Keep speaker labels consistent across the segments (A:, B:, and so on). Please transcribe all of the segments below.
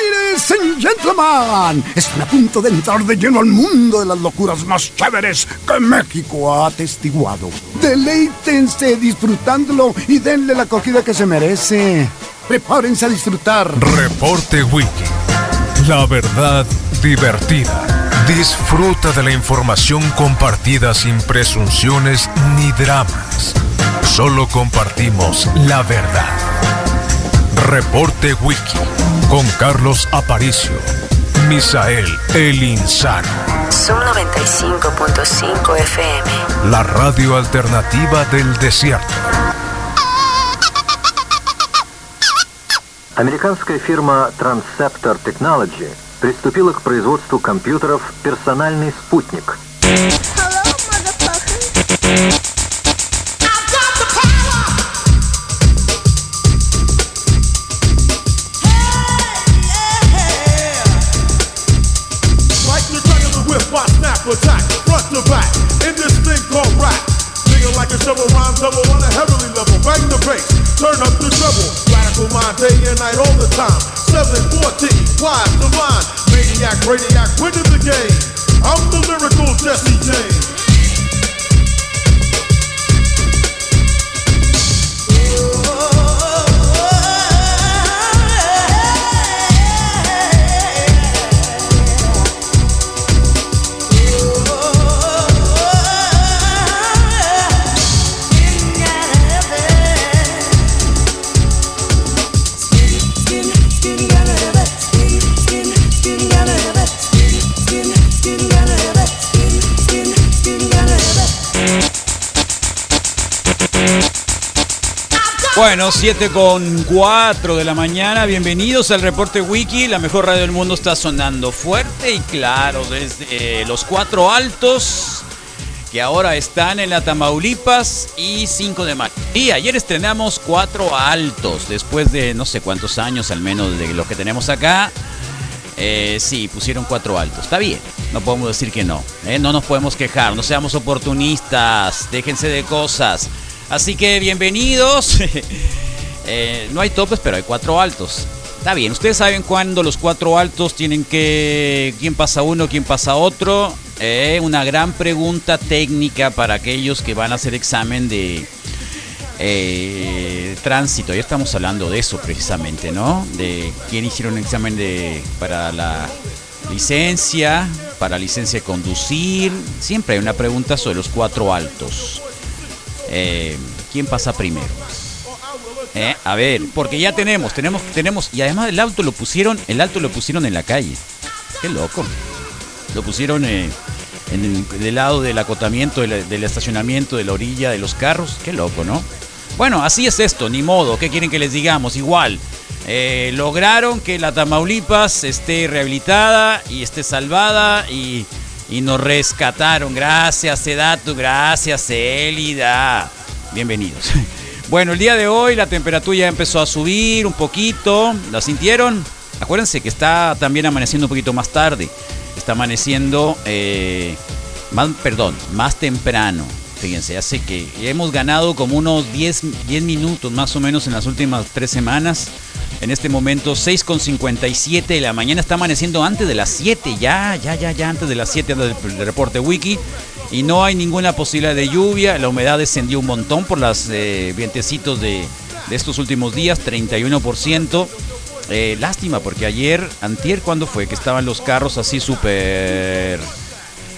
A: y gentlemen, están a punto de entrar de lleno al mundo de las locuras más chéveres que México ha atestiguado. Deleítense disfrutándolo y denle la acogida que se merece. Prepárense a disfrutar.
B: Reporte Wiki. La verdad divertida. Disfruta de la información compartida sin presunciones ni dramas. Solo compartimos la verdad. Reporte Wiki con Carlos Aparicio. Misael El Insano.
C: Son 95.5 FM.
B: La radio alternativa del desierto.
D: Американская фирма Transceptor Technology приступила к производству компьютеров «Персональный спутник»,
E: Like the tongue of the whip, I snap attack, front to back, in this thing called rap. Nigga like a shovel, rhyme double on a heavenly level. Bang the bass, turn up the treble. Radical mind, day and night, all the time. 714, wise, divine, maniac, radiac, winning the game. I'm the lyrical Jesse James.
F: Bueno, 7 con 4 de la mañana, bienvenidos al reporte Wiki, la mejor radio del mundo está sonando fuerte y claro desde eh, los cuatro altos que ahora están en la Tamaulipas y 5 de mayo. Y ayer estrenamos cuatro altos, después de no sé cuántos años al menos de los que tenemos acá. Eh, sí, pusieron cuatro altos. Está bien, no podemos decir que no. ¿eh? No nos podemos quejar, no seamos oportunistas, déjense de cosas. Así que bienvenidos. Eh, no hay topes, pero hay cuatro altos. Está bien, ustedes saben cuándo los cuatro altos tienen que... quién pasa uno, quién pasa otro. Eh, una gran pregunta técnica para aquellos que van a hacer examen de eh, tránsito. Ya estamos hablando de eso precisamente, ¿no? De quién hicieron un examen de, para la licencia, para licencia de conducir. Siempre hay una pregunta sobre los cuatro altos. Eh, ¿Quién pasa primero? Eh, a ver, porque ya tenemos, tenemos, tenemos. Y además el auto lo pusieron, el alto lo pusieron en la calle. Qué loco. Lo pusieron eh, en el, del lado del acotamiento, del, del estacionamiento, de la orilla, de los carros. Qué loco, ¿no? Bueno, así es esto, ni modo. ¿Qué quieren que les digamos? Igual. eh, lograron que la Tamaulipas esté rehabilitada y esté salvada y, y nos rescataron. Gracias, Sedatu. Gracias, Elida. Bienvenidos. Bueno, el día de hoy la temperatura ya empezó a subir un poquito. ¿La sintieron? Acuérdense que está también amaneciendo un poquito más tarde. Está amaneciendo, eh, más, perdón, más temprano. Fíjense, hace que hemos ganado como unos 10, 10 minutos más o menos en las últimas tres semanas. En este momento 6.57 de la mañana está amaneciendo antes de las 7, ya, ya, ya, ya, antes de las 7 del del reporte wiki. Y no hay ninguna posibilidad de lluvia, la humedad descendió un montón por los vientecitos de, de estos últimos días, 31%. Eh, lástima, porque ayer, antier, cuando fue que estaban los carros así súper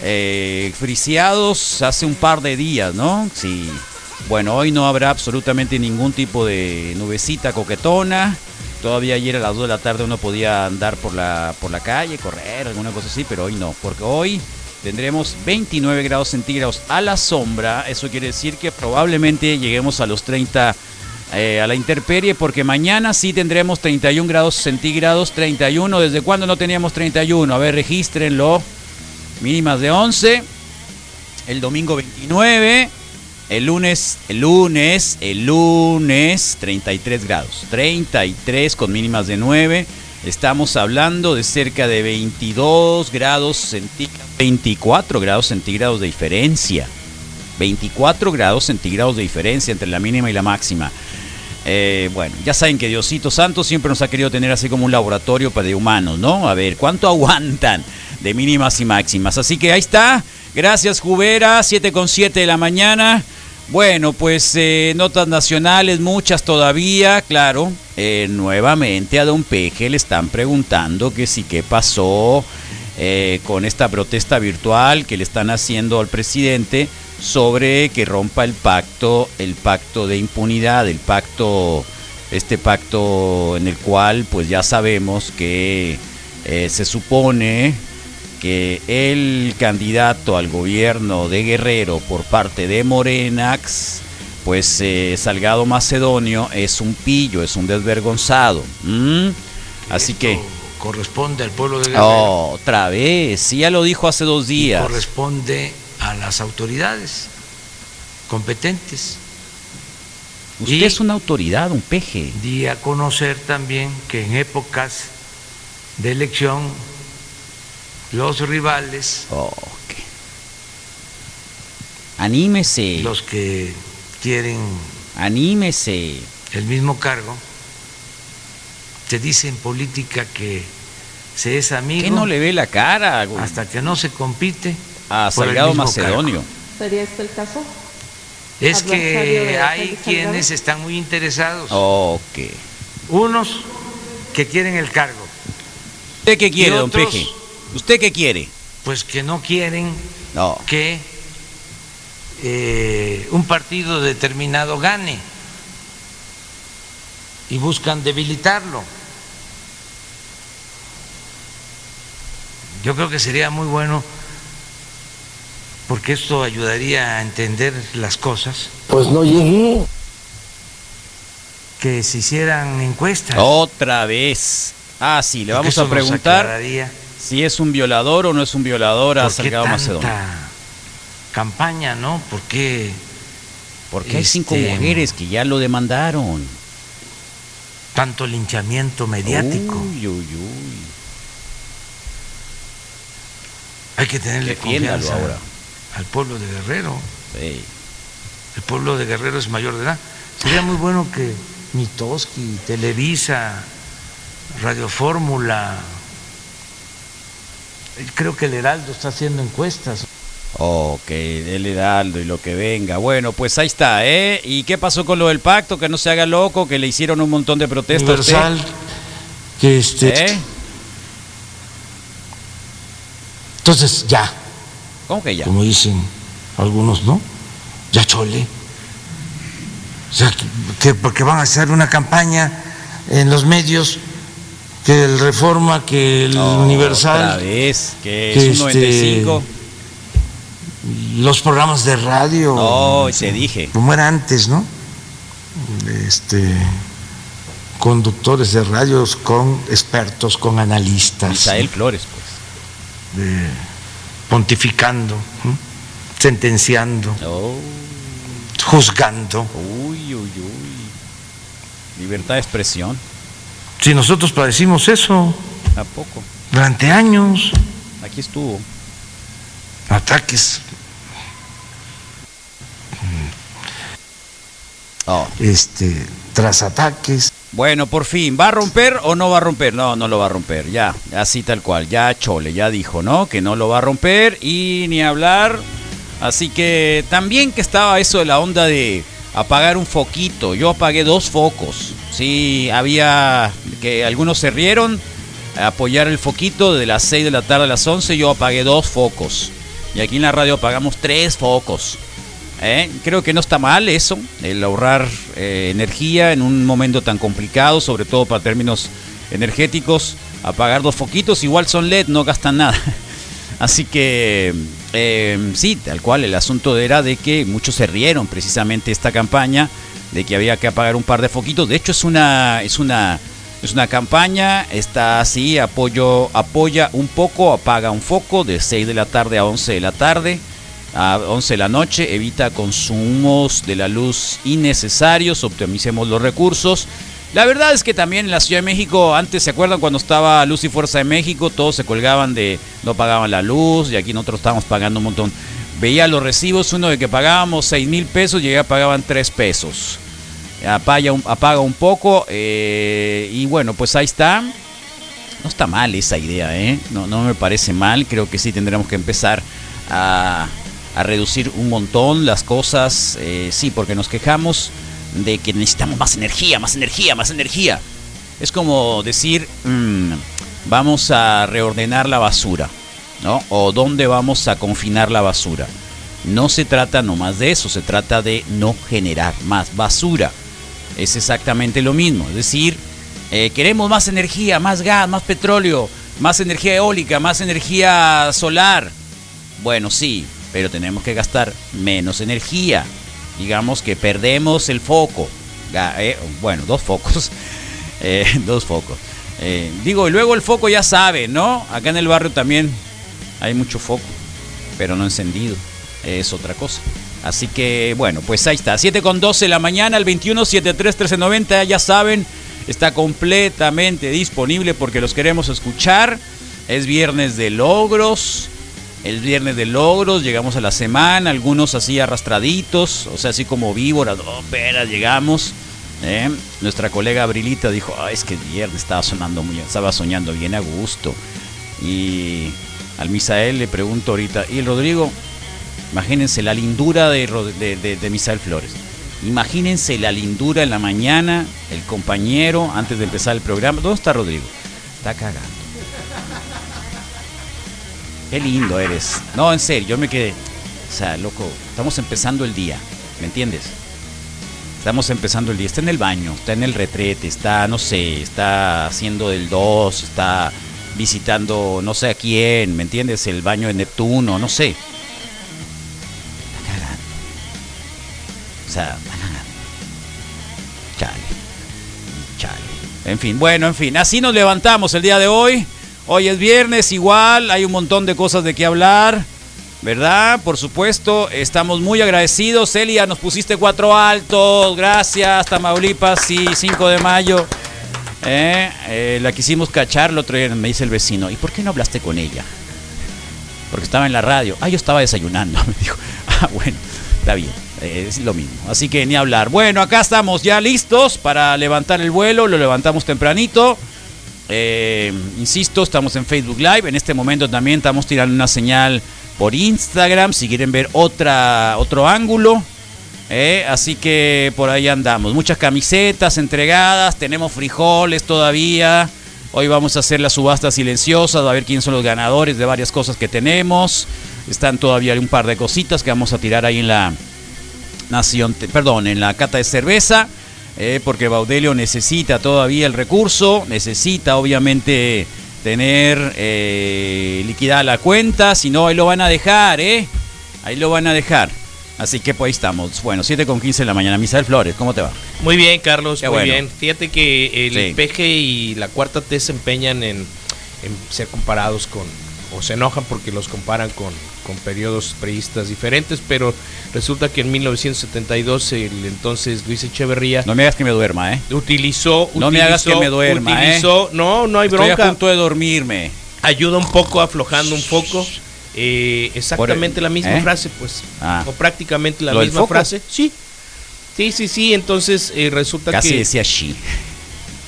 F: eh, friseados hace un par de días, ¿no? Sí. Bueno, hoy no habrá absolutamente ningún tipo de nubecita coquetona. Todavía ayer a las 2 de la tarde uno podía andar por la, por la calle, correr, alguna cosa así, pero hoy no, porque hoy tendremos 29 grados centígrados a la sombra. Eso quiere decir que probablemente lleguemos a los 30 eh, a la interperie porque mañana sí tendremos 31 grados centígrados, 31. ¿Desde cuándo no teníamos 31? A ver, regístrenlo. Mínimas de 11. El domingo 29. El lunes, el lunes, el lunes 33 grados. 33 con mínimas de 9. Estamos hablando de cerca de 22 grados centígrados. 24 grados centígrados de diferencia. 24 grados centígrados de diferencia entre la mínima y la máxima. Eh, bueno, ya saben que Diosito Santo siempre nos ha querido tener así como un laboratorio para de humanos, ¿no? A ver, ¿cuánto aguantan de mínimas y máximas? Así que ahí está. Gracias, Jubera. 7 con 7 de la mañana. Bueno, pues eh, notas nacionales, muchas todavía, claro. Eh, nuevamente a Don Peje le están preguntando que si qué pasó eh, con esta protesta virtual que le están haciendo al presidente sobre que rompa el pacto, el pacto de impunidad, el pacto, este pacto en el cual pues ya sabemos que eh, se supone que el candidato al gobierno de Guerrero por parte de Morenax, pues eh, Salgado Macedonio es un pillo, es un desvergonzado. ¿Mm? Así que...
G: Esto Corresponde al pueblo de Guerrero.
F: Oh, otra vez, sí, ya lo dijo hace dos
G: y
F: días.
G: corresponde a las autoridades competentes.
F: Usted
G: y-
F: es una autoridad, un peje.
G: Di a conocer también que en épocas de elección los rivales,
F: Oh, qué- Anímese,
G: los que quieren
F: anímese.
G: el mismo cargo, te dice en política que se es amigo
F: ¿Qué no le ve la cara güey?
G: hasta que no se compite
F: a
G: por el
F: Salgado
G: mismo
F: Macedonio?
G: cargo.
H: ¿Sería este el caso?
G: Es
H: Hablar serio
G: que
H: de
G: hay
H: Félix Salgado.
G: quienes están muy interesados,
F: Oh. Ok.
G: unos que quieren el cargo,
F: ¿Usted qué quiere,
G: Y
F: don
G: otros-
F: Peje? ¿Usted qué quiere?
G: pues que no quieren
F: No.
G: que eh, un partido determinado gane y buscan debilitarlo. Yo creo que sería muy bueno porque esto ayudaría a entender las cosas.
I: Pues no llegué.
G: Que se hicieran encuestas.
F: Otra vez. Ah, sí, le
G: porque
F: vamos
G: eso
F: a
G: nos
F: preguntar
G: aclararía
F: si es un violador o no es un violador a
G: por qué
F: Salgado
G: tanta
F: Macedonio.
G: campaña, ¿no? ¿Por qué
F: Porque hay cinco
G: este,
F: mujeres que ya lo demandaron.
G: tanto linchamiento mediático?
F: Uy, uy, uy.
G: Hay que tenerle
F: Defiéndalo
G: confianza
F: ahora.
G: al pueblo de Guerrero.
F: Sí.
G: El pueblo de Guerrero es mayor de edad. Sería muy bueno que Mitoski, Televisa, Radio Fórmula, eh, creo que el Heraldo está haciendo encuestas.
F: Oh, Ok, el heraldo y lo que venga. Bueno, pues ahí está, ¿eh? ¿Y qué pasó con lo del pacto? Que no se haga loco, que le hicieron un montón de protestas. a usted,
I: Universal. Que este.
F: ¿eh?
I: Entonces, ya,
F: ¿Cómo que ya?
I: como dicen algunos, ¿no? Ya chole.
G: O sea, que, que porque van a hacer una campaña en los medios, que el Reforma, que el
F: No, Otra
G: Universal,
F: vez, que,
G: que
F: es un
G: este-
F: 95.
G: los programas de radio.
F: No, y te dije.
G: como era antes, ¿no? Este conductores de radios con expertos, con analistas,
F: Misael Flores, pues.
G: de- pontificando, ¿m? sentenciando,
F: Oh,
G: juzgando.
F: uy, uy, uy. Libertad de expresión,
G: Si nosotros padecimos eso
F: tampoco.
G: durante años,
F: Aquí estuvo.
G: ataques
F: Oh.
G: este tras ataques,
F: Bueno, por fin, ¿va a romper o no va a romper? No, no lo va a romper, ya, así tal cual, ya Chole, ya dijo, ¿no? Que no lo va a romper y ni hablar. Así que también que estaba eso de la onda de apagar un foquito, yo apagué dos focos, sí, había que algunos se rieron, apoyar el foquito de las 6 de la tarde a las 11, yo apagué dos focos. Y aquí en la radio apagamos tres focos. ¿eh? Creo que no está mal eso, el ahorrar eh, energía en un momento tan complicado, sobre todo para términos energéticos. Apagar dos foquitos, igual son LED, no gastan nada. Así que eh, sí, tal cual, el asunto era de que muchos se rieron precisamente de esta campaña, de que había que apagar un par de foquitos. De hecho, es una, es una, es una campaña, está así, apoyo, apoya un poco, apaga un foco de 6 de la tarde a 11 de la tarde a 11 de la noche, evita consumos de la luz innecesarios, optimicemos los recursos. La verdad es que también en la Ciudad de México, antes se acuerdan cuando estaba Luz y Fuerza de México, todos se colgaban de no pagaban la luz y aquí nosotros estábamos pagando un montón. Veía los recibos, uno de que pagábamos 6 mil pesos y ya pagaban 3 pesos. apaga un, apaga un poco. eh, y bueno, pues ahí está. No está mal esa idea, ¿eh? No, no me parece mal. Creo que sí tendremos que empezar a, a reducir un montón las cosas. eh, sí, porque nos quejamos de que necesitamos más energía, más energía, más energía. Es como decir, mm, vamos a reordenar la basura, ¿no? O dónde vamos a confinar la basura. No se trata nomás de eso, se trata de no generar más basura es exactamente lo mismo. Es decir, eh, queremos más energía, más gas, más petróleo, más energía eólica, más energía solar. Bueno, sí, pero tenemos que gastar menos energía. Digamos que perdemos el foco. Ga- eh, bueno, dos focos. Eh, dos focos. Eh, digo, y luego el foco ya sabe, ¿no? Acá en el barrio también hay mucho foco, pero no encendido. Es otra cosa. Así que, bueno, pues ahí está. 7 con 12 de la mañana, el 21 73 1390, ya saben, está completamente disponible porque los queremos escuchar. Es viernes de logros. El viernes de logros, llegamos a la semana, algunos así arrastraditos, o sea, así como víboras, oh, pera, llegamos. ¿eh? Nuestra colega Brilita dijo, "Ah, es que el viernes estaba sonando muy, estaba soñando bien a gusto. Y al Misael le pregunto ahorita, ¿y el Rodrigo? Imagínense la lindura de, Rod- de, de- de Misael Flores. Imagínense la lindura en la mañana, el compañero, antes de empezar el programa. ¿Dónde está Rodrigo? Está cagando. Qué lindo eres. No, en serio, yo me quedé. O sea, loco, estamos empezando el día, ¿me entiendes? Estamos empezando el día. Está en el baño, está en el retrete, está, no sé, está haciendo del 2, está visitando no sé a quién, ¿me entiendes? El baño de Neptuno, no sé. Está cagando. O sea, está cagando. Chale. Chale. En fin, bueno, en fin, así nos levantamos el día de hoy. Hoy es viernes, igual, hay un montón de cosas de qué hablar, ¿verdad? Por supuesto, estamos muy agradecidos. Elia, nos pusiste cuatro altos, gracias, Tamaulipas y 5 de mayo. Eh, eh, la quisimos cachar el otro día, me dice el vecino, ¿y por qué no hablaste con ella? porque estaba en la radio. Ah, yo estaba desayunando, me dijo. Ah, bueno, está bien, eh, es lo mismo. Así que ni hablar. Bueno, acá estamos ya listos para levantar el vuelo, lo levantamos tempranito. Eh, insisto, estamos en Facebook Live. En este momento también estamos tirando una señal por Instagram. Si quieren ver otra, otro ángulo. eh, así que por ahí andamos. Muchas camisetas entregadas. Tenemos frijoles todavía. Hoy vamos a hacer la subasta silenciosa. A ver quién son los ganadores de varias cosas que tenemos. Están todavía un par de cositas que vamos a tirar ahí en la, Nación, Te- perdón, en la cata de cerveza, eh, porque Baudelio necesita todavía el recurso, necesita obviamente tener eh, liquidada la cuenta, si no, ahí lo van a dejar, ¿eh? Ahí lo van a dejar. Así que pues ahí estamos. Bueno, 7 con 15 de la mañana. Misael Flores, ¿cómo te va?
H: Muy bien, Carlos,
F: Qué
H: Pues, muy
F: bueno.
H: bien. Fíjate que el
F: Sí.
H: peje y la cuarta T se empeñan en, en ser comparados con, o se enojan porque los comparan con, con periodos preístas diferentes, pero resulta que en 1972 el entonces Luis Echeverría
F: No me hagas que me duerma, ¿eh?
H: utilizó,
F: No me hagas
H: utilizó-
F: que me duerma, ¿eh?
H: utilizó, no, no hay
F: Estoy
H: bronca,
F: a punto de dormirme.
H: ayuda un poco aflojando un poco. eh, exactamente la misma
F: ¿eh?
H: frase, pues,
F: Ah.
H: o prácticamente la
F: ¿Lo del
H: misma
F: foco?
H: frase, sí. Sí, sí, sí, entonces eh, resulta
F: Casi
H: que...
F: decía she.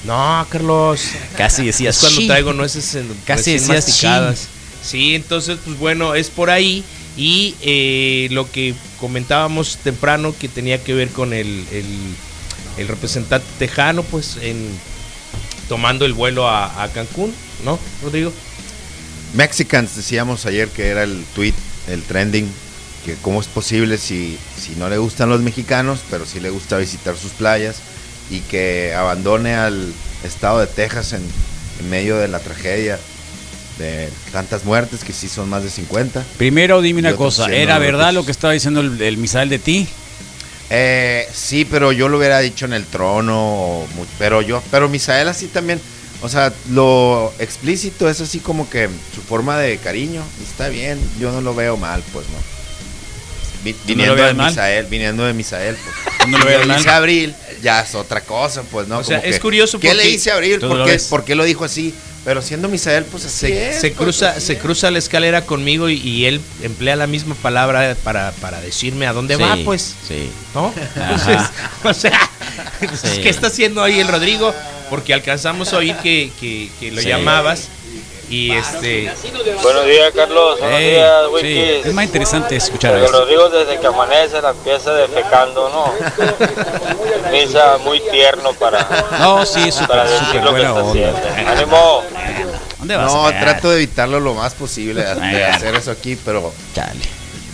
H: No, Carlos.
F: Casi decía
H: Es cuando
F: she.
H: traigo nueces en,
F: Casi
H: recién
F: decías
H: masticadas. Sí, entonces, pues bueno, es por ahí. Y eh, lo que comentábamos temprano que tenía que ver con el, el- el representante tejano, pues, en tomando el vuelo a, a Cancún, ¿no, Rodrigo?
J: Mexicans decíamos ayer que era el tweet, el trending, que cómo es posible si, si no le gustan los mexicanos, pero sí le gusta visitar sus playas y que abandone al estado de Texas en, en medio de la tragedia de tantas muertes que sí son más de 50.
F: Primero dime una
J: Yo te
F: cosa,
J: estoy
F: ¿era
J: haciendo
F: verdad
J: lo que-
F: lo que estaba diciendo el, el Misael de ti?
J: Eh, sí, pero yo lo hubiera dicho en el trono, o mu- pero yo, pero Misael así también, o sea, lo explícito es así como que su forma de cariño, y está bien, yo no lo veo mal, pues no. Vi- viniendo
F: veas
J: de
F: mal?
J: Misael, viniendo de Misael, pues.
F: ¿Tú no lo veas
J: Le
F: mal?
J: hice a Abril, ya es otra cosa, pues no.
H: O sea,
J: Como
H: es
J: que,
H: curioso
J: ¿Qué le
H: porque-
J: hice a Abril?
F: ¿Tú no lo
J: ¿Por qué,
F: ves?
J: por qué lo dijo así? Pero siendo Misael, pues así
H: Se,
J: es,
H: se
J: pues,
H: cruza,
J: así
H: se
J: es.
H: cruza la escalera conmigo y, y él emplea la misma palabra para, para decirme a dónde va, pues.
F: Sí.
H: ¿no?
F: Ajá.
H: Entonces, o sea, Entonces, ¿Qué está haciendo ahí el Rodrigo? Porque alcanzamos a oír que, que- que lo
F: Sí.
H: llamabas y este...
K: Buenos días, Carlos. Buenos
F: Ey,
K: días,
F: sí,
K: Wiki.
F: es más interesante escuchar
K: Porque
F: eso.
K: Rodrigo desde que amanece la empieza defecando, ¿no? Misa muy tierno para,
F: No, sí, es
K: para
F: súper,
K: decir
F: súper
K: lo que
F: buena
K: está haciendo.
F: onda. Eh.
K: ¡Ánimo!
F: ¿Dónde vas
J: no,
F: a pegar?
J: trato de evitarlo lo más posible de, de
F: Bueno.
J: hacer eso aquí, pero
F: Chale.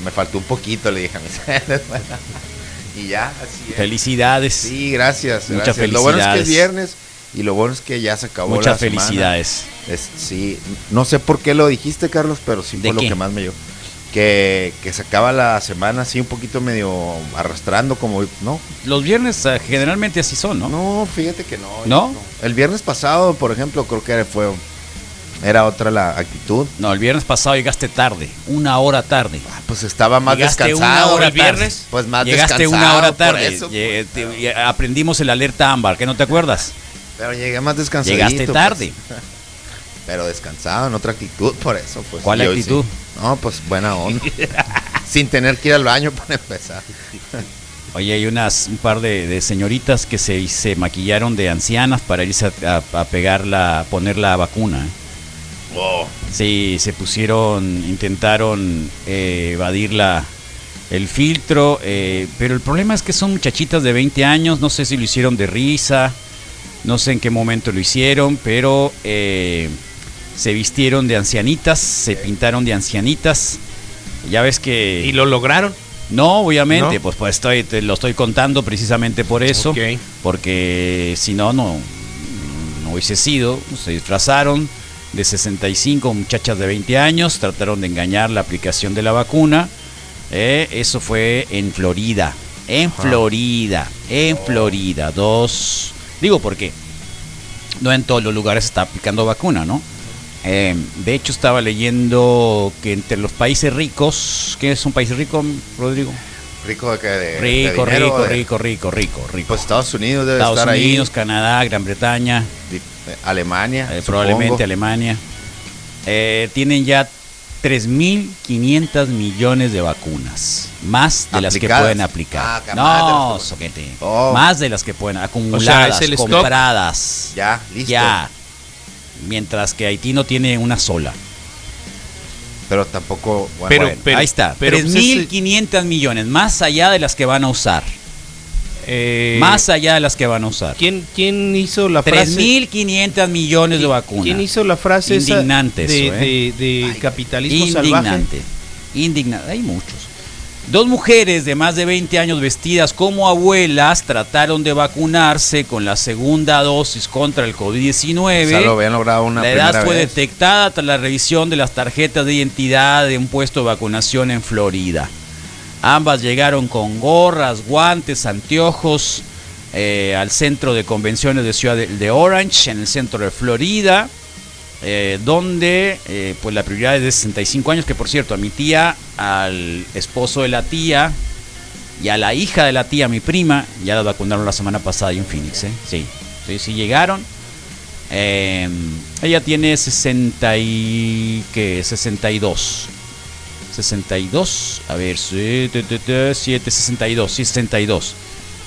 J: me faltó un poquito, le dije a mis Y ya, así es.
F: Felicidades.
J: Sí, gracias.
F: Muchas
J: gracias. Lo bueno es que es
F: felicidades.
J: viernes y lo bueno es que ya se acabó la
F: Muchas
J: semana.
F: felicidades.
J: Es- sí, no sé por qué lo dijiste, Carlos, pero sí
F: ¿De
J: fue lo
F: qué?
J: que más me llegó. Que, que se acaba la semana así un poquito medio arrastrando, como, ¿no?
F: Los viernes eh, generalmente así son, ¿no?
J: No, fíjate que no.
F: ¿No?
J: El viernes pasado, por ejemplo, creo que fue era otra la actitud.
F: No, el viernes pasado llegaste tarde, una hora tarde.
J: Pues estaba más
F: Llegaste una
J: descansado.
F: hora
J: el
F: tarde.
J: viernes. Pues más
F: Llegaste
J: descansado.
F: una hora
J: por
F: tarde.
J: eso, pues.
F: Llegué- te- y aprendimos el alerta ámbar, que no te acuerdas.
J: pero llegué más pues. descansado.
F: Llegaste tarde.
J: pero descansado, en otra actitud, por eso. Pues,
F: ¿Cuál
J: Y hoy
F: actitud?
J: sí. No, pues buena onda. Sin tener que ir al baño para empezar.
F: Oye, hay unas un par de, de señoritas que se, se maquillaron de ancianas para irse a, a- a pegar la, poner la vacuna. ¿eh? Sí, se pusieron, intentaron eh, evadir la, el filtro, eh, pero el problema es que son muchachitas de 20 años, no sé si lo hicieron de risa, no sé en qué momento lo hicieron, pero eh, se vistieron de ancianitas, se pintaron de ancianitas. Ya ves que...
H: Y lo lograron.
F: No, obviamente,
H: ¿No?
F: pues, pues estoy, te lo estoy contando precisamente por eso,
H: Ok.
F: porque si no, no, no hubiese sido. Se disfrazaron de 65 muchachas de 20 años, trataron de engañar la aplicación de la vacuna. Eh, eso fue en Florida, en Florida, en
H: Oh.
F: Florida, dos. Digo, porque no en todos los lugares se está aplicando vacuna, ¿no? Eh, de hecho, estaba leyendo que entre los países ricos, ¿qué es un país rico, Rodrigo?
J: Rico de que Eh, de- de
F: Rico,
J: dinero,
F: rico,
J: de-
F: rico, rico, rico, rico.
J: Pues Estados Unidos debe
F: Estados
J: estar
F: Unidos, Canadá, Gran Bretaña,
J: ahí. Di- eh, Alemania.
F: eh,
J: supongo.
F: probablemente Alemania. Eh, tienen ya 3.500 millones de vacunas, más de las que
J: ¿Aplicadas?
F: pueden aplicar.
J: Ah, que más de las
F: no,
J: que-
F: soquete.
J: Oh.
F: Más de las que pueden, acumuladas,
H: es el stock.
F: compradas.
J: Ya, listo.
F: Ya. Mientras que Haití no tiene una sola.
J: Pero tampoco. bueno,
H: Pero-
J: bueno.
F: Ahí está.
H: pero, pues,
F: 3.500 millones, más allá de las que van a usar.
H: Eh,
F: más allá de las que van a usar.
H: ¿quién, ¿Quién hizo la frase?
F: 3.500 millones de vacunas.
H: ¿Quién hizo la frase esa
F: Indignante
H: de,
F: eso, ¿eh?
H: de- de capitalismo salvaje?
F: Indignante. Indignante. Hay muchos. Dos mujeres de más de 20 años vestidas como abuelas trataron de vacunarse con la segunda dosis contra el COVID-19.
J: O sea, lo habían logrado una
F: La
J: primera
F: edad fue
J: vez.
F: detectada tras la revisión de las tarjetas de identidad de un puesto de vacunación en Florida. Ambas llegaron con gorras, guantes, anteojos eh, al centro de convenciones de Ciudad de, de Orange, en el centro de Florida, eh, donde eh, pues la prioridad es de 65 años, que por cierto, a mi tía, al esposo de la tía y a la hija de la tía, mi prima, ya la vacunaron la semana pasada ahí en Phoenix, ¿eh? Sí, sí, sí llegaron. Eh, ella tiene 60 y... ¿qué? 62. 62. A ver, 7, 62. Sí, 62.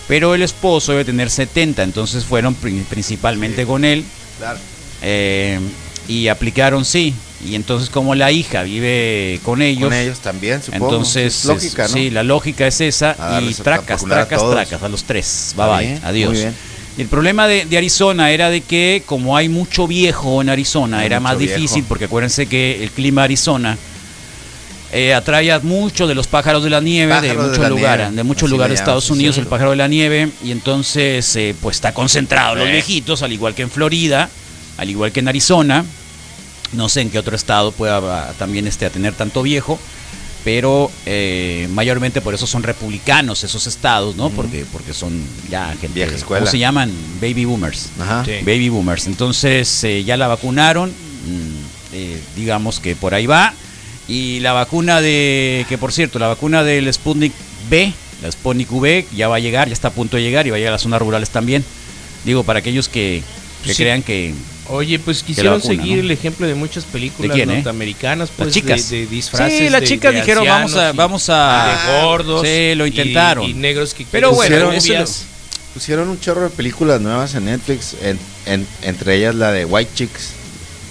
F: Pero el esposo debe tener 70, entonces fueron prin- principalmente con él.
J: Claro.
F: eh, y aplicaron sí. Y entonces como la hija vive con ellos,
J: Con ellos también, supongo.
F: entonces
J: Es lógica,
F: es-
J: ¿no?
F: sí, la lógica es
J: A
F: esa. Y
J: darles a
F: tracas,
J: vacunar a
F: tracas,
J: todos.
F: tracas, a los tres. Bye
J: Está
F: bye,
J: bien,
F: adiós.
J: muy bien.
F: Y el problema de, de Arizona era de que como hay mucho viejo en Arizona,
J: Hay
F: era
J: mucho
F: más difícil
J: viejo.
F: porque acuérdense que el clima de Arizona eh, atrae a muchos de los pájaros de la nieve de
J: Pájaros de
F: muchos
J: la
F: lugares,
J: nieve.
F: de muchos
J: Así le
F: lugares de
J: llaman,
F: Estados
J: sí,
F: Unidos, el
J: cierto.
F: pájaro de la nieve y entonces eh, pues está concentrado los
J: Eh.
F: viejitos, al igual que en Florida, al igual que en Arizona. No sé en qué otro estado pueda ah, también este, tener tanto viejo pero eh, mayormente por eso son republicanos esos estados, ¿no? Porque porque son ya gente
J: Vieja escuela.
F: ¿Cómo se llaman? Baby boomers.
J: Ajá.
H: Sí.
F: Baby boomers. Entonces eh, ya la vacunaron, mm, eh, digamos que por ahí va. Y la vacuna de, que por cierto, la vacuna del Sputnik B, la Sputnik V, ya va a llegar, ya está a punto de llegar y va a llegar a las zonas rurales también. Digo, para aquellos que, que
H: Pues Sí.
F: crean que...
H: Oye, pues quisieron
F: vacuna,
H: seguir
F: ¿no?
H: el ejemplo de muchas películas
F: ¿De quién, eh?
H: norteamericanas, pues,
F: las chicas.
H: De, de disfraces.
F: sí, las
H: de-
F: chicas
H: de
F: dijeron, vamos a...
H: ancianos y-
F: Vamos a
H: y de gordos.
F: Sí, lo
H: y-
F: intentaron.
H: Y, negros que
F: Pero
H: quieren
F: bueno,
H: ser
F: eso
H: rubias.
F: lo-
J: pusieron un chorro de películas nuevas en Netflix, en- en- entre ellas la de White Chicks.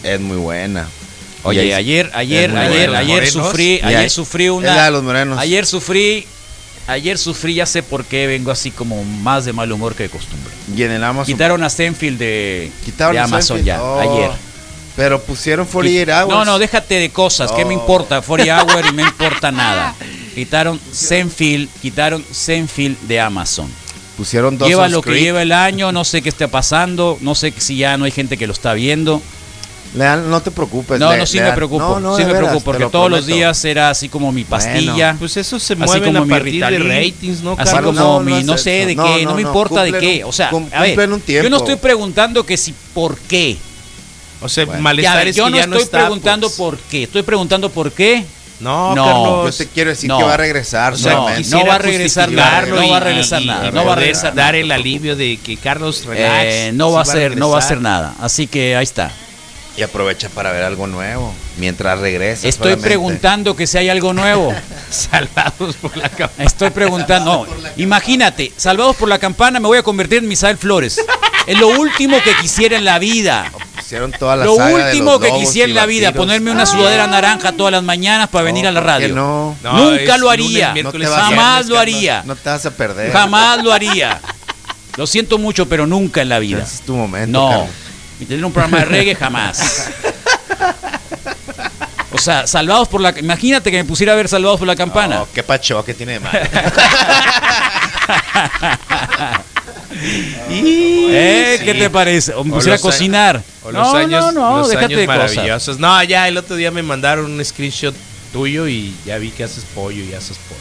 J: Es muy buena. Y
F: Oye,
J: ahí-
F: ayer,
J: es
F: ayer,
J: muy
F: ayer,
J: buena.
F: ayer sufrí,
J: Y ahí-
F: ayer sufrí
J: Es la
F: una.
J: de los morenos.
F: Ayer sufrí, ayer sufrí, ya sé por qué vengo así como más de mal humor que de costumbre.
J: Y en el Amazon.
F: Quitaron a Stenfield de,
J: Quitaron
F: de
J: a
F: Amazon
J: Seinfeld.
F: ya,
J: Oh,
F: ayer.
J: Pero pusieron 48 Hours.
F: No, no, déjate de cosas, ¿qué me
J: Oh.
F: importa? 48 Hour y me importa nada. Quitaron Stenfield, quitaron Stenfield de Amazon.
J: Pusieron dos
F: lleva lo que lleva el año, no sé qué está pasando, no sé si ya no hay gente que lo está viendo.
J: no te preocupes.
F: No,
J: le-
F: no, sí
J: le
F: me
J: dan-
F: preocupo.
J: No, no,
F: sí
J: de
F: me
J: veras,
F: preocupo
J: te
F: porque
J: lo
F: todos los
J: prometo.
F: días era así como mi pastilla.
J: Bueno. Pues
H: eso se
F: así
H: mueven
F: como
H: a
F: mi
H: partir de
F: Ritalin,
H: ratings, ¿no,
F: Así
H: Carlos?
F: como
H: No,
F: mi,
H: no
F: no,
H: es
F: sé
H: eso.
F: de
H: No,
F: qué, no,
H: no,
F: me
H: no,
F: importa de
H: cumplen
F: qué.
H: un-
F: O sea,
H: cum-
F: a ver,
H: cumplen un
F: yo no
H: tiempo.
F: estoy preguntando que si por qué.
H: O sea,
F: Bueno.
H: malestar
F: Ya, a ver,
H: es
F: yo
H: que
F: no
H: ya no
F: estoy
H: está, pues.
F: preguntando por qué. Estoy preguntando por qué.
H: No,
J: Yo te quiero decir que va a regresar
F: O sea,
J: solamente.
F: no va a regresar nada. No va a regresar nada. No va a regresar
H: dar
F: nada.
H: el alivio de que Carlos relax.
F: Eh, no
H: sí
F: va a ser, no va a
H: regresar.
F: ser nada. Así que ahí está.
J: Y aprovecha para ver algo nuevo mientras regresa.
F: Estoy
J: solamente.
F: preguntando que si hay algo nuevo.
H: Salvados por la campana.
F: Estoy preguntando. no, imagínate, salvados por la campana, me voy a convertir en Misael Flores. Es lo último que quisiera en la vida.
J: Pusieron toda la
F: Lo
J: saga de
F: último
J: los
F: que
J: lobos Ah.
F: quisiera
J: y
F: en la vida,
J: vampiros.
F: ponerme una sudadera naranja todas las mañanas para venir a la
J: ¿por qué
F: radio.
J: no?
F: No, Nunca
J: es
F: lo
J: lunes,
F: haría.
J: miércoles,
F: Jamás
J: viernes,
F: lo haría.
J: No te vas a perder.
F: Jamás lo haría. Lo siento mucho, pero nunca en la vida.
J: Es tu momento.
F: No.
J: Carlos.
F: Y tener un programa de reggae jamás. O sea, salvados por la. Imagínate que me pusiera a ver salvados por la campana.
J: No, qué pacho, qué tiene de malo.
F: ¿Eh?
H: Sí.
F: ¿Qué te parece? O me
H: O
F: pusiera a
H: los a-
F: cocinar.
H: O los
F: no, no,
H: años,
F: no,
H: los
F: déjate
H: años
F: de cosas.
H: maravillosos. Pues No, ya el otro día me mandaron un screenshot tuyo y ya vi que haces pollo y haces pollo.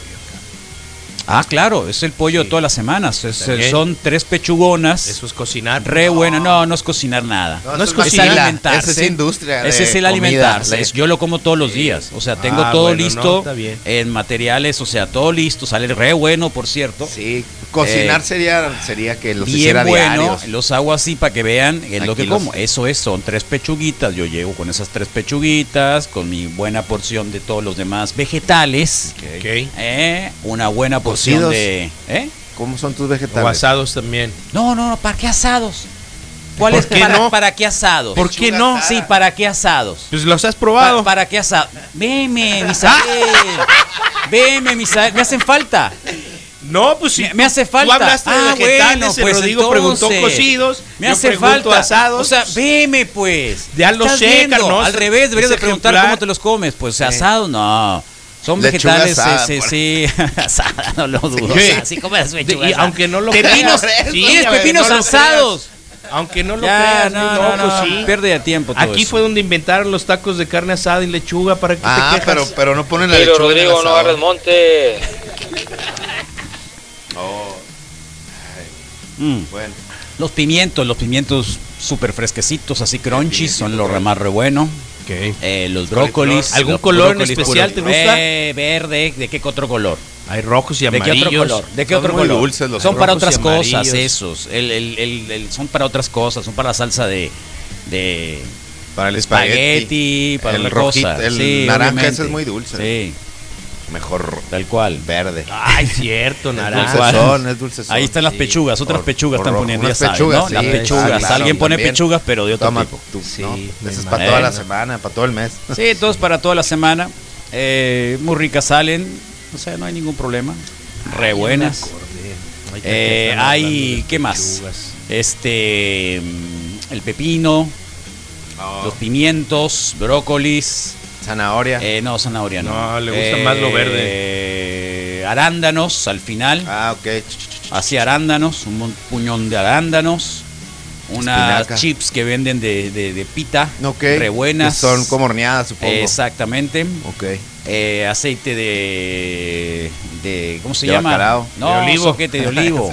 F: Ah, claro, es el pollo de todas las semanas. Es-
H: También.
F: son tres pechugonas.
H: Eso es cocinar.
F: Re bueno, no, no es cocinar nada.
J: No, eso es cocina,
F: alimentarse.
J: esa es industria
F: Ese
J: de
F: es el
J: comida,
F: alimentarse.
J: la-
F: es- yo lo como todos los días. O sea, tengo
H: Ah,
F: todo
H: bueno, no,
F: listo
H: está bien.
F: en materiales, o sea, todo listo. Sale re bueno, por cierto.
J: Sí, Cocinar sería, sería que los
F: Eh, bien
J: hiciera
F: bueno,
J: diarios.
F: los hago así para que vean es lo
J: Aquí
F: que
J: los-
F: como. Eso es, son tres pechuguitas. Yo llego con esas tres pechuguitas, con mi buena porción de todos los demás vegetales. ¿eh? Una buena porción
J: Cocidos.
F: de. ¿eh?
J: ¿Cómo son tus
H: O
J: vegetales?
H: asados también.
F: No, no, no, ¿para qué asados? ¿Cuál es
H: qué
F: para,
H: no?
F: para qué asados?
H: ¿Por qué no?
F: Sí, ¿para qué asados?
H: Pues los has
F: Pa-
H: probado.
F: ¿Para qué asados? Veme, Misael. Veme, Misael. Me hacen falta.
H: No, pues sí.
F: Me- me hace falta.
H: Tú hablaste
F: Ah,
H: de vegetales,
F: bueno,
H: el
F: pues
H: Rodrigo preguntó
F: entonces,
H: cocidos.
F: Me
H: yo
F: hace
H: pregunto
F: falta.
H: asados.
F: O sea, veme pues.
H: Ya lo
F: ¿Estás
H: sé,
F: viendo?
H: Carlos.
F: Al revés, deberías de
H: Es
F: preguntar
H: ejemplar.
F: cómo te los comes. Pues
H: Sí.
F: asados, no. Son
J: Lechuga
F: vegetales,
J: asada,
F: sí,
J: por-
F: sí, sí. asada, no lo dudo.
H: Sí. pues,
F: O sea, así como las
H: De-
F: lechugas.
H: y aunque no lo
F: Pepinos,
H: creas. Sí,
F: ¿Quieres
H: a ver,
F: pepinos
H: no lo
F: asados?
H: creas. Aunque no lo
F: Ya,
H: creas,
F: no,
H: mi
F: no,
H: loco,
F: no,
H: sí.
F: pierde de tiempo todo
H: Aquí
F: eso.
H: fue donde inventaron los tacos de carne asada y lechuga para que
J: Ah,
H: te quejas.
J: pero, pero no ponen la
K: Pero
J: lechuga en el
K: Rodrigo, no
J: asador.
K: agarres monte.
J: Oh,
F: Mm.
J: bueno.
F: Los pimientos, los pimientos súper fresquecitos, así crunchies, son los más re bueno. Eh, los brócolis.
H: ¿Algún
F: los
H: color en
F: brócolis
H: especial
F: puros.
H: te gusta?
F: Eh, verde, ¿de qué otro color?
H: Hay rojos y
F: ¿De
H: amarillos.
F: qué otro color? ¿De qué
J: Son
F: otro
J: muy
F: color?
J: dulces los
F: son para
H: rojos y
F: otras cosas
H: amarillos.
F: esos. El- el- el- el- son para otras cosas, son para la salsa de, de
J: Para el
F: espagueti,
J: espagueti.
F: para
J: el
F: otra cosa.
J: rojito, el
F: Sí,
J: naranja
F: obviamente.
J: ese es muy dulce.
F: Sí,
J: Mejor
F: tal cual.
J: verde.
H: Ay, cierto, naranja.
J: Dulcezón, es dulcezón.
F: Ahí están las
J: Sí.
F: pechugas, otras
J: O-
F: pechugas
J: o
F: están
J: rojo.
F: poniendo, ya
J: Unas
F: sabes, ¿no? Las
J: sí,
F: pechugas, alguien pone
J: también.
F: pechugas, pero de otro
J: Toma
F: tipo.
J: tú,
H: Sí,
J: ¿no?
H: me
J: Ese es para
H: imagino.
J: toda la semana, para todo el mes.
F: Sí, entonces para toda la semana. Eh, muy ricas salen. O sea, no hay ningún problema. Re buenas. Eh, hay, ¿qué más? Este, mm, el pepino,
J: Ah.
F: los pimientos, brócolis,
J: Zanahoria.
F: eh, no, zanahoria no.
H: No, le gusta más lo
F: verde. Arándanos al final,
J: Ah, ok.
F: así arándanos, un mon- puñón de arándanos, unas
J: Espinaca.
F: chips que venden de, de- de pita,
J: Ok.
F: re buenas.
J: Que Son como horneadas, supongo.
F: Exactamente.
J: Ok.
F: Eh, aceite de, de ¿cómo se
J: De
F: llama?
J: bacalao.
F: No,
H: De olivo.
F: soquete de olivo.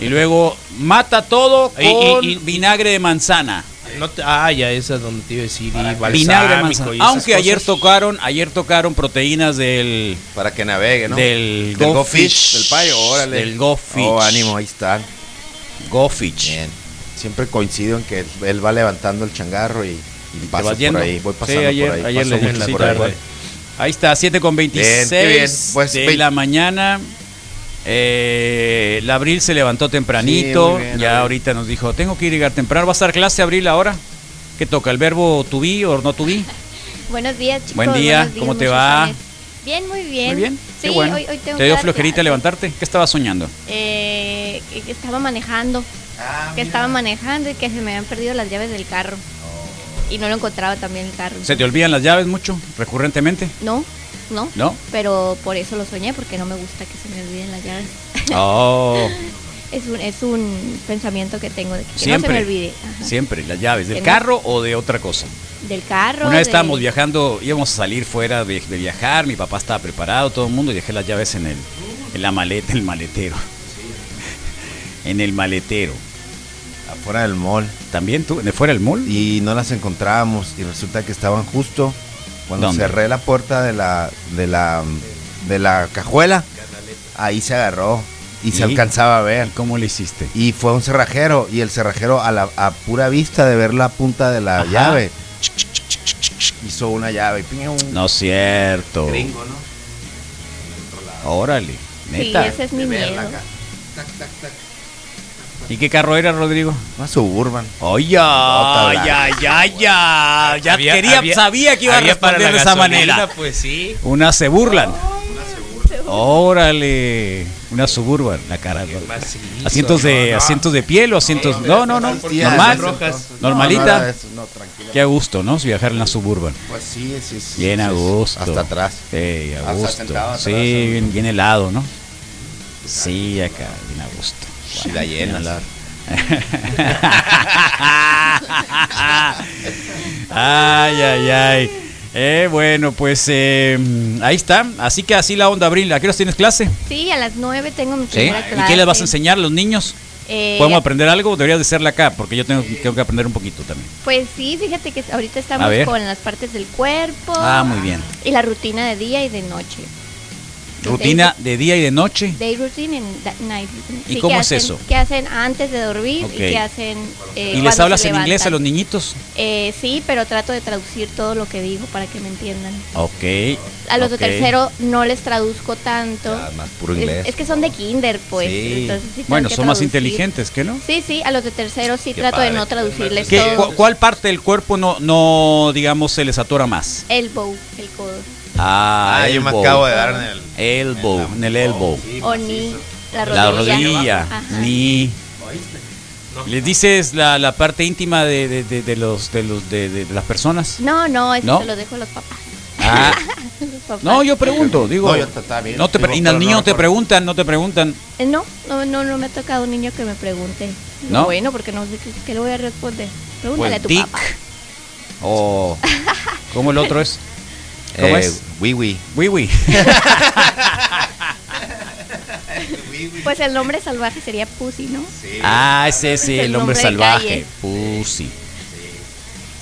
F: y luego mata todo con
H: Y- y- y-
F: vinagre de manzana.
H: No te- ah, ya esa es donde te iba a decir. y
F: Vinagre de
H: balsámico
F: manzana.
H: y esas
F: Aunque ayer
H: cosas.
F: tocaron, ayer tocaron proteínas del
J: Para que navegue, ¿no?
F: del,
J: Del
F: Go
J: Gofish,
F: Fish,
J: del payo, órale.
F: Del Go Fish.
J: Oh, ánimo, ahí están.
F: Go Fish.
J: Bien. Siempre coincido en que él, él va levantando el changarro y, y paso
F: vas
J: por
F: yendo.
J: ahí. Voy
F: Sí,
J: pasando
F: ayer-
J: por ahí.
F: ayer
J: paso
F: le di
J: mucho
F: la
J: por
F: cita,
J: ahí.
F: ¿verdad? Ahí está, 7 con 26
J: Bien, qué bien. Pues,
F: de
J: ve-
F: la mañana. Eh, la Abril se levantó tempranito.
J: Sí, muy bien,
F: ya
J: Abril.
F: ahorita nos dijo, tengo que ir a llegar temprano. ¿Va a estar clase Abril ahora? ¿Qué toca? ¿El verbo to be o no to be?
L: Buenos días, chicos.
F: Buen día,
L: buenos días,
F: ¿cómo te va?
L: muchachones. Bien, muy bien.
F: Muy bien.
L: Sí,
F: Qué bueno.
L: hoy, hoy tengo
F: ¿Te dio
L: que dar
F: flojerita
L: clase.
F: levantarte? ¿Qué estabas soñando?
L: Eh, que- que estaba manejando.
F: Ah,
L: que estaba manejando y que se me habían perdido las llaves del carro.
F: Oh.
L: Y no lo encontraba también el carro.
F: ¿Se te olvidan las llaves mucho, recurrentemente?
L: No, no.
F: ¿No?
L: Pero por eso lo soñé, porque no me gusta que se me olviden las llaves.
F: Oh,
L: Es un, es un pensamiento que tengo de que, que no se
F: siempre.
L: me olvide. Ajá.
F: Siempre, las llaves. ¿Del
L: Que no-
F: carro o de otra cosa?
L: Del carro.
F: Una vez
L: de-
F: estábamos viajando, íbamos a salir fuera de, de viajar, mi papá estaba preparado, todo el mundo, y dejé las llaves en el, en la maleta, en el maletero. En el maletero.
J: Afuera del mall.
F: ¿También tú? ¿De fuera del mall?
J: Y no las encontrábamos y resulta que estaban justo cuando
F: ¿Dónde?
J: cerré la puerta de la, de la, de la cajuela. Ahí se agarró y,
F: ¿Y?
J: se alcanzaba a ver.
F: ¿Cómo le hiciste?
J: Y fue un cerrajero y el cerrajero a, la, a pura vista de ver la punta de la
F: Ajá.
J: llave hizo una llave. ¡piu!
F: No es cierto.
J: Gringo, ¿no?
F: Órale,
L: Sí,
F: neta.
L: ese es mi miedo.
F: ¿Y qué carro era, Rodrigo?
J: Una suburban.
F: Oye, ay, ay, ay, ay, ya
H: Había-
F: quería,
H: había-
F: sabía que iba a
H: había para
F: responder de
H: la
F: esa
H: gasolina,
F: manera.
H: Pues sí.
F: Una se burlan. Órale, una suburban, la cara. Asientos de asientos de piel o asientos No, no, no,
J: Tortillas
F: normal.
J: rojas. No, no,
F: Normalita.
J: era eso, no, tranquila.
F: Qué a gusto, ¿no? Viajar en la suburban.
J: Pues sí, sí, sí,
F: Bien a
J: sí, sí.
F: gusto.
J: Hasta atrás.
F: Sí, a
J: Hasta
F: gusto.
J: Ah, sentado atrás,
F: Sí,
J: ¿no?
F: bien, bien helado, ¿no? Sí, acá, bien a gusto.
J: Y la llenas.
F: Bien helado. ay, ay, ay. Eh, bueno, pues eh, ahí está. Así que así la onda, Abril. ¿A qué horas tienes clase?
L: Sí, a las 9 tengo mi primera clase.
F: ¿Y qué les vas a enseñar a los niños?
L: Eh,
F: ¿Podemos aprender algo? Deberías de serla acá, porque yo tengo, tengo que aprender un poquito también.
L: Pues sí, fíjate que ahorita estamos
F: A ver.
L: con las partes del cuerpo.
F: Ah, muy bien.
L: Y la rutina de día y de noche.
F: Rutina de día y de noche.
L: Day routine and da- night routine.
F: ¿Y cómo
L: ¿qué
F: es
L: hacen-
F: eso?
L: ¿Qué hacen antes de dormir
F: Ok.
L: y qué hacen eh,
F: ¿Y
L: cuando
F: les
L: se
F: hablas en inglés
L: levantan?
F: a los niñitos?
L: Eh, sí, pero trato de traducir todo lo que digo para que me entiendan.
F: Ok.
L: A los
F: ok.
L: de tercero no les traduzco tanto.
J: más puro
L: Es-
J: inglés.
L: Es, que son de kinder, pues.
F: Sí.
L: entonces sí tengo
F: bueno,
L: que
F: son más
L: traducir.
F: inteligentes, ¿qué no?
L: Sí, sí, a los de tercero sí
F: Qué
L: trato de
F: padre.
L: no traducirles
F: ¿Qué-
L: todo.
F: cu- ¿Cuál parte del cuerpo no, no, digamos, se les atora más?
L: El bow, el codo.
F: Ah,
J: Ah, yo me
F: elbow.
J: acabo de Ah, dar en el-
F: Elbow, en el elbow.
L: O ni la rodilla.
F: La rodilla,
L: Ajá.
F: ni... ¿Les dices la, la parte íntima de, de- de- de los, de, los, de, de las personas?
L: No, no, eso
F: ¿No?
L: se lo dejo a los papás.
F: Ah,
L: Los papás.
F: no, yo pregunto, digo...
J: No, yo está- está bien.
F: no te pre-
J: Digo,
F: y los
J: pero no
F: niños te
J: recuerdo.
F: preguntan, no te preguntan.
L: Eh, No, no, no, no me ha tocado un niño que me pregunte.
F: ¿No?
L: Bueno, porque no sé qué, qué le voy a responder.
F: O
L: Pregúntale a
F: el
L: tu
F: tic.
L: papá.
F: O... Pues Oh. ¿Cómo el otro es? ¿Cómo
J: Eh,
F: es?
J: Wii Wii.
F: Wii Wii.
L: Pues el nombre salvaje sería Pussy, ¿no?
F: Ah, ese sí, el,
L: Es el
F: hombre
L: nombre de
F: salvaje.
L: calle.
F: Pussy.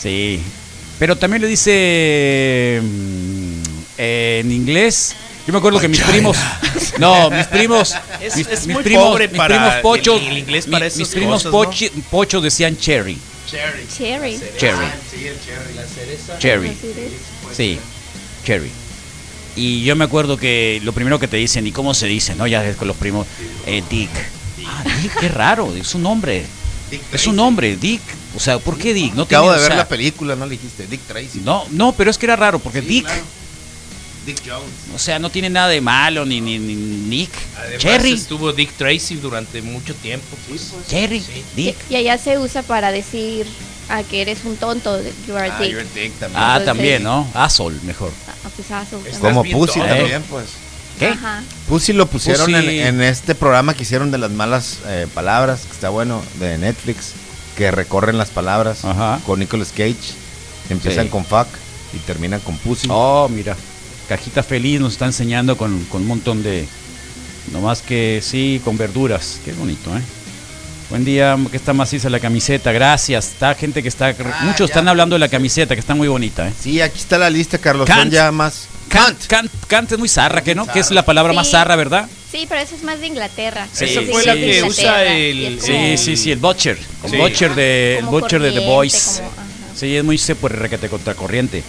F: Sí. Pero también le dice mm, eh, en inglés. Yo me acuerdo que mis primos. No, mis primos.
H: Es-
F: mis,
H: es
F: mis
H: muy
F: primos,
H: pobre
F: mis
H: para
F: primos pochos.
H: el- el inglés
F: mi-
H: para
F: mis,
H: esas
F: primos
H: cosas, ¿no?
F: pochi- pochos decían cherry.
H: Cherry.
L: Cherry.
F: Cherry.
H: Ah, Sí, el cherry. La cereza.
F: Cherry.
L: Así es.
F: Sí, Cherry. Y yo me acuerdo que lo primero que te dicen, ¿y cómo se dice? No, ya es con los primos, eh, Dick. Ah, Dick, qué raro, es un nombre. Es un nombre, Dick. O sea, ¿por qué Dick? No
J: Acabo
F: tiene,
J: de
F: o
J: ver
F: sea,
J: la película, no le dijiste Dick Tracy.
F: No, no, pero es que era raro, porque
J: Sí,
F: Dick,
J: claro. Dick Jones.
F: o sea, no tiene nada de malo, ni, ni, ni Nick.
H: Además,
F: Cherry,
H: estuvo Dick Tracy durante mucho tiempo. pues.
F: Cherry,
H: Sí.
F: Dick.
L: Y allá se usa para decir a que eres un tonto. You are a
J: Ah,
L: dick.
J: you're Dick también.
F: Ah,
L: Entonces-
F: también, ¿no? Asol, mejor.
L: A- a pisazo
H: Es
L: también.
J: Como
H: bien
J: Pussy
H: tonto.
J: también,
F: Ah,
J: pues.
F: ¿Qué?
L: Ajá.
J: Pussy lo pusieron en-
F: Pussy.
J: En, este programa que hicieron de las malas eh, palabras, que está bueno, de Netflix, que recorren las palabras
F: Ajá.
J: con Nicolas Cage. Empiezan
F: Sí.
J: con fuck y terminan con Pussy.
F: Oh, mira. Cajita feliz nos está enseñando con, con un montón de. Nomás que sí, con verduras. Qué bonito, ¿eh? Buen día, que está maciza la camiseta. Gracias. Está gente que está. muchos
J: Ah, ya.
F: están hablando de la camiseta, que está muy bonita, ¿eh?
J: Sí, aquí está la lista, Carlos.
F: Kant.
J: Son ya más.
F: Kant, Kant, Kant es muy zarra, ¿qué no? Que es
J: zarra.
F: la palabra más
L: Sí.
F: zarra, ¿verdad?
L: Sí, pero eso es más de Inglaterra.
F: Sí,
H: Esa
F: sí,
H: fue
F: sí.
H: la
F: Sí,
H: que
F: Inglaterra,
H: usa
L: y
H: el.
L: es
F: Sí,
L: como-
F: sí, sí, el Butcher. El
H: Sí.
F: Butcher de, el
L: Ah, Como
F: butcher de The
L: corriente,
F: Voice.
L: como- ajá.
F: Sí, es muy se por requete contracorriente.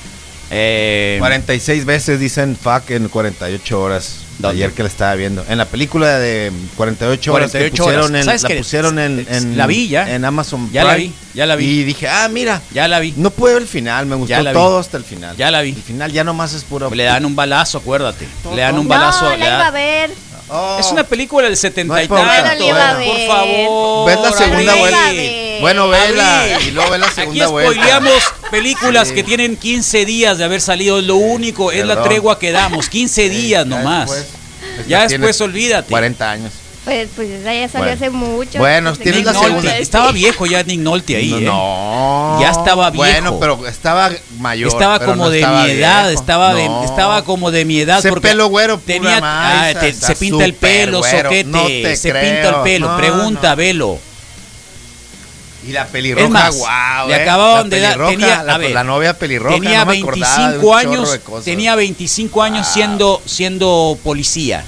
F: Eh,
J: 46 veces dicen fuck en 48 horas. Ayer que la estaba viendo. En la película de 48 horas que
F: 48 horas.
J: pusieron, En,
F: ¿Sabes
J: la
F: qué?
J: pusieron en, en-
F: La vi Ah, ya.
J: en Amazon
F: Ya la
J: Prime.
F: vi, ya la vi.
J: Y dije, ah, mira.
F: Ya la vi.
J: No puedo el final, me
F: Ya
J: gustó
F: la vi.
J: todo hasta el final.
F: Ya la vi. Al
J: final ya nomás es puro.
F: Le dan un balazo, acuérdate. Le dan un
L: No,
F: balazo.
L: la
F: le dan-
L: iba a ver.
J: Oh,
F: Es una película del setenta y
J: No hay problema.
F: tanto.
L: Bueno, la iba a
F: por
L: ver.
F: favor.
J: Ves la segunda
F: Abril.
J: vuelta. Bueno, vela.
F: Abril.
J: Y luego ve la
F: Aquí
J: segunda vuelta.
F: spoileamos películas que tienen 15 días de haber salido. Lo único es la
J: Perdón.
F: tregua que damos. 15 días nomás. ya
J: tiene
F: después olvídate.
J: 40 años.
L: Pues, pues esa ya salió
F: Bueno.
L: hace mucho. Pues,
F: Nick Nolte. Estaba viejo ya Nick Nolte ahí.
J: No,
F: ¿eh?
J: no.
F: Ya estaba viejo.
J: Bueno, pero estaba mayor.
F: estaba
J: pero
F: como
J: no
F: de
J: estaba
F: mi edad,
J: viejo.
F: estaba de-
J: No.
F: estaba como de mi edad
J: Ese
F: porque
J: pelo güero pura
F: tenía ah,
J: masa,
F: te-
J: está
F: se pinta el
J: súper
F: pelo,
J: güero,
F: soquete,
J: no te
F: se
J: creo,
F: pinta el pelo,
J: no,
F: pregunta, velo.
J: Y la pelirroja,
F: Es más,
J: guau,
F: le
J: eh,
F: acababan
J: la
F: de dar
J: pelirroja,
F: tenía
J: la,
F: a ver,
J: la novia pelirroja,
F: tenía
J: no me acordaba de un
F: 25
J: chorro
F: años,
J: de cosas. Ah.
F: tenía 25 años siendo siendo policía.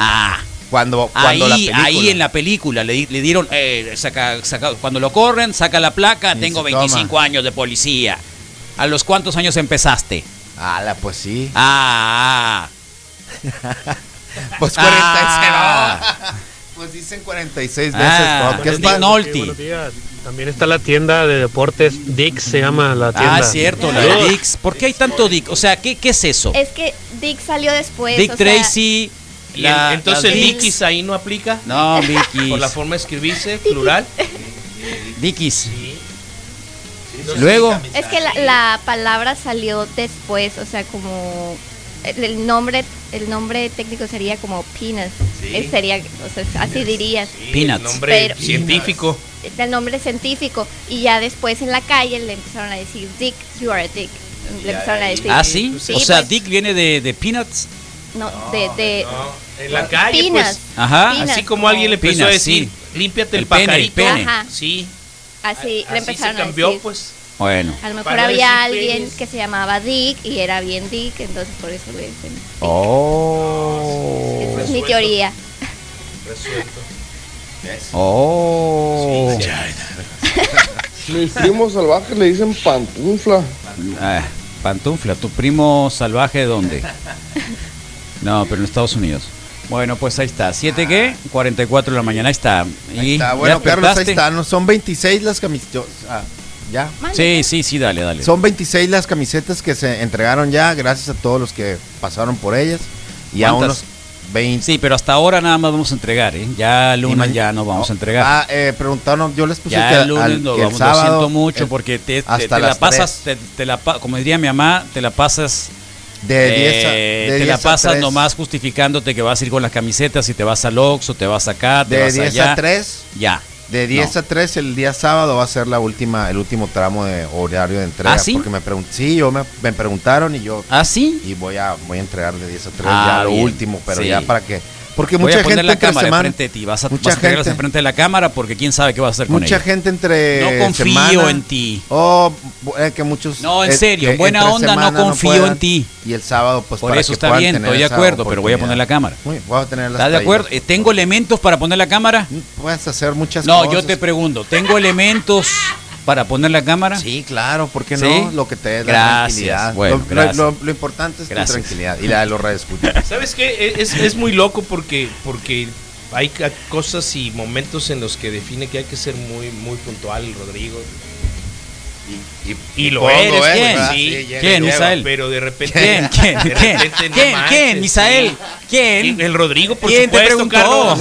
F: Ah,
J: cuando,
F: Ahí,
J: Oh. cuando la película.
F: ahí en la película le, di- le dieron, eh, saca, saca- cuando lo corren, saca la placa,
J: Y
F: tengo
J: se toma.
F: 25 años de policía. ¿A los cuántos años empezaste?
J: Ala, pues sí.
F: Ah,
J: Pues 46.
F: Ah.
J: Pues dicen 46 veces. ¿no? ¿Qué es pa-
M: También está la tienda de deportes, Dix se llama la tienda.
F: ah, cierto, la de
M: Saludos.
F: Dix. ¿Por qué hay tanto Dick? O sea, ¿qué, qué es eso?
L: Es que Dick salió después.
F: Dick
L: o sea,
F: Tracy.
H: Y
F: la-
H: en- entonces
F: las
H: el
F: Dicks.
H: Dickies ahí no aplica.
F: No, Dickies.
H: Por la forma de escribirse, plural.
F: Dickies. Luego.
L: Es que la, la palabra salió después, o sea, como el, el nombre el nombre técnico sería como penis. Es- sería, o sea, así dirías.
H: Peanuts. El nombre
L: Pero-
H: científico.
L: El nombre científico y ya después en la calle le empezaron a decir Dick, you are a dick. Le empezaron a decir.
F: Ah, sí. O sea,
L: pues,
F: Dick viene de, de Peanuts.
L: no, de, de-
H: En la calle, pues.
L: Pinas.
F: Ajá.
H: Así como alguien le empezó
F: Pinas,
H: a decir,
F: sí.
H: límpiate el,
F: El pene, el
H: pajarito.
F: pene.
L: Ajá.
H: Sí.
L: Así,
H: así
L: Ah. le
H: se
L: empezaron a
H: cambió,
L: decir.
H: pues.
F: Bueno.
L: A lo mejor
H: Para no
L: había
H: decir
L: alguien
H: penis.
L: que se llamaba Dick y era bien Dick, entonces por eso le dicen.
F: Oh.
L: Esa es mi teoría.
F: Oh.
H: pues,
N: Mis primos salvajes le dicen pantufla.
F: Ah, pantufla, tu primo salvaje, ¿dónde? No, pero en Estados Unidos. Bueno, pues ahí está. ¿Siete qué? 44 de la mañana. Ahí está. Y
J: Ah,
F: ¿ya
J: bueno, Carlos, ahí
F: despertaste?
J: está. ¿no? Son 26 las camisetas. Ah, ya.
F: Sí, sí, sí, dale, dale.
J: Son 26 las camisetas que se entregaron ya, gracias a todos los que pasaron por ellas. Y a
F: ¿Cuántas?
J: unos 20.
F: Sí, pero hasta ahora nada más vamos a entregar, ¿eh? Ya el lunes ya no vamos a entregar.
J: Ah, eh, preguntaron, yo les puse
F: ya
J: que,
F: el lunes
J: al-
F: no
J: que el
F: vamos,
J: sábado,
F: lo siento mucho
J: el-
F: porque te, te-
J: hasta
F: te la
J: las
F: pasas, te, te la, pa- como diría mi mamá, te la pasas...
J: De 10 a-
F: eh,
J: de
F: te
J: 10
F: la
J: a
F: pasas
J: 3.
F: nomás justificándote que vas a ir con las camisetas y te vas al Oxxo, te vas acá, te
J: De
F: vas
J: 10
F: allá.
J: a 3.
F: Ya.
J: De 10 a 3 el día sábado va a ser la última, el último tramo de horario de entrega.
F: ¿Ah, sí?
J: Porque me pregun- sí, yo me, me preguntaron y yo.
F: ¿Ah, sí?
J: Y voy a, voy a entregar de 10 a 3
F: Ah,
J: ya lo
F: bien.
J: último, pero
F: Sí.
J: ya para que. Porque
F: Voy
J: mucha
F: a poner
J: gente
F: la
J: entre
F: cámara
J: semana-
F: enfrente de ti, vas a,
J: mucha
F: vas a entregarlas
J: gente-
F: enfrente de la cámara porque quién sabe qué vas a hacer con
J: Mucha
F: ella.
J: gente entre.
F: No confío
J: semana,
F: en ti.
J: O eh, que muchos.
F: No, en
J: eh,
F: serio,
J: que
F: buena
J: entre
F: onda, no
J: semana
F: confío
J: puedan,
F: en ti.
J: Y el sábado, pues
F: Por
J: para
F: eso
J: que
F: está
J: puedan
F: bien,
J: tener
F: estoy de
J: esa
F: acuerdo, pero voy a
J: oportunidad.
F: poner la cámara.
J: Muy, voy a tener las
F: ¿Estás de
J: playeras.
F: acuerdo? Eh, ¿Tengo elementos para poner la cámara?
J: Puedes hacer muchas
F: No,
J: cosas.
F: yo te pregunto, ¿tengo elementos para poner la cámara?
J: Sí, claro, ¿por qué
F: ¿Sí?
J: no? Lo que te dé la
F: Gracias.
J: tranquilidad.
F: Bueno,
J: Lo- lo,
F: gracias.
J: lo- lo importante es
F: Gracias.
J: tu tranquilidad y la de los radioescuchas.
H: ¿Sabes qué? Es, es muy loco porque, porque hay ca- cosas y momentos en los que define que hay que ser muy, muy puntual, Rodrigo.
J: Y, eh,
H: y lo
F: todo
H: eres,
F: lo es,
H: pues,
F: ¿verdad?
H: sí,
F: Sí, llega y
H: ¿Quién,
F: lleva.
H: Misael? Pero de repente.
F: ¿Quién? ¿Quién?
H: de
F: ¿Quién?
J: este,
H: repente, no
F: ¿Quién? ¿Quién?
H: sí.
F: Misael, ¿Quién?
H: El Rodrigo, por
F: ¿Quién te
H: supuesto,
F: preguntó?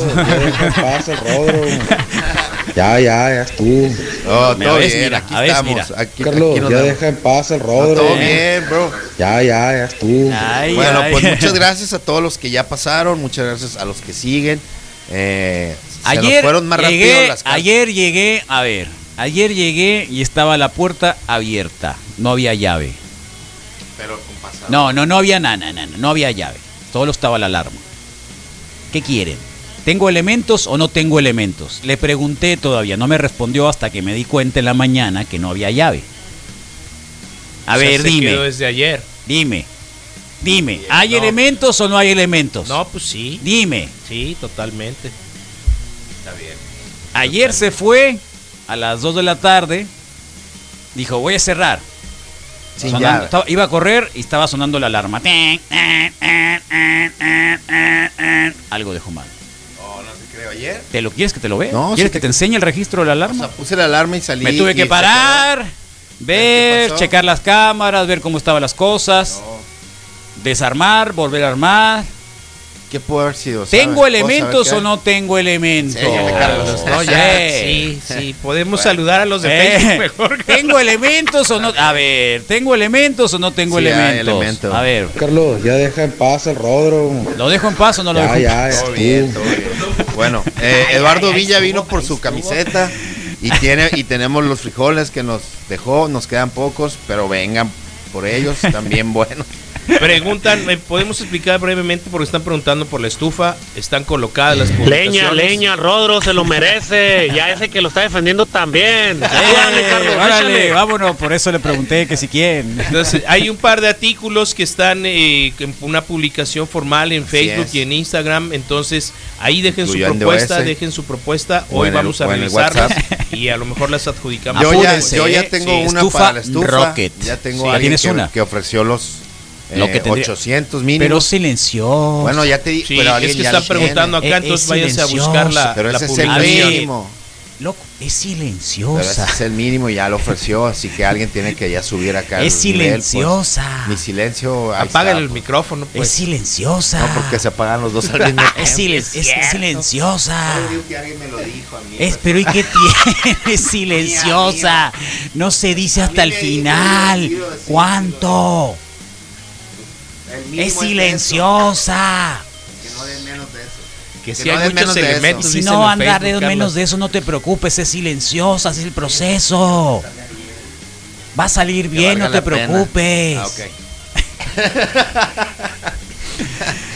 H: Carlos.
N: Pasa el rodro. Ya, ya, ya estuvo.
J: No,
F: Mira,
J: todo
F: ves,
J: bien,
F: mira,
J: aquí
F: a ves,
J: estamos.
F: mira.
J: Aquí,
N: Carlos,
J: aquí nos
N: ya
J: vemos.
N: deja en paz el rodro.
J: Todo bien, bro.
N: Ya, ya, ya estuvo.
F: Ay,
J: bueno,
F: ay.
J: pues muchas gracias a todos los que ya pasaron, muchas gracias a los que siguen. Eh, se nos
F: Ayer
J: fueron más rápido
F: llegué,
J: las cartas.
F: ayer llegué, a ver, ayer llegué y estaba la puerta abierta, no había llave.
J: Pero con pasado.
F: No, no, no había nada, nada, no había llave. Solo estaba la alarma. ¿Qué quieren? ¿Tengo elementos o no tengo elementos? Le pregunté todavía, no me respondió hasta que me di cuenta en la mañana que no había llave. A
H: O sea,
F: ver,
H: se quedó
F: dime,
H: desde ayer.
F: dime, dime, ¿hay
H: no.
F: elementos o no hay elementos?
H: No, pues sí.
F: Dime,
H: Sí, totalmente. Está bien.
F: ayer se fue a las 2 de la tarde, dijo, voy a cerrar.
J: Sin
F: Sonando-
J: llave.
F: estaba- iba a correr y estaba sonando la alarma. Tin, tin, tin, tin, tin, tin, tin. Algo dejó mal.
J: Creo ayer.
F: ¿Te lo quieres que te lo vea?
J: No,
F: ¿Quieres
J: sí
F: que te enseñe el registro de la alarma?
J: Puse la alarma y salí.
F: Me tuve
J: y
F: que
J: se
F: parar,
J: ¿Qué
F: ver,
J: pasó?
F: checar las cámaras, ver cómo estaban las cosas, desarmar, volver a armar.
J: ¿Qué puede haber sido?
F: ¿Tengo
J: ¿Sabes? ¿Puedo
F: elementos
J: saber
F: o
J: qué?
F: no tengo elementos?
J: Sí, ya me cargo.
H: No, ya,
F: Sí.
H: sí, sí, podemos saludar a los de
F: Eh,
H: Facebook mejor.
F: ¿Tengo elementos o no? A ver, ¿tengo elementos o no tengo
J: Sí, hay
F: elementos?
J: elementos.
F: A ver,
N: Carlos, ya deja en paz el Rodro.
F: ¿lo dejo en paz o no lo
N: Ya,
F: dejo en
N: ya,
F: paz?
N: Todo bien,
J: todo Bueno, eh, Eduardo Villa vino por su camiseta y tiene y tenemos los frijoles que nos dejó, nos quedan pocos, pero vengan por ellos, también buenos.
H: Preguntan, ¿me podemos explicar brevemente? Porque están preguntando por la estufa, están colocadas las
M: Leña,
H: publicaciones.
M: leña, Rodro se lo merece. Ya ese que lo está defendiendo también.
F: Eh, órale, vámonos, por eso le pregunté que si quién.
H: Entonces, hay un par de artículos que están eh, en una publicación formal en Facebook
F: es.
H: y en Instagram. Entonces, ahí dejen su
J: Incluyendo
H: propuesta,
J: ese.
H: dejen su propuesta.
J: O
H: Hoy
J: en el-
H: vamos a
J: o en el
H: revisarlas
J: WhatsApp.
H: y a lo mejor las adjudicamos.
J: Yo ya,
H: Apúrense,
J: yo
H: ¿eh?
J: ya tengo
H: Sí.
J: una
H: Estufa
J: para la estufa.
F: Rocket.
J: Ya tengo
F: Sí. ¿Ya
J: alguien
F: tienes
J: que,
F: una?
J: que ofreció los eh,
F: Lo que tendría-
J: 800 mínimos.
F: Pero silencioso. Eh,
J: Bueno, ya te di-
H: Sí,
J: pero
H: es
J: alguien
H: que
J: ya
H: están
J: lo
H: preguntando
J: tiene.
H: acá, entonces váyanse a buscar la-
J: Pero
H: la
J: ese es el
H: publicación.
J: mínimo.
F: Loco, es
J: Pero ese
F: silenciosa.
J: es el mínimo, ya lo ofreció, así que alguien tiene que ya subir acá.
F: Es
J: el nivel, pues.
F: silenciosa.
J: Mi silencio. ahí
H: Apaga
J: está,
H: el
J: pues.
H: micrófono. Pues.
F: Es silenciosa.
J: No, porque se apagan los dos al mismo tiempo.
F: Es, silen- es
J: cierto.
F: silenciosa.
J: Yo digo que alguien me lo dijo a mí.
F: Es, pero ¿y qué tiene? silenciosa. No se dice hasta el final. ¿Cuánto?
J: El mínimo
F: Es
J: eso,
F: silenciosa.
J: que no den menos de eso.
H: Que si
J: no
H: hay
J: den menos
H: muchos
J: de eso.
H: elementos.
F: Si
H: dicen
F: no
H: en
F: andar de
H: Facebook,
F: menos
H: Carlos.
F: de eso, no te preocupes. Es silenciosa, es el proceso. Va a salir bien, no
J: valga
F: te
J: la pena.
F: preocupes.
J: Ah, ok.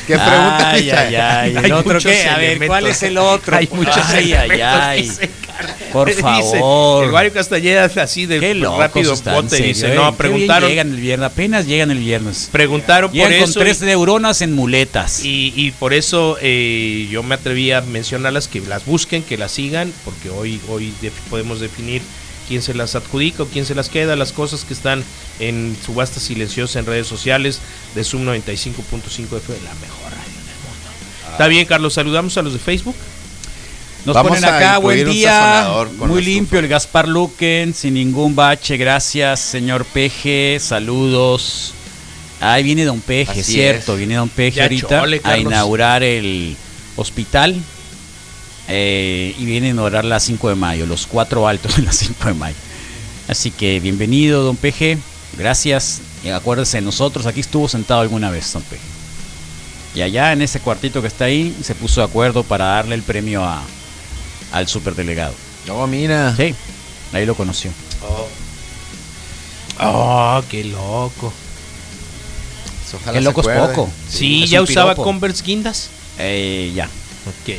J: ¿Qué pregunta,
F: Ay, ay,
J: Misael?
F: ay.
H: Hay
F: ¿El otro
H: muchos
F: qué? A ver, ¿cuál
H: elementos.
F: es el otro?
H: Hay muchos
F: ay, ay,
H: elementos,
F: ay.
H: dice Carlos.
F: Por
H: Dice,
F: favor.
H: El Wario Castañeda es así de
F: Qué locos
H: rápido
F: están,
H: bote y
F: en
H: dice,
F: serio,
H: no,
F: ¿eh? Qué bien
H: preguntaron,
F: Llegan el viernes, apenas llegan el viernes.
H: preguntaron por
F: Llegan con
H: eso. y-
F: tres neuronas en muletas.
H: Y, y por eso eh, yo me atreví a mencionarlas, que las busquen, que las sigan, porque hoy, hoy def- podemos definir quién se las adjudica o quién se las queda, las cosas que están en subasta silenciosa en redes sociales de Zoom 95.5 F, la mejor radio del mundo. Está bien, Carlos, saludamos a los de Facebook.
F: Nos
J: Vamos
F: ponen
J: a
F: acá,
J: incluir
F: buen
J: un
F: día.
J: sazonador con la
F: Muy
J: estufa.
F: limpio el Gaspar Luquen, sin ningún bache. Gracias, señor Peje. Saludos. Ahí viene Don Peje,
J: Así
F: cierto.
J: es.
F: Viene Don Peje
H: Ya
F: ahorita
H: chole,
F: a
H: Carlos.
F: inaugurar el hospital. eh, y viene a inaugurar la 5 de mayo, los cuatro altos de la 5 de mayo. Así que bienvenido, Don Peje. Gracias. Y acuérdese de nosotros. Aquí estuvo sentado alguna vez, Don Peje. Y allá en ese cuartito que está ahí, se puso de acuerdo para darle el premio a, al superdelegado.
J: No, mira.
F: Sí, ahí lo conoció.
H: Oh, qué loco.
J: Ojalá
F: El
J: se
F: loco es
J: acuerde.
F: poco.
H: Sí,
F: Es
H: ya
F: un
H: usaba
F: piropo.
H: Converse guindas.
F: Eh, ya.
H: Ok.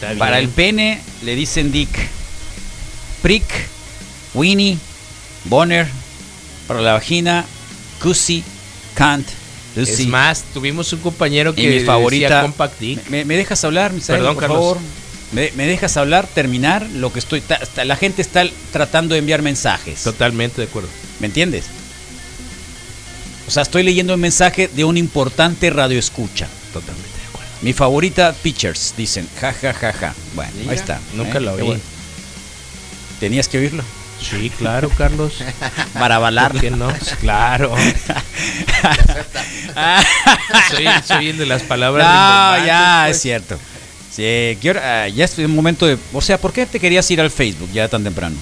H: Está
F: Para el
H: bien.
F: pene le dicen Dick. Prick, Winnie, Bonner. Para la vagina, Cusi, Kant,
H: Es
F: Lucy.
H: más, tuvimos un compañero que
F: y mi
H: decía
F: favorita.
H: Compact Dick.
F: ¿Me, me dejas hablar, Misael,
H: Perdón,
F: por
H: Carlos.
F: favor? ¿Me, me dejas hablar, terminar lo que estoy. ta- está- la gente está tratando de enviar mensajes.
H: Totalmente de acuerdo.
F: ¿Me entiendes? O sea, estoy leyendo un mensaje de un importante radioescucha.
H: Totalmente de acuerdo.
F: Mi favorita, Pictures, dicen. Ja, ja, ja, ja. Bueno,
H: Mira,
F: ahí está. ¿eh?
H: nunca la
F: qué
H: oí.
F: Tenías que oírlo.
H: Sí, claro, Carlos.
F: Para avalar.
H: ¿Por qué no? Claro. soy, soy el de las palabras.
F: no,
H: rimbombantes,
F: ya,
H: pues.
F: es cierto. Sí, ¿qué hora? Ah, ya es un momento de... O sea, ¿por qué te querías ir al Facebook ya tan temprano?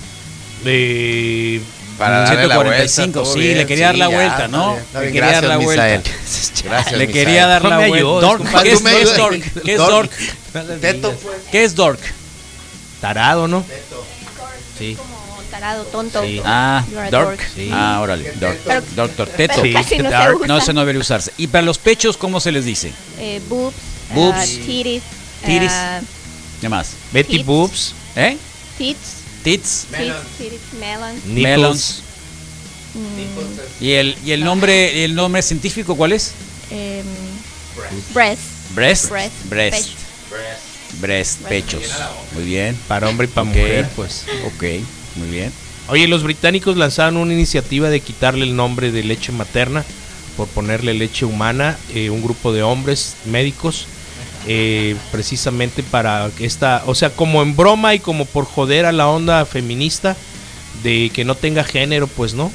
H: Eh,
J: Para darle la vuelta,
F: 145,
J: todo
F: sí,
J: bien,
F: le quería dar
J: sí,
F: la
J: ya,
F: vuelta,
J: está
F: ¿no?
J: bien, está
F: Le
J: bien,
F: quería dar la
J: gracias,
F: vuelta.
J: Misael. Gracias,
F: Le
J: Misael.
F: quería dar
H: No
F: la
H: me
F: vuelta.
H: ayudes,
F: Dork, ¿Qué
H: compadre,
J: tú
F: es
J: me
F: qué es
J: ayudas.
F: dork? ¿Qué es
J: Dork.
F: dork?
J: Teto,
H: pues.
F: ¿Qué es dork?
H: Tarado, ¿no? Sí.
L: Como tarado, tonto.
H: Sí.
F: Ah,
L: You're a
F: dork.
L: dork.
H: Sí.
F: Ah, órale, dork.
L: Pero-
F: Dork, dork, teto.
L: Pero casi no se
F: Dark.
L: usa.
F: No, ese no debe usarse. ¿Y para los pechos cómo se les dice?
L: Eh, boobs,
F: Boobs.
L: ah, titties,
F: Titties.
L: ah,
F: ¿Qué más?
H: Betty
L: Tits.
H: Boobs,
F: ¿Eh?
L: tits,
F: Tits,
L: tits, titties, melons.
H: nipples,
F: melons.
L: mm,
F: ¿Y el, y el nombre el nombre científico cuál es?
L: em, breasts.
F: Breast.
L: Breast.
F: Breast. Breast, pechos. Muy bien.
H: para hombre y para
F: Ok.
H: mujer, pues.
F: Ok, muy bien.
H: Oye, los británicos lanzaron una iniciativa de quitarle el nombre de leche materna por ponerle leche humana. eh, un grupo de hombres médicos, eh, precisamente para que esta, o sea, como en broma y como por joder a la onda feminista de que no tenga género, pues no.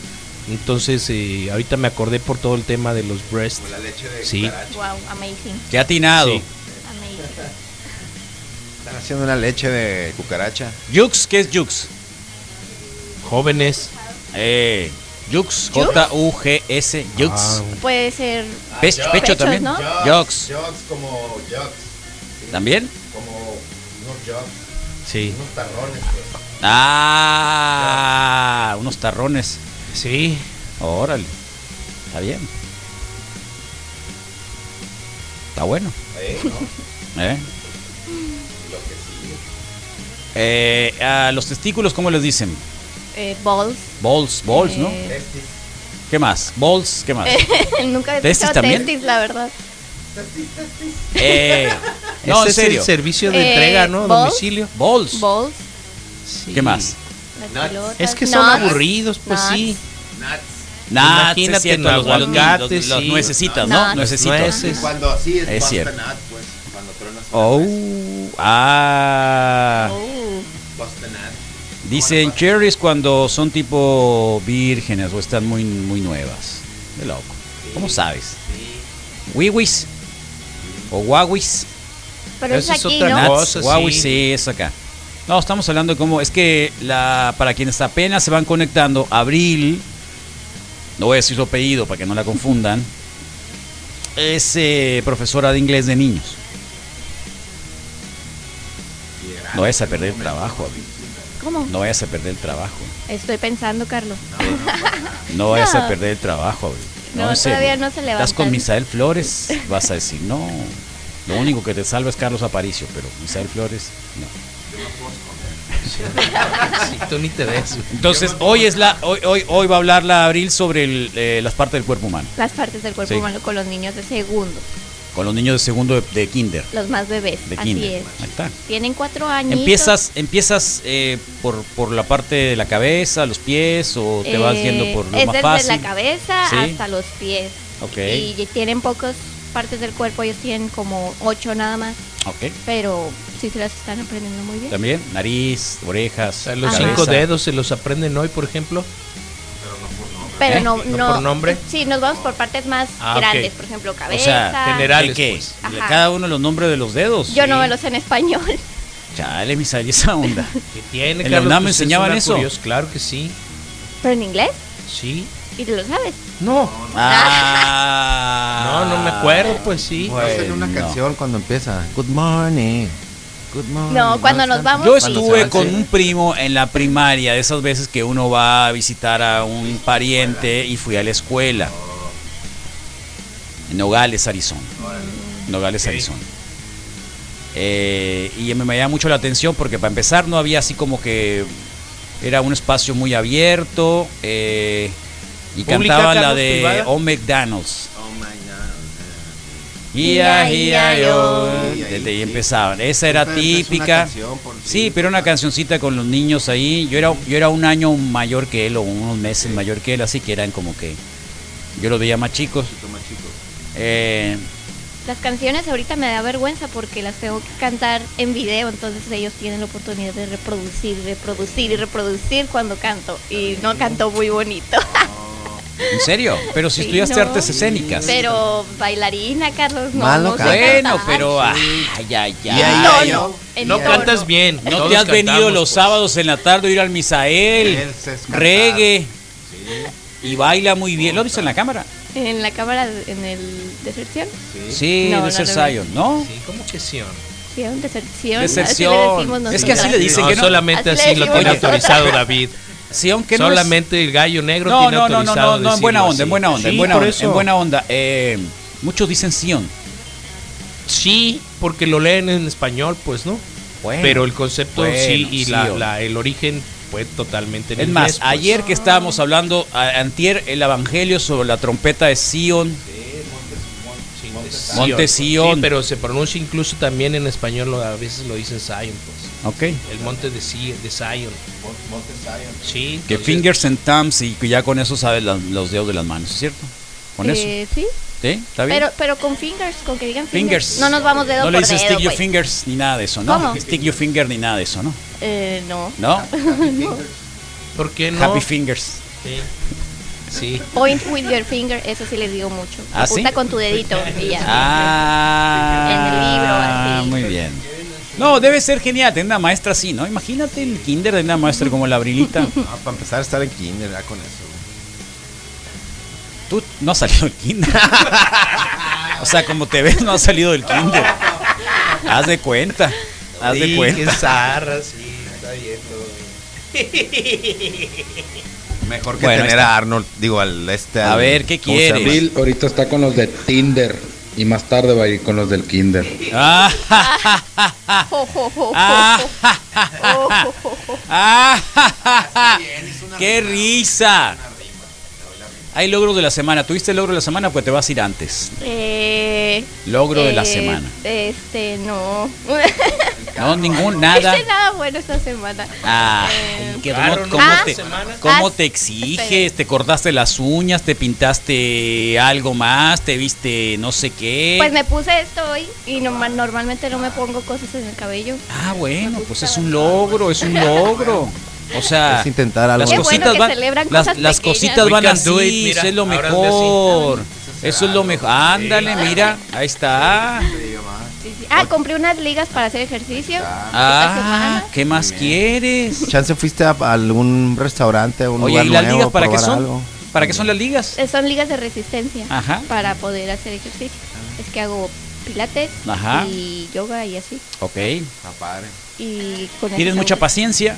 H: Entonces, eh, ahorita me acordé por todo el tema de los breasts. sí.
L: Wow, amazing.
F: Qué atinado.
H: Sí.
L: Amazing.
J: Están haciendo una leche de cucaracha.
F: Jux, ¿qué es Jux?
H: Jóvenes.
F: Eh, Jux, J-U-G-S, Jux.
J: Ah.
L: Puede ser.
F: Pech- pecho
L: pechos,
F: también.
L: ¿no?
F: Jux.
J: como Jocks,
F: ¿También?
J: como unos Jocks,
H: Sí.
J: unos tarrones. pues.
F: Ah, unos tarrones.
H: Sí.
F: Órale. Está bien. Está bueno. ¿Eh? Eh, a los testículos, ¿cómo les dicen?
L: Eh, balls.
F: Balls, balls, ¿no?
L: Eh.
F: ¿Qué más? Balls, ¿qué más?
L: Nunca he
F: ¿Testis
L: escuchado
F: también?
L: testis, la verdad.
F: Eh, no,
H: Ese
F: en
H: Este es el
F: serio.
H: servicio de Eh, entrega, ¿no? balls. Domicilio.
F: Balls.
L: Balls.
F: ¿Qué más?
L: las
H: Nuts.
L: pelotas,
H: Es que son
L: nuts,
H: aburridos, pues
L: nuts.
H: sí.
F: Nah, sí es
H: Imagínate
F: cierto,
H: en
F: los, los,
H: aguacate,
F: los- los
H: sí.
F: nuececitas,
H: Nuts.
F: ¿no?
H: Las
F: Nuececitos.
H: nueces.
J: Cuando así es,
F: Es
J: basta
F: cierto.
J: nada, pues, cuando truenas una
F: Oh,
J: vez,
F: ah.
J: basta nada.
F: Dicen cherries cuando son tipo vírgenes o están muy, muy nuevas. De loco. ¿Cómo sabes? Wiwis o guawis.
L: Pero es aquí, ¿no?
F: Nuts,
H: cosa,
F: guawis,
H: sí.
F: sí, es acá. No, estamos hablando de cómo. Es que la, para quienes apenas se van conectando, abril. No voy a decir su apellido para que no la confundan. Es eh, profesora de inglés de niños. No vayas a perder el trabajo, Abril.
L: ¿Cómo?
F: No vayas a perder el trabajo.
L: Estoy pensando, Carlos.
F: No vayas a
L: No.
F: perder el trabajo, Abril.
L: No,
F: en serio.
L: todavía no se
F: Estás con
L: levantan.
F: Misael Flores, vas a decir, no. Lo único que te salva es Carlos Aparicio, pero Misael Flores, no.
H: Sí, tú ni te ves.
F: Entonces, hoy es la, hoy, hoy, hoy va a hablar la Abril sobre el, eh, las partes del cuerpo humano.
L: Las partes del cuerpo
F: Sí.
L: humano con los niños de segundo,
F: Con los niños de segundo de, de kinder.
L: los más bebés.
F: De
L: así
F: kinder.
L: es.
F: Ahí está.
L: Tienen cuatro años.
F: ¿Empiezas, empiezas eh, por, por la parte de la cabeza, los pies, o te vas yendo por lo
L: Eh, es
F: más
L: desde
F: fácil?
L: la cabeza
F: Sí.
L: hasta los pies.
F: Ok.
L: Y tienen pocas partes del cuerpo, ellos tienen como ocho nada más,
F: Ok.
L: pero sí se las están aprendiendo muy bien.
F: También nariz, orejas.
H: Los
F: cabeza.
H: cinco dedos se los aprenden hoy, por ejemplo.
L: Pero
H: ¿Eh?
L: no,
H: ¿No
L: no,
H: por nombre?
L: Sí, nos vamos por partes más
F: Ah, ok.
L: grandes, por ejemplo,
F: O
L: cabeza.
F: sea, ¿de ¿Qué?
L: pues.
F: ¿De
L: Ajá.
F: Cada uno los nombres de los dedos.
L: Yo no me lo sé en español.
F: Chale, Misael, ¿y esa onda.
H: ¿Qué
F: ¿En
H: tiene,
F: la
H: Carlos?
F: UNAM
H: Pues es
F: enseñaban
H: una
F: eso?
H: curios- claro que sí.
L: ¿Pero en inglés?
H: Sí.
L: ¿Y tú lo sabes?
H: No.
F: Ah.
H: No, no me acuerdo, pues sí.
J: Hacen una canción cuando empieza. Good morning. Good morning.
L: No, cuando nos vamos.
F: Yo
L: sí.
F: estuve con un primo en la primaria, de esas veces que uno va a visitar a un pariente y fui a la escuela. En Nogales, Arizona. Nogales, Arizona. Eh, y me, me llamaba mucho la atención porque para empezar no había así como que era un espacio muy abierto eh, y
H: ¿Pública,
F: cantaba la
H: Carlos,
F: de
H: privada? Oh,
F: O McDonald's.
H: Ia,
F: Ia,
H: ia,
F: ia, yo.
J: yo.
F: Desde ahí empezaban. Esa era
J: Siempre es una
F: típica.
J: canción, por
F: Sí, pero una cancioncita con los niños ahí. Yo era, yo era un año mayor que él o unos meses mayor que él, así que eran como que yo los veía más chicos. Eh,
L: Las canciones ahorita me da vergüenza porque las tengo que cantar en video, entonces ellos tienen la oportunidad de reproducir, reproducir y reproducir cuando canto. Y no canto muy bonito.
F: ¿En serio? Pero si
L: Sí,
F: estudiaste
L: no.
F: artes escénicas.
L: Pero bailarina, Carlos, no.
F: Malo
L: no sé
F: bueno,
L: cantar.
F: pero ay, ay, ay.
L: En tono, en
H: No
L: tono.
H: cantas bien.
F: No
H: todos
F: te has
H: cantamos,
F: venido los
H: pues.
F: sábados en la tarde a ir al Misael,
J: Ese es cantar.
F: reggae y baila muy bien. ¿Lo viste en la cámara?
L: En la cámara, en el deserción.
F: Sí,
L: No, no
F: Mr.
L: lo vi.
F: Zion, ¿no?
H: Sí, ¿cómo que sí?
L: Sí, un deserción.
F: Deserción. Es que así le dicen
H: No,
F: que no.
H: solamente
L: Así
H: así,
L: le
H: lo
L: decimos
H: tiene
L: nosotros.
H: autorizado David.
F: Sí, aunque no es-
H: solamente el gallo negro
F: No,
H: tiene
F: no, no, no, no,
H: autorizado
F: no, en
H: decirlo
F: buena onda,
H: así.
F: en buena onda, en
H: Sí,
F: buena
H: por
F: onda,
H: eso.
F: en buena onda. Eh, muchos dicen Sion.
H: Sí, porque lo leen en español, pues no.
F: Bueno,
H: Pero el concepto
F: Eh, bueno,
H: sí y la-
F: Sion.
H: la- el origen fue totalmente en
F: Es
H: inglés,
F: más,
H: pues.
F: ayer que estábamos hablando, a- antier, el evangelio sobre la trompeta de Sion. Monte Sion.
H: Sí, pero se pronuncia incluso también en español, lo- a veces lo dicen Zion, pues.
F: Ok.
H: El monte de, Si- de Zion. Sí.
F: Que fingers and thumbs y que ya con eso sabes la- los dedos de las manos, ¿cierto? Con eso.
L: Eh, sí.
F: ¿Sí? ¿Está bien?
L: Pero, pero con fingers, con que digan fingers.
F: fingers.
L: No nos vamos dedo
F: No
L: por
F: le dices
L: dedo, pues.
F: stick your
L: güey.
F: fingers ni nada de eso, ¿no?
L: ¿Cómo?
F: Stick your finger ni nada de eso, ¿no?
L: Eh, no.
F: ¿No?
L: No.
H: ¿Por qué no?
F: Happy fingers.
H: Sí. Sí.
L: Point with your finger, eso sí les digo mucho.
F: ¿Ah, sí?
L: Apunta con tu dedito y ya.
F: Ah, muy bien. No, debe ser genial tener una maestra así, ¿no? Imagínate el kinder de una maestra como la Brilita.
J: Ah, para empezar a estar en kinder, ya con eso.
F: Tú no has salido del kinder. o sea, como te ves, no has salido del kinder. Haz de cuenta. Haz de
H: Sí,
F: cuenta.
H: qué zarra, sí, está bien todo bien.
J: Mejor que
F: Bueno,
J: tener
F: ahí está.
J: a Arnold, digo, al este.
F: A
J: al-
F: ver, ¿qué
J: ¿cómo se llama?
N: Bill ahorita está con los de Tinder y más tarde va a ir con los del Kinder.
F: Ah,
L: Jo, jo, jo,
F: Ah.
L: jo, jo. Jo, jo, jo, jo.
F: ah, ja, ja, ja. ¡Qué risa! Hay logros de la semana. ¿Tuviste el logro de la semana? Pues te vas a ir antes.
L: Eh,
F: Logro de la
L: eh,
F: semana.
L: Este, no.
F: No, ningún, nada.
L: No hice nada bueno esta semana.
F: Ah,
L: Eh,
F: ¿qué-
L: claro,
F: ¿cómo,
L: ¿no?
F: cómo
L: Ah,
F: te,
L: semana.
F: cómo
L: Ah,
F: te exiges? ¿Te cortaste las uñas? ¿Te pintaste algo más? ¿Te viste no sé qué?
L: Pues me puse esto hoy y norma- normalmente no me pongo cosas en el cabello.
F: ah, bueno, pues es un logro, es un logro. O sea,
J: Es intentar algo.
F: las
L: Qué bueno
F: cositas
L: que
F: van,
L: celebran
F: las,
L: cosas
F: las
L: pequeñas.
F: cositas
L: We
F: van
L: can
F: así,
L: do it, mira,
F: eso es lo
L: ahora hazle así.
F: mejor. Eso es lo mejor. Ándale, mira, ahí está.
L: Sí, sí. Ah, compré unas ligas para hacer ejercicio.
F: Ah, ¿qué más quieres?
J: Chance fuiste a a algún restaurante, a un
F: Oye,
J: lugar
F: ¿y las
J: nuevo,
F: ligas para qué
J: probar
F: son?
J: algo.
F: ¿Para qué son las ligas?
L: Eh, Son ligas de resistencia
F: Ajá. Ah.
L: para poder hacer ejercicio. Es que hago pilates
F: Ajá.
L: y yoga y así.
F: Ok.
L: Y con
F: Tienes
L: eso-
F: mucha paciencia.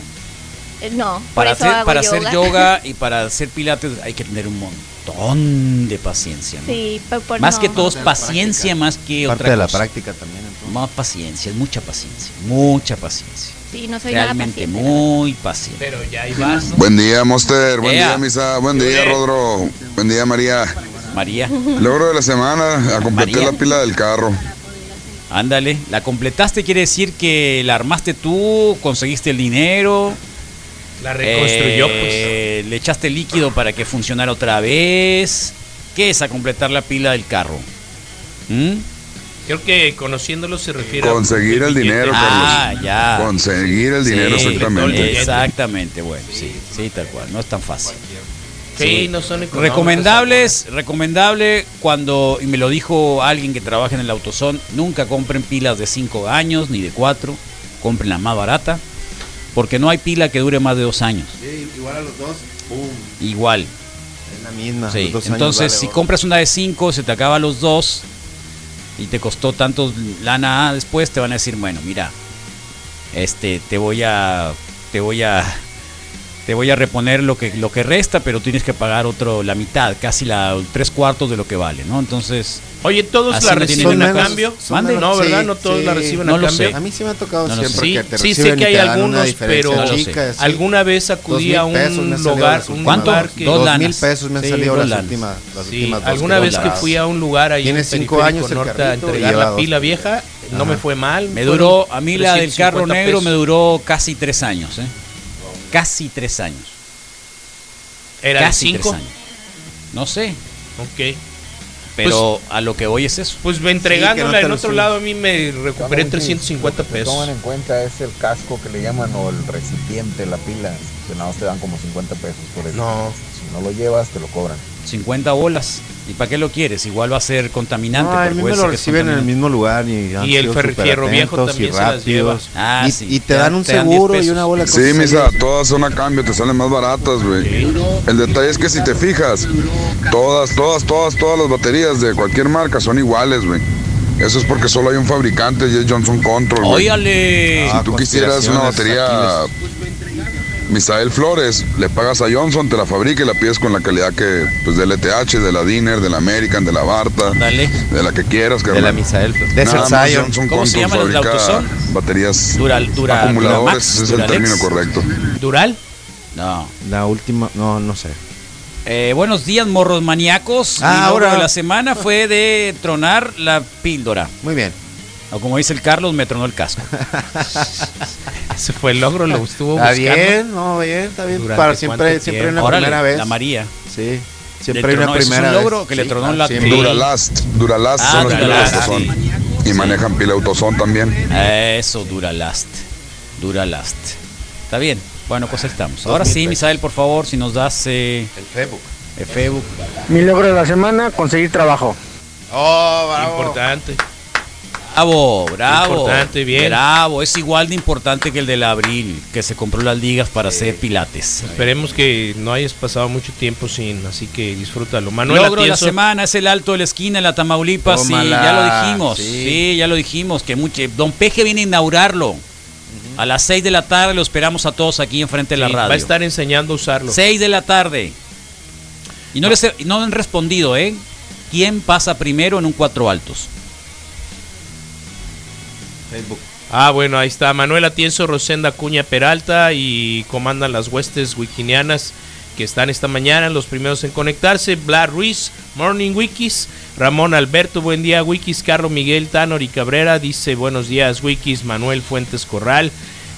L: Eh, No,
F: Para,
L: por eso
F: hacer,
L: hago
F: para
L: yoga.
F: hacer yoga y para hacer pilates hay que tener un montón de paciencia. ¿no?
L: sí, pero por
F: más
L: no.
F: que todo es paciencia más que
J: Parte
F: otra
J: de la
F: cosa.
J: práctica también. entonces.
F: Más paciencia, es mucha paciencia, mucha paciencia.
L: Sí, no soy nada
F: Realmente muy paciente.
H: Pero ya ahí vas, ¿no?
O: Buen día, Monster. Buen
F: Ea.
O: día, Misa. Buen día, Rodro. Buen día, María.
F: María.
O: Logro de la semana, a completar
F: María.
O: la pila del carro.
F: Ándale, la completaste quiere decir que la armaste tú, conseguiste el dinero.
H: La reconstruyó, pues.
F: eh, Le echaste líquido para que funcionara otra vez. ¿Qué es a completar la pila del carro? ¿Mm?
H: pues. Creo que conociéndolo se refiere
O: Conseguir el dinero,
F: Ah,
O: Carlos.
F: ya.
O: Conseguir el dinero,
F: Sí,
O: exactamente.
F: Exactamente, bueno, sí, sí, tal cual. No es tan fácil.
H: Sí, no son económicas.
F: Recomendables, recomendable cuando, y me lo dijo alguien que trabaja en el AutoZone, nunca compren pilas de 5 años ni de 4, compren la más barata, porque no hay pila que dure más de 2 años.
J: igual a los dos,
F: Igual.
J: Es la misma.
F: Sí,
J: los dos años
F: Entonces,
J: vale
F: si
J: oro.
F: compras una de 5, se te acaba los dos y te costó tanto lana después, te van a decir, bueno, mira, este, te voy a, te voy a, te voy a reponer lo que, lo que resta, pero tienes que pagar otro, la mitad, casi la tres cuartos de lo que vale, ¿no? Entonces,
H: Oye, todos
F: así
H: la
F: no
H: reciben
F: tienen
H: a
F: nada.
H: cambio.
F: Son Mande.
H: No, ¿verdad? no todos
J: sí.
H: la reciben
F: No
H: a
F: lo
H: cambio.
F: sé.
J: A mí sí me ha tocado
F: No lo
J: siempre
H: Sí,
J: que te
H: sí sé
J: reciben
H: que
J: y
H: hay
J: te dan una
H: algunos,
J: diferencia
H: pero
J: chica, así.
H: alguna vez
J: Dos
H: acudí
J: mil
H: a un
J: pesos me han salido
H: lugar,
J: las
H: un
J: últimas
H: lugar
J: dos.
H: que...
J: Dos mil pesos me han
F: Sí,
J: salido
F: dos
J: las
F: lanas.
J: últimas, las
H: Sí,
J: últimas dos
H: alguna vez que
J: compradas.
H: fui a un lugar ahí
J: Tiene
H: en
J: cinco
H: Periférico
J: años el
H: norte a
J: carrito y
H: entregar
J: lleva
H: la
J: dos
H: pila vieja, no
J: Ajá.
H: me fue mal.
F: me
H: fueron
F: duró, a mí la del carro
H: 350
F: negro me
H: pesos.
F: duró casi tres años, ¿eh? Casi tres años.
H: ¿Era de
F: casi
H: cinco?
F: tres años. No sé,
H: Ok.
F: pero a lo que voy es eso.
H: Pues me entregándola en otro lado a mí me recuperé 350 pesos.
N: Toman en cuenta es el casco que le llaman o el recipiente, la pila. Que nada más te dan como 50 pesos por eso. No. Si no lo llevas, te lo cobran.
F: 50 bolas. ¿Y para qué lo quieres? Igual va a ser contaminante.
J: No, a
F: porque
J: mí me
F: puede
J: lo
F: ser que es
J: reciben en el
F: contaminante.
J: Ah, mismo lugar y, han
F: Y el
J: sido
F: ferri-
J: súper
F: fierro viejo
J: atentos y
F: también se las lleva.
J: rápidos.
F: Ah,
J: y,
F: sí,
J: y te
F: te
J: dan
F: dan-
J: un
F: te dan 10
J: seguro y
F: pesos.
J: una bola de
O: Sí,
J: cosas
O: misa,
J: ahí.
O: todas son a cambio, te salen más baratas, güey. El detalle es que si te fijas, todas, todas, todas, todas las baterías de cualquier marca son iguales, güey. Eso es porque solo hay un fabricante y es Johnson Control. güey.
F: Óyale.
O: Si tú quisieras una batería Misael Flores, le pagas a Johnson, te la fabrica y la pides con la calidad que, pues del ETH, de la Diner, de la American, de la Barta, de la que quieras, carnal.
J: la Misael Flores. De
O: Nada
J: esas
O: más
J: Zion.
O: Johnson
J: ¿Cómo se
O: Control
J: llaman las de
O: fabrica
J: Autoson?
O: baterías
F: Dural- Dura-
O: acumuladores,
F: Duramax,
O: ese es el
F: Duralex.
O: término correcto.
H: ¿Dural?
F: No.
J: La última, no, no sé.
F: Eh, buenos días, morros maníacos.
J: Ah,
F: Mi logro
J: ahora.
F: de la semana fue de tronar la píldora.
J: Muy bien.
F: O como dice el Carlos, me tronó el casco.
H: Ese fue el logro, lo estuvo
J: Está
H: buscando.
J: bien, no, bien, está bien.
H: ¿Durante
J: Para siempre,
H: cuánto
J: siempre hay una
H: tiempo?
J: primera
F: Órale,
J: vez.
F: la María.
J: Sí. Siempre hay una
F: tronó, ese es un
J: primera
F: logro
J: vez.
F: que le
J: Sí,
F: tronó
J: claro,
F: la-
J: siempre.
F: Sí.
O: Duralast, Duralast
F: Ah,
O: son las pilas
F: Duralast,
O: de autosón.
F: sí.
O: Y manejan pila autosón también.
F: Eso, dura last. Dura last. Está bien. Bueno, pues ahí estamos. Ahora sí,
P: 2020.
F: Misael, por favor, si nos das. eh, el Facebook. El Facebook.
P: Mi logro de la semana, conseguir trabajo.
J: Oh, bravo.
H: Importante.
F: Bravo, bravo.
H: Importante, bien.
F: Bravo. Es igual de importante que el del abril, que se compró las ligas para hacer pilates.
H: Esperemos que no hayas pasado mucho tiempo sin, así que disfrútalo. Manuel
F: Logro de la
H: Atienzo,
F: semana es el alto de la esquina en la Tamaulipas. sí,
H: Tómala,
F: ya lo dijimos.
H: sí.
F: Sí. ya lo dijimos. Que mucho. Don Peje viene a inaugurarlo. A las 6 de la tarde lo esperamos a todos aquí enfrente de la
H: sí,
F: radio.
H: va a estar enseñando a usarlo.
F: 6 de la tarde. Y no, les he- no han respondido, ¿eh? ¿Quién pasa primero en un cuatro altos?
J: Facebook.
H: Ah, bueno, ahí está. Manuel Atienzo, Rosenda Cuña Peralta y comandan las huestes wikinianas que están esta mañana, los primeros en conectarse. Bla Ruiz, Morning Wikis, Ramón Alberto, buen día Wikis, Carlos Miguel Tanor y Cabrera dice buenos días Wikis, Manuel Fuentes Corral.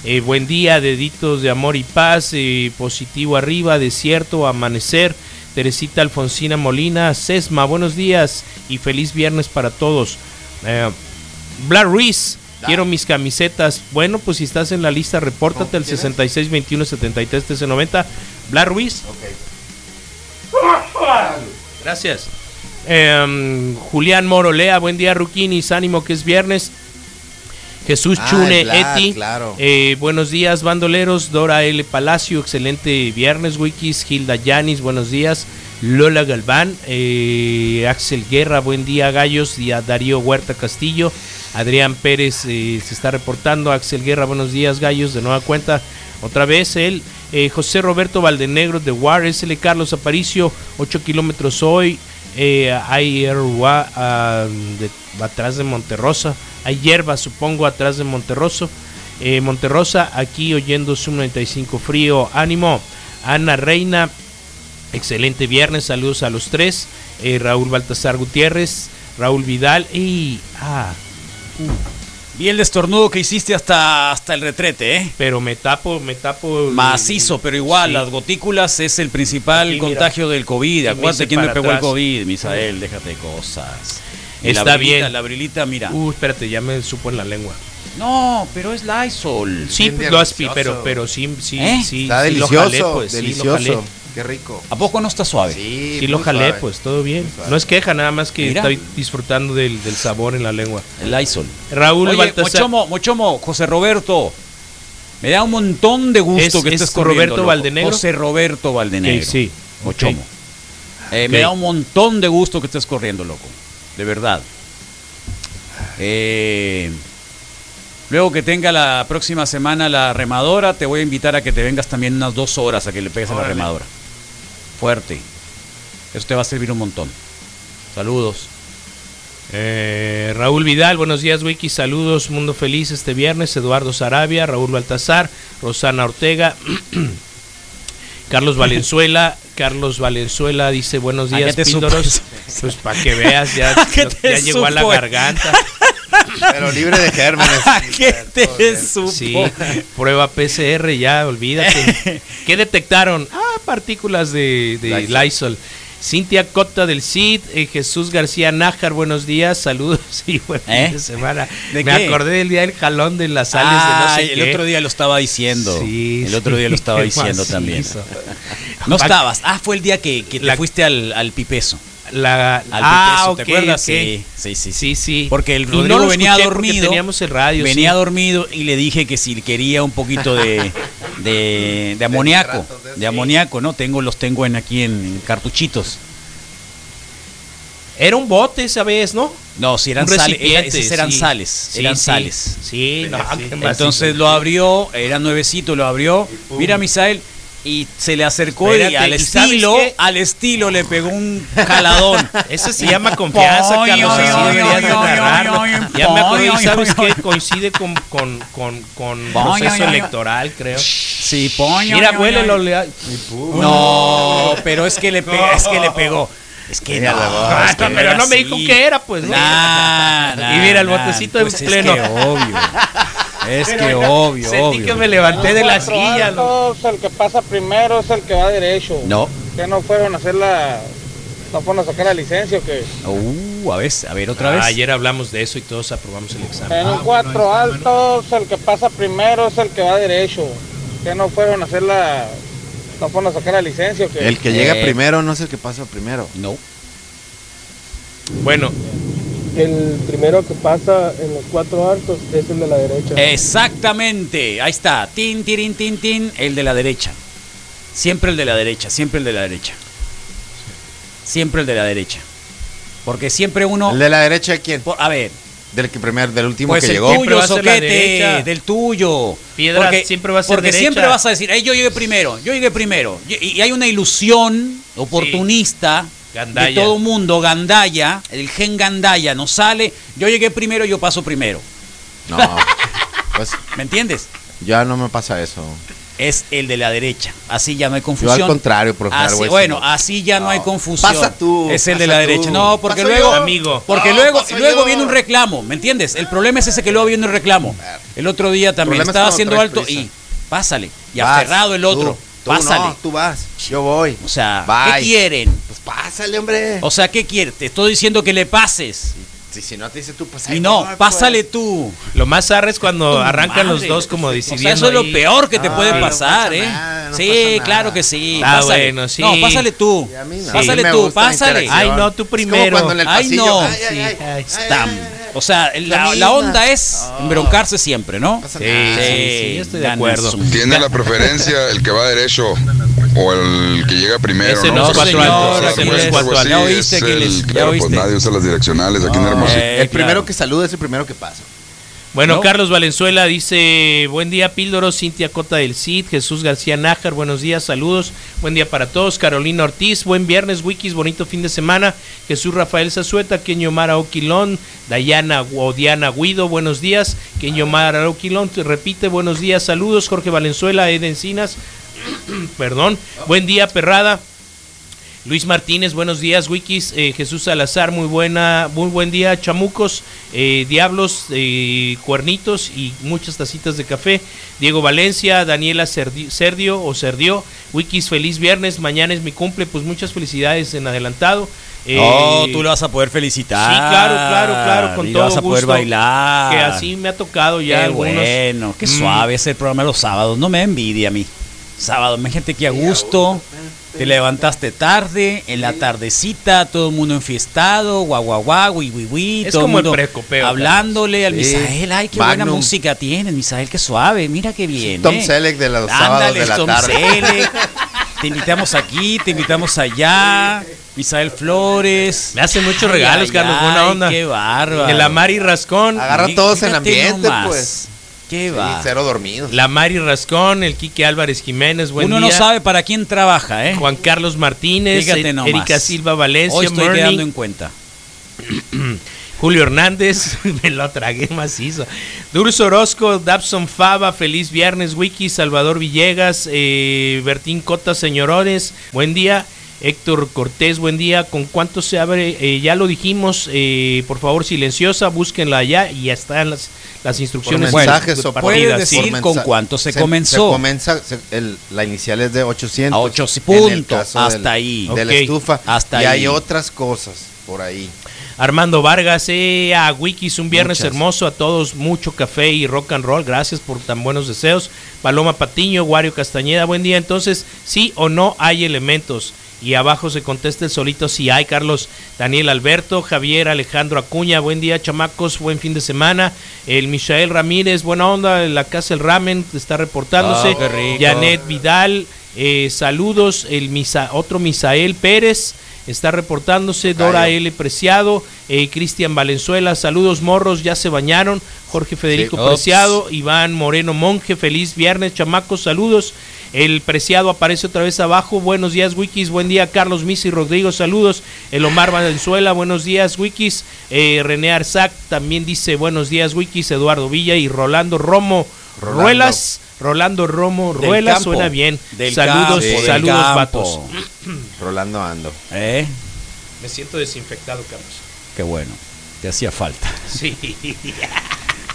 H: eh, buen día, deditos de amor y paz, eh, positivo arriba, desierto, amanecer. Teresita Alfonsina Molina, Sesma, buenos días y feliz viernes para todos. Eh, Bla Ruiz, quiero mis camisetas. Bueno, pues si estás en la lista, repórtate al 66 21 73 13 90. Bla Ruiz. Gracias. Em, Julián Morolea, buen día, Ruquinis. Ánimo que es viernes. Jesús
J: Ah,
H: Chune
J: el Black,
H: Eti.
J: claro.
H: Eh, buenos días, bandoleros. Dora L. Palacio, excelente viernes, Wikis. Gilda Yanis, buenos días. Lola Galván, eh, Axel Guerra, buen día, Gallos. Y a Darío Huerta Castillo. Adrián Pérez eh, se está reportando. Axel Guerra, buenos días, Gallos. De nueva cuenta, otra vez él. Eh, José Roberto Valdenegro de Juárez, L. Carlos Aparicio, 8 kilómetros hoy. Eh, hay hierba, ah, de- atrás de Monterrosa. Hay hierba, supongo, atrás de Monterroso. Eh, Monterrosa, aquí oyendo Zoom 95 frío. Ánimo. Ana Reina, excelente viernes. Saludos a los tres. Eh, Raúl Baltasar Gutiérrez, Raúl Vidal y... Ah,
F: Vi el estornudo que hiciste hasta, hasta el retrete, ¿eh?
H: Pero me tapo, me tapo.
F: Macizo, pero igual, las gotículas es el principal
H: mira.
F: contagio del COVID.
H: me
F: Acuérdate
H: hice
F: quién me
H: para
F: pegó el
H: atrás.
F: COVID, Misael, déjate de cosas. Y
H: Está
F: la brilita,
H: bien.
F: La brilita, mira.
H: uh, espérate, ya me supo en la lengua.
F: No, pero es Lysol.
H: Sí,
F: Bien
H: lo aspi,
F: delicioso.
H: pero, pero sí, sí,
F: ¿Eh?
H: sí.
J: Está
H: sí lo
J: delicioso,
H: jalé, pues, sí lo
J: delicioso.
H: jalé.
J: Qué rico.
F: ¿A poco no está suave?
J: Sí,
H: Sí, lo
J: muy
H: jalé,
J: suave.
H: pues todo bien.
J: Muy suave.
H: No es queja, nada más que
F: Mira.
H: estoy disfrutando del, del sabor en la lengua.
F: El Lysol.
H: Raúl
F: Oye,
H: Baltasar.
F: Mochomo, Mochomo, José Roberto. Me da un montón de gusto
H: ¿Es-
F: que
H: es
F: estés corriendo,
H: Roberto
F: loco.
H: Valdenegro?
F: José Roberto Valdenegro.
H: Ok, sí.
F: Mochomo. Eh,
H: Ok.
F: Me da un montón de gusto que estés corriendo, loco. De verdad. Eh, luego que tenga la próxima semana la remadora, te voy a invitar a que te vengas también unas dos horas a que le pegues a la
H: Órale.
F: remadora. Fuerte. Eso te va a servir un montón. Saludos.
H: Eh, Raúl Vidal, buenos días, Wiki. Saludos, Mundo Feliz este viernes. Eduardo Sarabia, Raúl Baltasar, Rosana Ortega, Carlos Valenzuela. Carlos Valenzuela dice buenos
F: ¿A
H: días,
F: qué te supo
H: píldoros.
F: eso?
H: Pues para que veas, ya,
F: ¿A qué
H: ya-
F: te
H: ya llegó a la
F: supo?
H: garganta.
J: Pero libre de gérmenes.
F: ¿Qué te supo?
H: Sí, prueba PCR, ya, olvídate. ¿Qué detectaron? Ah, partículas de, de Lysol.
J: Lysol.
H: Cintia Cota del CID, eh, Jesús García Nájar, buenos días, saludos y buen fin
F: ¿Eh?
H: de semana.
F: ¿De
H: Me
F: qué?
H: acordé del día del jalón de las sales
F: Ah,
H: de no sé
F: el
H: qué.
F: otro día lo estaba diciendo.
H: Sí,
F: el otro
H: sí,
F: día lo estaba
H: qué
F: diciendo también.
H: macizo.
F: No
H: Pa-
F: estabas. Ah, fue el día que, que te
H: La-
F: fuiste al, al pipeso.
H: La,
F: Al
H: ah,
F: pipeso,
H: ok,
F: ¿te acuerdas?
H: ok.
F: Sí, sí, sí,
H: Sí, sí.
F: Porque el
H: Y
F: Rodrigo
H: no lo
F: venía
H: escuché porque
F: dormido.
H: Teníamos el radio.
F: venía
H: sí.
F: dormido y le dije que si quería un poquito de, de, de amoníaco. De amoníaco, ¿no? Tengo, los tengo en aquí en, en cartuchitos.
H: Era un bote esa vez, ¿no?
F: No, si eran
H: Un
F: sales. era-
H: recipiente,
F: esos eran
H: sí.
F: sales.
H: Sí,
F: eran
H: sí.
F: sales.
H: Sí, no, qué macizo.
F: Entonces lo abrió, era nuevecito, lo abrió. Mira, Misael, y se le acercó y
H: Espérate,
F: al
H: ¿y sabes
F: estilo,
H: qué?
F: al estilo le pegó un jaladón.
H: Eso se llama confianza,
F: Oy,
H: Carlos.
F: oy,
H: así
F: oy,
H: deberías
F: oy, oy,
H: de narrarlo.
F: oy, oy,
H: Ya
F: oy,
H: me acordé,
F: oy,
H: ¿sabes
F: oy,
H: qué? Coincide con, con, con, con
F: Oy,
H: proceso
F: oy, oy.
H: electoral, creo.
F: Sí, poño.
H: Mira, huélelo. le-
F: No, pero es que le, pe- es que le pegó. Es que
J: Mira
F: no,
J: la voz,
F: es
J: es que
F: que
J: no
H: Pero
F: era
H: no me
F: así.
H: dijo qué era, pues. ¿no?
F: Nah, nah,
H: y mira, el
F: nah,
H: botecito
F: pues
H: en
F: es
H: pleno.
F: que obvio. Es
H: Pero
F: que
H: mira,
F: obvio,
H: sentí
F: obvio.
H: que me levanté de la silla. loco.
Q: El que pasa primero es el que va derecho.
F: No.
Q: Que no fueron a hacer la. No fueron a sacar la licencia o qué.
F: Uh, a ver, a ver otra
H: Ah,
F: vez. Ah,
H: Ayer hablamos de eso y todos aprobamos el examen.
Q: En un cuatro altos, el que pasa primero es el que va derecho. Que no fueron a hacer la. No fueron a sacar la licencia o qué.
J: El que llega
F: Eh,
J: primero no es el que pasa primero.
F: No.
H: Bueno,
R: El primero que pasa en los cuatro altos es el de la derecha.
F: Exactamente, ahí está. Tin, tirin, tin, tin, el de la derecha. Siempre el de la derecha, siempre el de la derecha. Siempre el de la derecha. Porque siempre uno. ¿El
J: de la derecha de quién?
F: a ver.
J: Del que primer, del último
F: Pues
J: que
F: el
J: llegó.
F: tuyo, soquete, del tuyo.
J: Piedra siempre va a ser
F: Porque
J: derecha.
F: siempre vas a decir, "Ey, yo llegué primero, yo llegué primero. Y, y hay una ilusión oportunista de
H: Gandaya.
F: todo mundo, Gandaya, el gen Gandaya, nos sale, yo llegué primero, yo paso primero.
J: No. Pues
F: ¿Me entiendes?
J: ya no me pasa eso.
F: Es el de la derecha. Así ya no hay
J: Yo
F: confusión.
J: al contrario, profe.
F: Así-
J: Argüez,
F: bueno,
J: no.
F: así ya no, hay confusión.
J: Pasa tú,
F: Es el de
J: pasa
F: la
J: tú.
F: derecha. No, porque
J: Paso
F: luego.
J: yo.
F: Amigo. Porque
J: No,
F: luego,
J: paso
F: luego
J: yo.
F: viene un reclamo, ¿me entiendes? El problema es ese que luego viene un reclamo. El otro día también
J: problema es
F: estaba
J: cuando
F: haciendo
J: traes
F: alto
J: prisa.
F: y pásale. Y
J: Vas,
F: aferrado el otro.
J: tú, tú
F: pásale.
J: no, tú vas. Yo voy.
F: O sea,
J: Bye.
F: ¿qué quieren?
J: Pues pásale, hombre.
F: O sea, ¿qué quieren? Te estoy diciendo que le pases.
J: si, si no te dice tú, pues
F: Y no, pásale tú.
H: Lo más zarra es cuando
F: Tu
H: Oh, arrancan los
F: madre.
H: dos como
F: O
H: decidiendo.
F: sea, eso es lo
H: ahí.
F: peor que te
H: Ah,
F: puede
H: no
F: pasar,
H: pasa
F: ¿eh?
H: nada, no pasa
F: sí,
H: nada.
F: claro que sí.
H: Ah,
F: pásale.
H: bueno, sí.
F: No, pásale tú.
H: Y a mí no.
F: Pásale
H: Sí, me
F: tú,
H: gusta la
F: pásale.
H: interacción. Ay, no, tú
F: Es como
H: primero.
F: cuando en el Ay,
H: pasillo,
F: no.
H: ay,
F: Sí.
H: ay, ay.
F: Está- O sea, la,
H: La
F: la onda
H: misma.
F: es broncarse siempre, ¿no? Sí, ganas un-
O: Tiene la preferencia el que va derecho o el que llega primero.
H: Ese no,
O: Pero
H: cuatro
O: si
H: altos,
O: pasa
H: ese
O: primero
H: es
O: o algo
H: cuatro
O: así,
H: altos. Ya
O: es
H: oíste,
O: el-
H: Aquiles, ya
O: pero pues
H: oíste.
O: nadie usa las direccionales aquí en Hermosillo.
F: eh,
J: el primero que saluda es el primero que pasa.
H: Bueno,
J: ¿No?
H: Carlos Valenzuela dice, buen día Píldoro, Cintia Cota del Cid, Jesús García Nájar, buenos días, saludos, buen día para todos, Carolina Ortiz, buen viernes, Wikis, bonito fin de semana, Jesús Rafael Zazueta, Kenyo Mara Oquilón, Dayana o Diana Guido, buenos días, Kenyo Mara Oquilón, te repite, buenos días, saludos, Jorge Valenzuela, Ed Encinas, perdón, buen día Perrada, Luis Martínez, buenos días, Wikis. Eh, Jesús Salazar, muy buena, muy buen día, chamucos, eh, diablos, eh, cuernitos y muchas tacitas de café. Diego Valencia, Daniela Cerdi- Cerdio o Cerdio, Wikis, feliz viernes, mañana es mi cumple, pues muchas felicidades en adelantado. Eh,
F: No, tú lo vas a poder felicitar.
H: Sí, claro, claro, claro, con
F: Y lo
H: todo
F: vas a poder
H: gusto.
F: bailar.
H: Que así me ha tocado ya
F: Qué
H: algunos.
F: bueno, qué
H: Mm.
F: suave es el programa de los sábados. No me envidia a mí. Sábado, me gente que a gusto. Te levantaste tarde, en la tardecita, todo el mundo enfiestado, guau, guau, guau, hui, hui, hui,
H: Es
F: todo
H: como el
F: mundo
H: precopeo, Carlos.
F: Hablándole al
J: Sí.
F: Misael, ay, qué buena
J: Magnum.
F: música tienes, Misael, qué suave, mira qué bien.
J: Tom
F: eh.
J: Selleck de los sábados
F: Ándale,
J: de la
F: Tom
J: tarde.
F: Selleck. Te invitamos aquí, te invitamos allá. Misael Flores. Me
H: hacen muchos regalos, Carlos, buena onda.
F: Qué bárbaro.
H: En la Mari Rascón.
J: Agarra todos en
H: Fíjate
J: ambiente,
H: nomás.
J: pues.
F: Qué
J: Sí,
F: va.
J: cero dormidos.
H: La Mari Rascón, el Quique Álvarez Jiménez, buen
F: Uno
H: día.
F: no sabe para quién trabaja, ¿eh?
H: Juan Carlos Martínez,
F: Fíjate
H: E-
F: nomás.
H: Erika Silva Valencia,
F: Hoy estoy
H: Murney,
F: quedando en cuenta.
H: Julio Hernández, me lo tragué macizo. Durso Orozco, Dabson Fava, feliz viernes, Wiki, Salvador Villegas, eh, Bertín Cota, señorones, buen día. Héctor Cortés, buen día. ¿Con cuánto se abre? Eh, ya lo dijimos, eh, por favor, silenciosa, búsquenla allá y ya están las, las instrucciones.
J: Por mensajes
H: de
J: o por-
H: partida,
J: por
H: sí.
J: mensa- Se comienza, se- el- la inicial es de 800.
F: A 800,
J: en el
F: Ah, punto,
J: caso
F: hasta
J: del-
F: ahí.
J: De
F: Ok,
J: la estufa.
F: hasta
J: y
F: ahí.
J: hay otras cosas por ahí.
H: Armando Vargas, eh, a Wikis, un viernes
J: Muchas.
H: hermoso, a todos mucho café y rock and roll, gracias por tan buenos deseos. Paloma Patiño, Wario Castañeda, buen día. Entonces, sí o no hay elementos. Y abajo se contesta el solito si hay, Carlos Daniel Alberto, Javier Alejandro Acuña, buen día, chamacos, buen fin de semana. El Michael Ramírez, buena onda, la casa El Ramen está reportándose.
F: Ah, qué rico.
H: Janet Vidal, eh, saludos. El Misa- otro Misael Pérez está reportándose. Dora L. Preciado, eh, Cristian Valenzuela, saludos morros, ya se bañaron. Jorge Federico
F: Sí. Ops.
H: Preciado, Iván Moreno Monje, feliz viernes, chamacos, saludos. El Preciado aparece otra vez abajo. Buenos días, Wikis. Buen día, Carlos Misi Rodrigo. Saludos. El Omar Valenzuela. Buenos días, Wikis. Eh, René Arzac también dice buenos días, Wikis. Eduardo Villa y Rolando Romo
F: Rolando.
H: Ruelas. Rolando Romo
F: Del
H: Ruelas
F: campo.
H: suena bien.
F: Del campo,
H: saludos,
F: del
H: saludos,
F: campo.
H: vatos.
J: Rolando Ando.
F: ¿Eh?
H: Me siento desinfectado, Carlos.
F: Qué bueno. Te hacía falta.
H: Sí.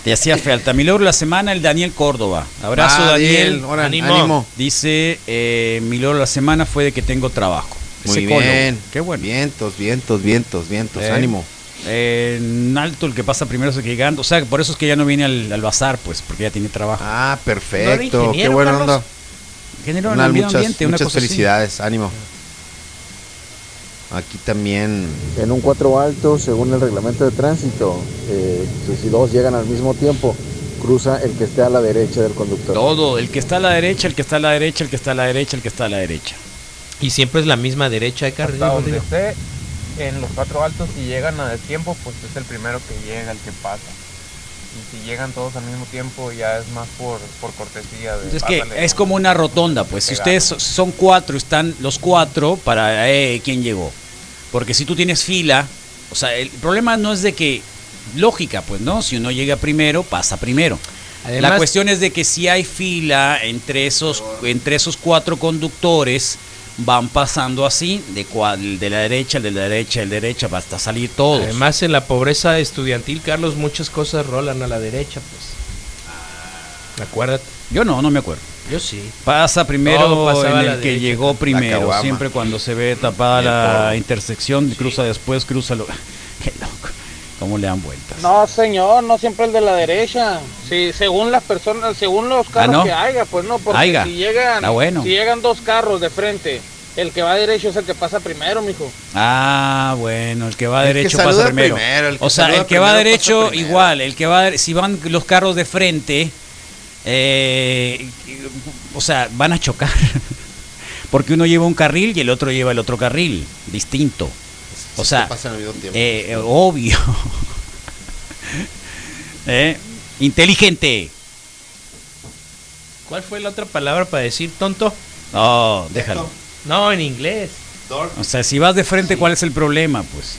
F: Te hacía falta. Mi logro de la semana, el Daniel Córdoba. Abrazo,
J: Ah,
F: Daniel.
J: Daniel, órale, ánimo.
F: Dice, eh, mi logro de la semana fue de que tengo trabajo. Es
J: Muy
F: ecólogo.
J: bien.
F: Qué bueno.
J: Vientos, vientos, vientos, vientos.
F: Eh,
J: Ánimo.
F: eh, en alto el que pasa primero es el que gana. O sea, por eso es que ya no viene al, al bazar, pues, porque ya tiene trabajo.
J: Ah, Perfecto. Qué buena onda.
F: Ingeniero en
J: Ah, Una-
F: el medio
J: muchas
F: ambiente, una
J: muchas
F: cosa así.
J: felicidades. Ánimo. Aquí también.
N: En un cuatro alto, según el reglamento de tránsito, eh, si dos llegan al mismo tiempo, cruza el que esté a la derecha del conductor.
F: Todo, el que está a la derecha, el que está a la derecha, el que está a la derecha, el que está a la derecha.
H: Y siempre es la misma derecha ¿eh, de
R: Hasta
H: carril.
R: donde
H: Rodrigo.
R: esté, en los cuatro altos, si llegan a tiempo, pues es el primero que llega, el que pasa. Y si llegan todos al mismo tiempo, ya es más por, por cortesía. De,
F: Es que
R: pásale.
F: es como una rotonda, pues. Si ustedes so- son cuatro, están los cuatro para eh, quién llegó. Porque si tú tienes fila, o sea, el problema no es de que lógica, pues, ¿no? Si uno llega primero, pasa primero.
H: Además-
F: la cuestión es de que si hay fila entre esos entre esos cuatro conductores van pasando así de cua- el de la derecha, el de la derecha, el de la derecha, hasta salir todos.
H: Además, en la pobreza estudiantil, Carlos, muchas cosas rolan a la derecha, pues. Acuérdate.
F: Yo no, no me acuerdo.
H: Yo sí.
F: Pasa
H: Todo
F: primero
H: pasaba
F: en
H: a la
F: el que
H: derecha.
F: llegó
H: La
F: primero.
H: caguama.
F: Siempre cuando se ve tapada la intersección, cruza después, cruza lo. Qué loco. ¿Cómo le dan vuelta?
Q: No, señor, no siempre el de la derecha. Sí, según las personas, según los carros
F: Ah, no?
Q: que haya, pues no, porque
F: Haiga.
Q: si llegan,
F: Ah, bueno.
Q: si llegan dos carros de frente, el que va derecho es el que pasa primero, mijo.
F: Ah, bueno, el que va
J: El que
F: derecho
J: saluda
F: pasa primero.
J: primero, el que
F: o sea,
J: saluda
F: el que va
J: primero pasa
F: derecho
J: primero.
F: igual, el que va si van los carros de frente, eh, o sea, van a chocar. Porque uno lleva un carril y el otro lleva el otro carril, distinto. O sea,
J: pasan al mismo tiempo.
F: eh, eh, obvio. Eh, Inteligente.
H: ¿Cuál fue la otra palabra para decir tonto?
F: No, déjalo.
H: No, en inglés.
F: O sea, si vas de frente, ¿cuál es el problema? Pues.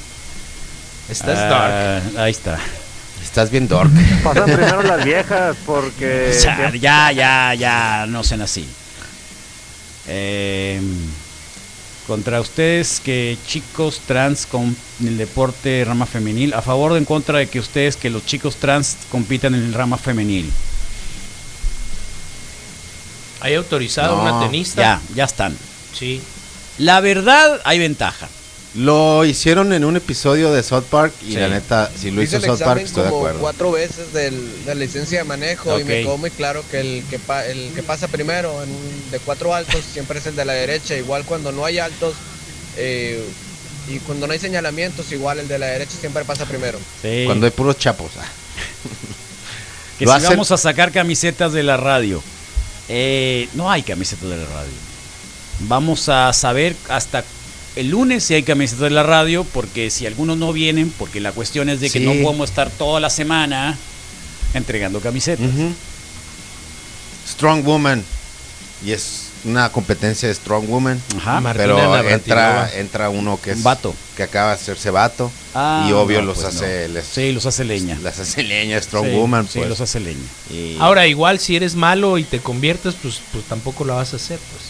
H: Estás
F: Ah, Ahí está.
J: Estás bien dark.
P: Pasan primero las viejas
N: Eh,
P: porque...
F: O sea, ya, ya, ya, no sean así. Eh, contra ustedes que chicos trans con en el deporte rama femenil, a favor o en contra de que ustedes que los chicos trans compitan en el rama femenil.
H: Hay autorizado
F: No,
H: una tenista.
F: Ya, ya están.
H: Sí.
F: La verdad, hay ventaja.
J: Lo hicieron en un episodio de South Park y
F: Sí.
J: la neta, si lo
S: Hice
J: hizo
S: el
J: South Park,
S: examen
J: estoy de
S: como
J: acuerdo.
S: cuatro veces del- de la licencia de manejo y me
J: Ok.
S: quedó muy claro que el que, pa- el que pasa primero en un- de cuatro altos siempre es el de la derecha. Igual cuando no hay altos eh, y cuando no hay señalamientos, igual el de la derecha siempre pasa primero.
F: Sí.
J: Cuando hay puros chapos. ah.
F: Que
J: Lo
F: si
J: hacen-
F: vamos a sacar camisetas de la radio. Eh, no hay camisetas de la radio. Vamos a saber hasta el lunes si hay camisetas de la radio, porque si algunos no vienen, porque la cuestión es de que
J: Sí.
F: no podemos estar toda la semana entregando camisetas.
J: Strong Woman. Y es una competencia de Strong Woman.
F: Ajá. Martina
J: Pero
F: Navratilova.
J: entra, entra uno que es.
F: Un vato.
J: Que acaba de hacerse vato.
F: Ah,
J: y obvio
F: no,
J: los
F: pues
J: hace.
F: no.
J: les-
F: Sí, los hace leña.
J: Las hace leña, Strong
F: Sí,
J: Woman.
F: sí,
J: pues.
F: los hace leña.
J: Y-
H: Ahora, igual si eres malo y te conviertes, pues, pues tampoco la vas a hacer, pues.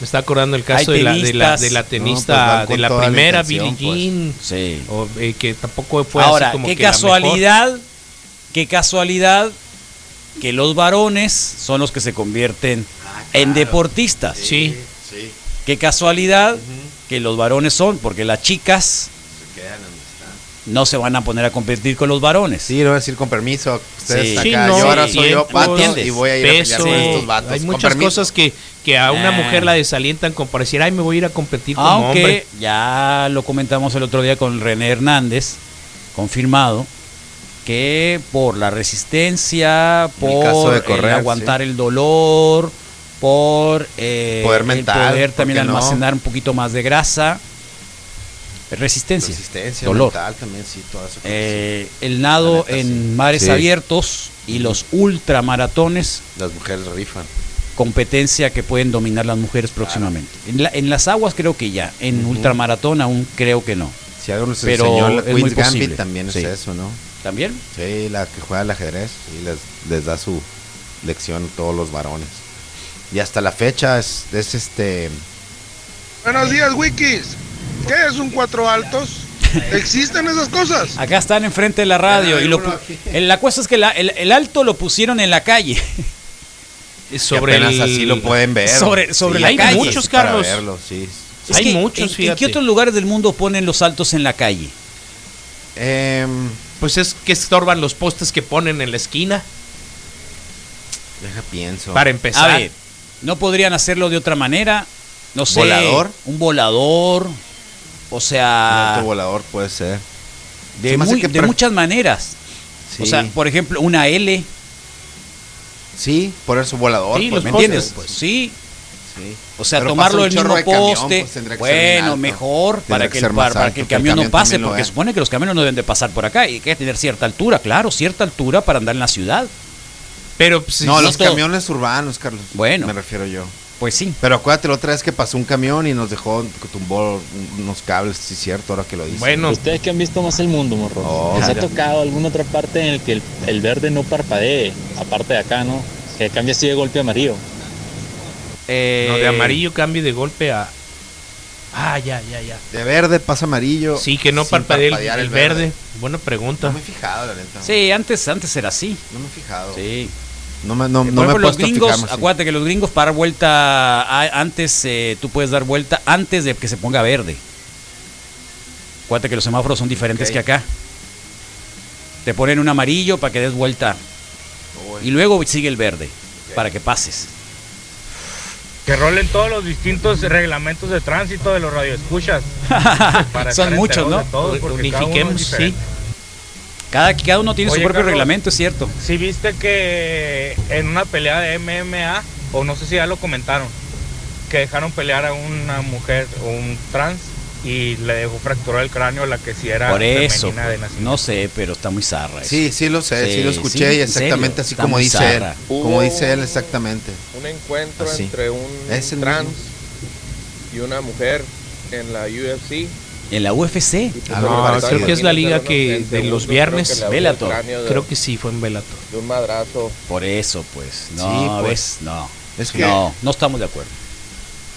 H: Me está acordando el caso
F: Hay
H: de la, de, la,
F: tenistas.
H: de la
F: No,
H: tenista,
F: pues van con
H: de la
F: toda la
H: primera Billie
F: intención, pues.
H: Jean,
F: Sí.
H: o, eh, que tampoco fue así
F: Ahora,
H: como
F: qué
H: que la
F: casualidad, qué casualidad que los varones son los que se convierten en deportistas.
H: Sí.
J: Ah, Sí.
F: Qué casualidad que los varones son, porque las chicas no se van a poner a competir con los varones.
J: Sí, lo voy a decir con permiso. Ustedes acá,
H: Sí,
J: yo
H: no,
J: ahora soy yo
H: tiempos,
J: pato y voy a ir a pelear
H: peso,
J: con estos vatos.
H: Hay
J: con
H: muchas
J: permiso.
H: cosas que, que a una
F: Ah.
H: mujer la desalientan como para decir, ay, me voy a ir a competir como
F: Aunque
H: hombre.
F: ya lo comentamos el otro día con René Hernández, confirmado, que por la resistencia, por
J: caso de
F: el
J: correr,
F: aguantar el dolor, por eh,
J: Poder
F: el
J: mental,
F: poder
J: ¿por
F: también
J: qué no?
F: almacenar un poquito más de grasa, resistencia,
J: Resistencia
F: dolor.
J: mental también, sí, todo eso.
F: Eh, el nado en mares
J: Sí.
F: abiertos y los ultramaratones
J: Las mujeres rifan.
F: competencia que pueden dominar las mujeres próximamente. En, la- en las aguas creo que ya, en
J: Ujú.
F: ultramaratón aún creo que no.
J: Si algo nos
F: Pero
J: enseñó la
F: es muy
J: Queen's Gambit
F: posible.
J: también
F: Sí.
J: es eso, ¿no?
F: ¿También?
J: Sí, la que juega al ajedrez y les, les da su lección a todos los varones. Y hasta la fecha es, es este...
T: Buenos días, Wikis. ¿Qué es un cuatro altos? ¿Existen esas cosas?
F: Acá están enfrente de la radio. Y lo pu- el- la cosa es que la- el, el alto lo pusieron en la calle.
J: Sobre apenas así lo pueden ver.
F: Sobre, sobre
J: Sí,
F: la
J: hay
F: calle.
J: muchos, Para Carlos. verlo, sí.
F: Es
J: Hay
F: que,
J: muchos,
F: ¿en- ¿En
J: fíjate.
F: qué otros lugares del mundo ponen los altos en la calle?
H: Pues es que estorban los postes que ponen en la esquina.
J: Deja pienso.
H: Para empezar.
F: A ver, ¿no podrían hacerlo de otra manera? No sé.
J: ¿Volador?
F: Un volador. O sea.
J: Un volador puede ser.
F: De,
J: Se me hace
F: muy-
J: que
F: de
J: pra-
F: muchas maneras. O
J: Sí.
F: sea, por ejemplo, una L.
J: Sí, por eso volador.
F: Sí,
J: pues,
F: los
J: ¿me
F: postes,
J: entiendes?
F: pues, sí.
J: Sí.
F: O sea,
J: Pero
F: tomarlo
J: pasa un
F: el
J: chorro
F: mismo
J: de camión,
F: poste.
J: pues, tendría que ser bien
F: bueno,
J: alto.
F: mejor
J: Tendría
F: para
J: que
F: que,
J: ser
F: el,
J: más
F: para- para
J: alto,
F: que el
J: que el
F: camión no
J: camión
F: pase,
J: también lo
F: porque
J: es.
F: supone que los camiones no deben de pasar por acá y hay que tener cierta altura, claro, cierta altura para andar en la ciudad.
H: Pero
J: no, los camiones urbanos, Carlos. Bueno. Me refiero yo.
F: Pues sí.
J: Pero acuérdate la otra vez que pasó un camión y nos dejó, tumbó un- unos cables, sí es cierto, ahora que lo dices.
U: Ustedes que han visto más el mundo, morro.
J: Oh,
U: ¿Les ha
J: ya.
U: tocado alguna otra parte en el que el, el verde no parpadee? Aparte de acá, ¿no? Que cambia así de golpe a amarillo.
J: Eh,
H: No,
F: eh,
H: de amarillo cambie de golpe a. Ah, ya, ya, ya.
J: De verde pasa amarillo.
H: Sí, que no
J: sin
H: parpadee el,
J: parpadear
H: el verde. Buena pregunta.
J: No me he fijado, la neta.
F: Sí, antes, antes era así.
J: No me he fijado.
F: Sí.
J: No me, no,
F: Eh, por
J: no me he
F: ejemplo, los
J: puesto a
F: gringos,
J: fijarme, sí.
F: acuérdate que los gringos para vuelta a- antes, eh, tú puedes dar vuelta antes de que se ponga verde. Acuérdate que los semáforos son diferentes
J: Ok.
F: que acá. Te ponen un amarillo para que des vuelta.
P: Oh,
F: Y luego sigue el verde para que pases.
P: Que rolen todos los distintos reglamentos de tránsito de los radioescuchas. para
F: Son
P: estar
F: muchos,
P: enterados
F: ¿no?
P: de todos, porque cada uno es
F: Unifiquemos, sí.
P: diferente.
F: Cada, cada uno tiene su
P: Oye,
F: propio
P: Carlos.
F: reglamento, es cierto.
P: Si viste que en una pelea de MMA, o no sé si ya lo comentaron, que dejaron pelear a una mujer o un trans y le dejó fracturar el cráneo a la que sí era
F: Por eso,
P: femenina de
F: pues,
P: nacimiento.
F: no sé, pero está muy zarra. eso.
J: Sí, sí lo sé, sí, lo escuché
F: sí,
J: y
F: en serio,
J: exactamente así
F: está
J: como
F: muy
J: dice
F: zarra.
J: él. Como dice él, exactamente.
V: un encuentro
J: Así.
V: entre un
J: Es el
V: trans
J: mismo.
V: y una mujer en la UFC.
F: En la UFC.
V: Ah, no,
H: creo que es la liga que
V: en
H: de
V: segundos,
H: los
V: creo que
H: viernes.
V: le abrió el
H: Velator.
V: cráneo de-
H: Creo que sí, fue en Velator.
V: De un madrazo.
F: Por eso, pues. No,
H: Sí, pues.
F: ¿ves? No.
H: Es que-
F: No, no estamos de acuerdo.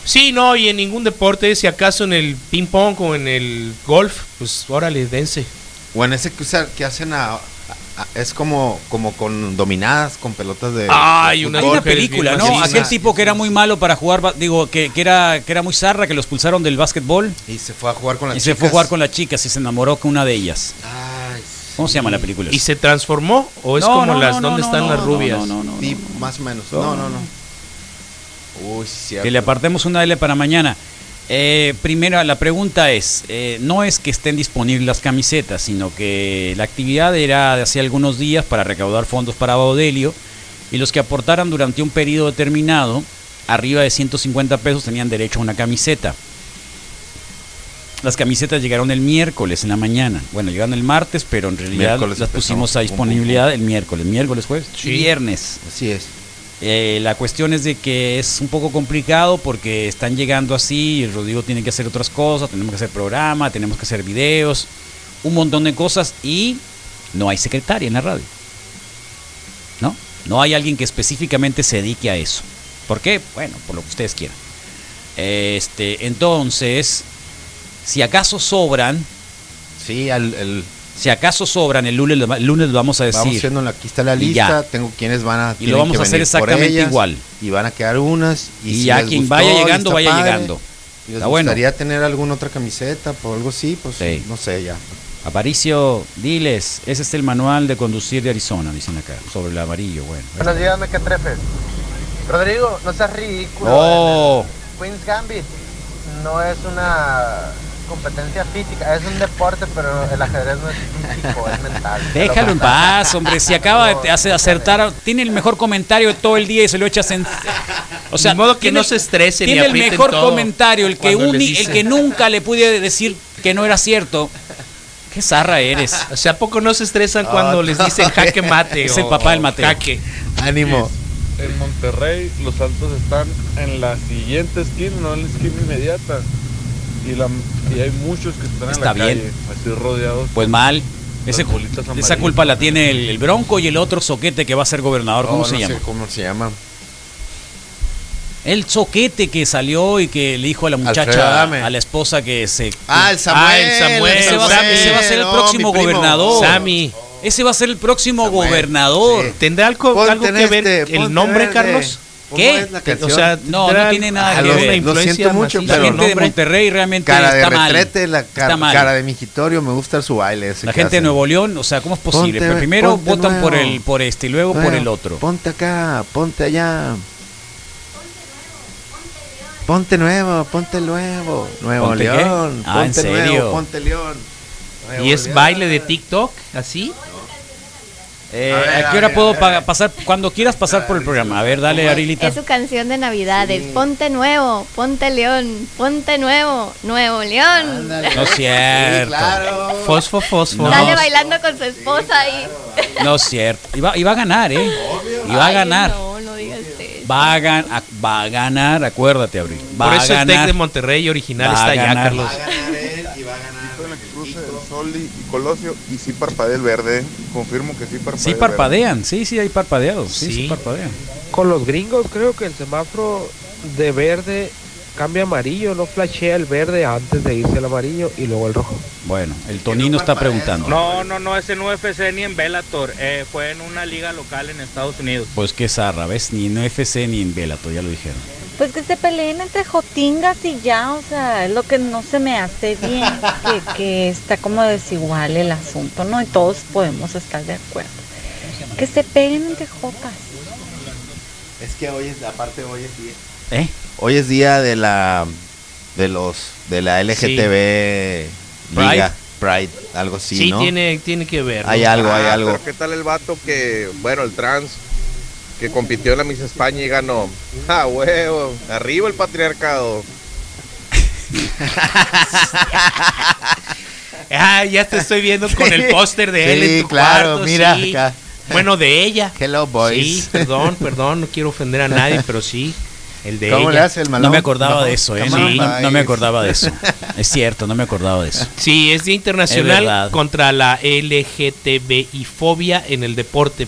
H: Sí, no, y en ningún deporte, si acaso en el ping pong o en el golf, pues órale, dense.
J: O en ese que, usa- que hacen a, a- a- Es como, como con dominadas, con pelotas de.
F: Ay,
J: de
F: una, hay
J: fútbol.
F: una película, ¿no? Aquel tipo que era muy malo para jugar, ba- digo, que, que era que era muy zarra, que lo expulsaron del básquetbol.
J: Y se fue a jugar con
F: Y
J: las
F: se fue a
J: chicas. Ah,
F: jugar con las chicas y se enamoró con una de ellas. ¿Cómo se llama la película?
H: ¿Y se transformó? ¿O es
F: No,
H: como
F: no,
H: las
F: no,
H: donde
F: no,
H: están
F: no,
H: las
F: no,
H: rubias?
F: no, no,
J: Sí, más o menos. No, no, no. Uy, sí, cierto.
F: Que le apartemos una L para mañana. Eh, primero, la pregunta es, eh, no es que estén disponibles las camisetas, sino que la actividad era de hace algunos días para recaudar fondos para Baudelio y los que aportaran durante un periodo determinado, arriba de 150 pesos, tenían derecho a una camiseta. Las camisetas llegaron el miércoles en la mañana. Bueno, llegaron el martes, pero en realidad
J: Miércoles
F: las
J: empezó.
F: pusimos a
J: Pum, pum, pum.
F: disponibilidad el miércoles. Miércoles, jueves, y viernes.
J: Así es.
F: Eh, la cuestión es de que es un poco complicado porque están llegando así, y Rodrigo tiene que hacer otras cosas, tenemos que hacer programa, tenemos que hacer videos, un montón de cosas y no hay secretaria en la radio. ¿No? No hay alguien que específicamente se dedique a eso. ¿Por qué? Bueno, por lo que ustedes quieran. Este, entonces, si acaso sobran.
J: Sí, al, el.
F: Si acaso sobran, el lunes, el lunes lo vamos a decir.
J: Vamos haciénddola, aquí está la
F: Y ya.
J: lista, tengo quienes van a
F: Y lo vamos a hacer exactamente igual.
J: Y van a quedar unas y,
F: Y
J: si
F: ya
J: les
F: quien
J: gustó,
F: vaya
J: y
F: llegando,
J: está
F: vaya
J: padre,
F: llegando.
J: Y les
F: Está bueno.
J: gustaría tener alguna otra camiseta o algo así, pues no sé ya.
F: Aparicio, diles, ese es el manual de conducir de Arizona, dicen acá, sobre el amarillo, bueno.
W: Buenos días, me que trefes. Rodrigo, no seas
J: Ah,
W: ridículo. eh,
F: Oh,
W: Queen's Gambit no es una competencia física, es un deporte, pero el ajedrez no es físico, es mental.
F: déjalo en paz, hombre, si acaba de hace- acertar, tiene el mejor comentario de todo el día y se lo echas en... O sea, modo
H: que no se estresen y
F: Tiene el
H: aprieten
F: mejor
H: todo
F: comentario, el que,
H: cuando les
F: uni- el
H: dicen.
F: que nunca le pude decir que no era cierto. Qué zarra eres.
H: O sea, ¿a poco no se estresan
J: Ah,
H: cuando les dicen jaque mate?
F: Es
H: o-
F: el papá del mate.
H: Jaque.
J: Ánimo.
P: En Monterrey los altos están en la siguiente esquina, no en la esquina inmediata. Y, la, y hay muchos que están
F: Está
P: en la
F: bien.
P: calle, así rodeados.
F: Pues mal.
P: Las
F: Ese-
P: bolitas
F: esa
P: amarillas.
F: culpa la tiene el, el Bronco y el otro soquete que va a ser gobernador. ¿Cómo
J: Oh,
F: se
J: no sé
F: llama?
J: ¿Cómo se llama?
F: El soquete que salió y que le dijo a la
J: Alfredo
F: muchacha,
J: Adame.
F: a la esposa que se...
J: Ah, el Samuel, el
F: Ese va, a ser-
J: Samuel,
F: ese va a ser el
J: no,
F: próximo
J: mi primo.
F: gobernador.
J: Sammy.
F: Ese va a ser el próximo gobernador.
H: ¿Tendrá algo,
F: Ponte
H: algo
F: en
H: que ver
F: este, ponte
H: el nombre,
F: en
H: Carlos?
F: este. ¿Qué?
H: ¿Cómo es la
F: Te-
H: canción? O sea,
F: no, no
H: ¿tendrá
F: tiene nada
H: alguna
F: que ver.
J: Ah, Lo
H: influencia
J: siento mucho,
H: maciza?
J: pero
F: la gente de
J: nombre-
F: Monterrey realmente
J: cara de
F: está mal.
J: retrete, la
F: Está
J: cara,
F: mal.
J: cara de mijitorio, me gusta su baile ese
F: La
J: que
F: gente de
J: hacen.
F: Nuevo León, o sea, ¿cómo es posible?
J: Ponte-
F: Pero primero
J: ponte
F: votan por
J: nuevo.
F: el por este y luego por
J: Bueno,
F: el otro.
J: Ponte acá, ponte allá. Ponte nuevo, ponte nuevo, nuevo
F: ¿Ponte qué?
J: León,
F: Ah, ¿en
J: ponte
F: serio?
J: nuevo, ponte León. Nuevo
H: ¿Y es
J: León.
H: baile de TikTok? ¿Así?
F: Eh,
H: A ver,
F: ¿A
H: a
F: qué hora
H: ver,
F: puedo pa- pasar? Cuando quieras pasar por el programa. A ver, dale, Arilita.
L: Es su canción de Navidades. Ponte nuevo, ponte león, ponte nuevo, nuevo león.
F: No es cierto.
H: Fosfo, fosfo.
L: Sale bailando con su esposa ahí.
F: No es cierto. Iba, iba a ganar, ¿eh? Iba a
L: Ay,
F: ganar.
L: No, no digas eso.
F: Va a, gan- a- va a ganar, acuérdate, Abril. Va
H: Por
F: a
H: eso el
F: ganar.
H: Tec de Monterrey original
F: Va a
H: está allá,
F: ganar.
H: Carlos.
T: Hizo la que cruce el Sol y y Colosio y sí parpadea el verde. Confirmo que sí parpadea.
F: Sí
T: el verde.
F: parpadean, sí, sí hay parpadeados, sí, sí,
T: Sí.
F: parpadean.
V: Con los gringos creo que el semáforo de verde cambia a amarillo, no flashea el verde antes de irse al amarillo y luego el rojo.
F: Bueno, el Tonino está preguntando.
P: No, no, no, es en UFC ni en Bellator. eh, fue en una liga local en Estados Unidos.
F: Pues qué zarra, ¿ves? Ni en UFC ni en Velato, ya lo dijeron.
A: Pues que se peleen entre jotingas y ya, o sea, es lo que no se me hace bien, que, que está como desigual el asunto, Pues ¿no? Y todos podemos estar de acuerdo. Que se peleen entre jotas.
J: Es que hoy es, aparte hoy es día.
F: ¿Eh?
J: Hoy es día de la de los de la LGTB
H: Pride.
J: Liga, Pride, algo así,
H: Sí,
J: ¿no?
H: tiene, tiene que ver. ¿no?
J: Hay algo, hay
V: Ah,
J: algo.
V: Pero ¿qué tal el vato que, bueno, el trans, que compitió en la Miss España y ganó? ¡Ah, huevo! ¡Arriba el patriarcado!
H: Ah, ya te estoy viendo con el
J: Sí.
H: póster de él
J: Sí,
H: en tu
J: claro,
H: cuarto,
J: mira
H: sí.
J: acá.
H: Bueno, de ella.
J: Hello,
H: boys. Sí, perdón, perdón, no quiero ofender a nadie, pero sí, el de
J: ¿Cómo
H: ella.
J: le hace el malón?
F: No me acordaba
J: No,
F: de eso, ¿eh?
H: come
F: No,
H: on,
F: no- no me
H: guys.
F: acordaba de eso. Es cierto, no me acordaba de eso.
H: Sí, es Día
F: Es
H: Internacional
F: verdad.
H: contra la LGTBI fobia en el deporte,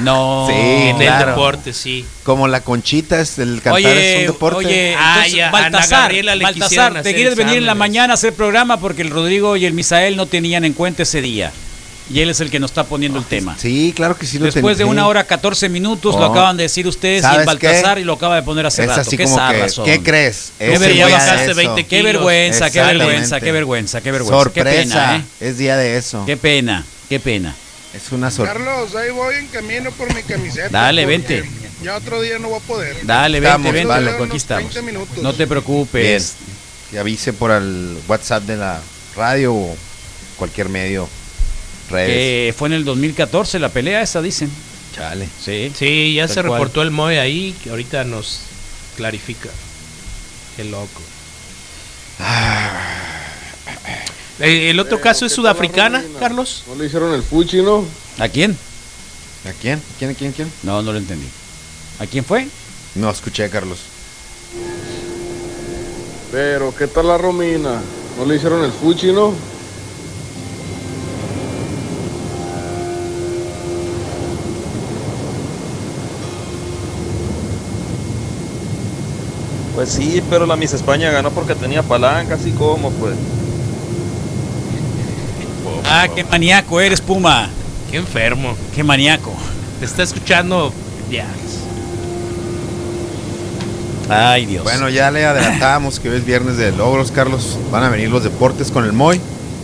F: No,
J: Sí,
H: en el
J: claro.
H: deporte, sí.
J: Como la conchita es el cantar
F: Oye,
J: es un deporte.
F: oye,
H: Ah,
F: Eh, entonces,
H: ya, Ana
F: Baltasar,
H: Gabriela le
F: Baltasar,
H: quisieron
F: te
H: hacer
F: quieres venir en la
H: exámenes.
F: mañana a hacer programa porque el Rodrigo y el Misael no tenían en cuenta ese día. Y él es el que nos está poniendo el tema.
J: Sí, claro que sí lo
F: Después de
J: tenía.
F: una hora 14 minutos lo
J: Oh.
F: acaban de decir ustedes y el
J: ¿Sabes
F: Baltasar
J: qué?
F: y lo acaba de poner hace
J: Es
F: rato.
J: así
F: qué
J: como
F: zarra
J: que,
F: son.
J: ¿qué crees?
F: Qué
J: Ese
F: vergüenza,
J: día de
F: qué
J: eso.
F: Qué vergüenza, qué vergüenza, qué
J: Exactamente.
F: vergüenza, qué vergüenza. Qué
J: Sorpresa,
F: pena, ¿eh?
J: es día de eso.
F: Qué pena, qué pena.
J: Es una sorpresa.
T: Carlos, ahí voy en camino por mi camiseta.
F: Dale,
T: porque
F: vente.
T: Ya otro día no voy a poder.
F: Dale, vente,
J: Estamos,
F: vente,
J: vale.
F: loco, aquí estamos.
T: 20 minutos.
F: No te
J: Bien.
F: preocupes.
J: Que avise por el WhatsApp de la radio o cualquier medio. Redes.
F: Que fue en el 2014 la pelea esa, dicen.
J: Chale.
F: Sí.
H: Sí, ya
F: Tal
H: se
F: cual.
H: reportó el MOE ahí, que ahorita nos clarifica. Qué loco. Eh, el otro caso es sudafricana, Carlos.
T: No le hicieron el fuchi, ¿no?
F: ¿A quién?
J: ¿A quién? ¿Quién, quién, quién?
F: No, no lo entendí. ¿A quién fue?
J: No, escuché, Carlos.
T: Pero, ¿qué tal la Romina? No le hicieron el fuchi, ¿no?
V: Pues sí, pero la Miss España ganó porque tenía palanca, así como, pues.
F: Ah, qué maníaco eres, Puma.
H: Qué enfermo.
F: Qué maníaco.
H: Te está escuchando. Diablos.
F: Ay, Dios.
J: Bueno, ya le adelantábamos que hoy es viernes de logros, Carlos. Van a venir los deportes con el Moy.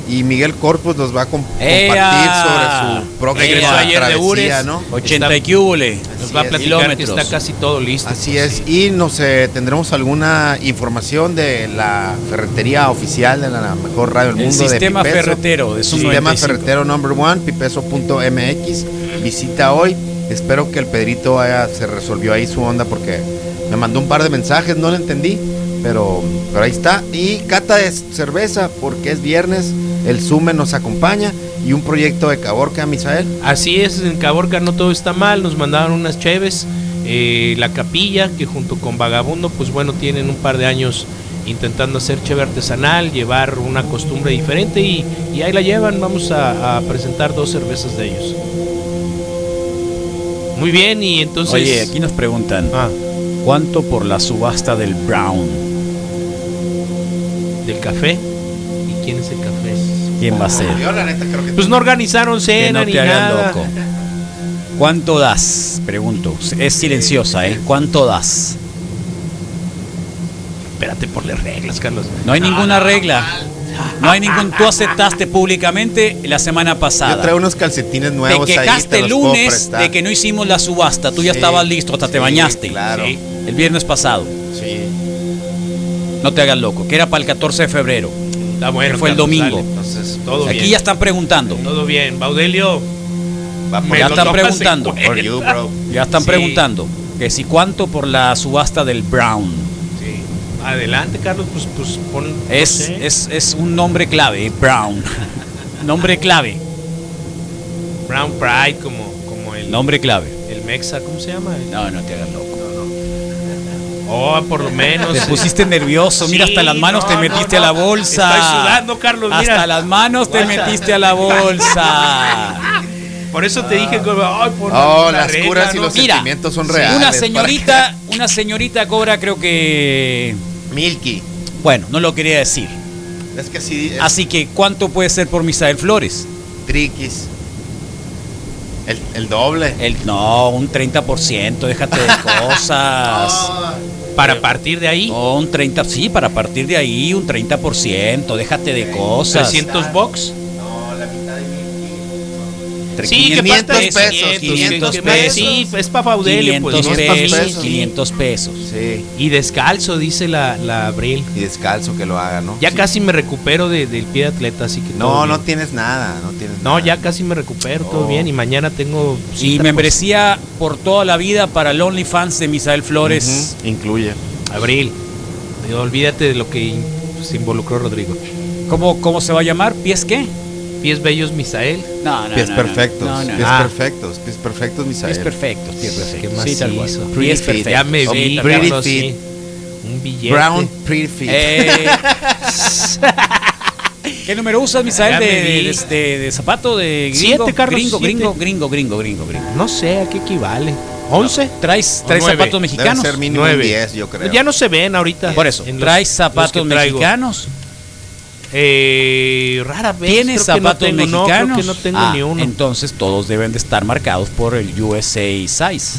J: Y Miguel Corpus nos va a com- compartir sobre su próxima
H: Regresó ayer de
J: travesía,
H: Ures.
J: ¿no?
F: 80 y cúbole.
H: Nos va a
J: es.
H: platicar que
J: Kilómetros.
H: está casi todo listo.
J: Así es, y nos eh, tendremos alguna información de la ferretería oficial de la mejor radio del
F: El
J: mundo.
F: sistema
J: de Pipeso.
F: ferretero de Zoom
J: Sistema
F: 95.
J: ferretero number one, pipeso.mx. Visita hoy. Espero que el Pedrito haya- se resolvió ahí su onda porque me mandó un par de mensajes, no lo entendí, pero, pero ahí está. Y cata de cerveza porque es viernes, el Sume nos acompaña y un proyecto de Caborca, Misael.
H: Así es, en Caborca no todo está mal, nos mandaron unas cheves, eh, la capilla, que junto con Vagabundo, pues bueno, tienen un par de años intentando hacer cheve artesanal, llevar una costumbre diferente y, y ahí la llevan, vamos a, a presentar dos cervezas de ellos. Muy bien, y entonces... Ah.
F: Oye, aquí nos preguntan. ¿Cuánto por la subasta del Brown?
H: ¿Del café? ¿Y quién es el café?
F: ¿Quién va a ser?
J: Yo la neta creo que
H: Pues no organizaron
F: Que
H: cena
F: no
H: ni
F: te hagas
H: nada.
F: loco. ¿Cuánto das? Pregunto. Es silenciosa, ¿eh? ¿Cuánto das?
H: Espérate por las reglas, Carlos.
F: No hay ninguna regla. No hay ningún. Tú aceptaste públicamente la semana pasada.
J: Yo traigo unos calcetines nuevos
F: te
J: ahí,
F: quejaste
J: te
F: el
J: los puedo
F: lunes
J: prestar.
F: de que no hicimos la subasta. Tú ya
J: Sí,
F: estabas listo, hasta te
J: sí,
F: bañaste.
J: claro.
F: Sí. El viernes pasado.
J: Sí.
F: No te hagas loco, que era para el 14 de febrero. que fue el
H: Carlos,
F: domingo.
H: dale, Ah, entonces, todo
F: Aquí
H: bien.
F: ya están preguntando.
H: Todo bien. Baudelio. me
F: ya
H: lo
F: están
H: tocas en
F: preguntando.
H: cuenta.
F: Ya están
H: Sí.
F: preguntando. Que si cuánto por la subasta del Brown.
H: Sí. Adelante, Carlos, pues, pues pon. no
F: Es,
H: sé.
F: es, es un nombre clave, Brown. nombre clave.
H: Brown Pride, como, como el,
F: Nombre clave.
H: el Mexa, ¿cómo se llama?
F: No, no te hagas loco.
H: Oh, por lo menos.
F: Te pusiste nervioso, mira, hasta las manos te metiste a la bolsa.
H: Estoy sudando, Carlos,
F: Hasta
H: mira.
F: las manos te
H: Guacha.
F: metiste a la bolsa.
H: Por eso te dije, como, ay, por
J: Oh,
H: la
J: las
H: regla,
J: curas y
H: ¿no?
J: los
F: Mira,
J: sentimientos son
F: sí,
J: reales.
F: Una
J: ¿para
F: señorita, una señorita cobra creo que
J: Milky.
F: Bueno, no lo quería decir.
J: qué? Es que sí. es
F: Así que ¿cuánto puede ser por Misael Flores?
J: Triquis. El, el doble.
F: El no, un 30%, déjate de cosas.
H: Para partir de ahí.
F: No, un 30, sí, para partir de ahí un 30%, déjate de cosas.
H: 300 box.
F: Entre
H: Sí, que
F: 500
H: falta de
F: pesos,
H: 500
F: 500
H: pesos.
F: pesos.
H: Sí, es para Faudelio.
F: 500
H: pues,
F: pesos, 500 pesos.
J: Sí.
H: Y descalzo, dice la, la Abril.
J: Y descalzo que lo haga, ¿no?
H: Ya casi me recupero de- del pie de atleta, así que. todo
J: No, no
H: bien.
J: tienes nada, no tienes
H: No, ya casi me recupero, todo
J: Oh.
H: bien. Y mañana tengo.
F: Y
H: cita, pues,
F: membresía por toda la vida para el OnlyFans de Misael Flores.
J: Incluye.
H: pues, Abril. eh, Olvídate de lo que in- se involucró Rodrigo.
F: ¿Cómo, ¿Cómo se va a llamar? ¿Pies qué?
H: Pies bellos, Misael.
F: No, no,
J: Pies
F: no, no.
J: perfectos,
F: No, no,
J: pies
F: no.
J: perfectos, pies perfectos, Misael.
F: Pies perfectos, pies perfectos.
H: ¿Qué más
F: Sí, tal cual.
H: hizo?
F: Pies
J: Pretty
F: perfectos.
J: fit.
H: Ya me vi,
J: Oh, pretty
H: Carlos,
J: fit.
H: sí. Un billete.
J: Brown pretty fit.
F: Eh, ¿Qué número usas, Misael,
H: Ya
F: de,
H: me vi.
F: de, este, de- de zapato? De gringo,
H: Siete, Carlos,
F: gringo,
H: siete.
F: gringo, gringo, gringo, gringo, gringo.
H: No sé a qué equivale. ¿11?
F: ¿Traes,
H: O
F: traes zapatos
H: nueve.
J: Debe
F: mexicanos?
J: ser mínimo
H: Nueve. Pues
J: 10, yo creo.
H: Ya no se ven ahorita.
F: Por eso,
H: en los-
F: ¿traes
H: los que
F: zapatos
H: traigo.
F: mexicanos?
H: Eh, rara vez.
F: ¿Tienes
H: creo que
F: zapatos
H: no tengo,
F: mexicanos?
H: No, creo que no tengo
F: Ah,
H: ni uno.
F: Entonces todos deben de estar marcados por el USA Size.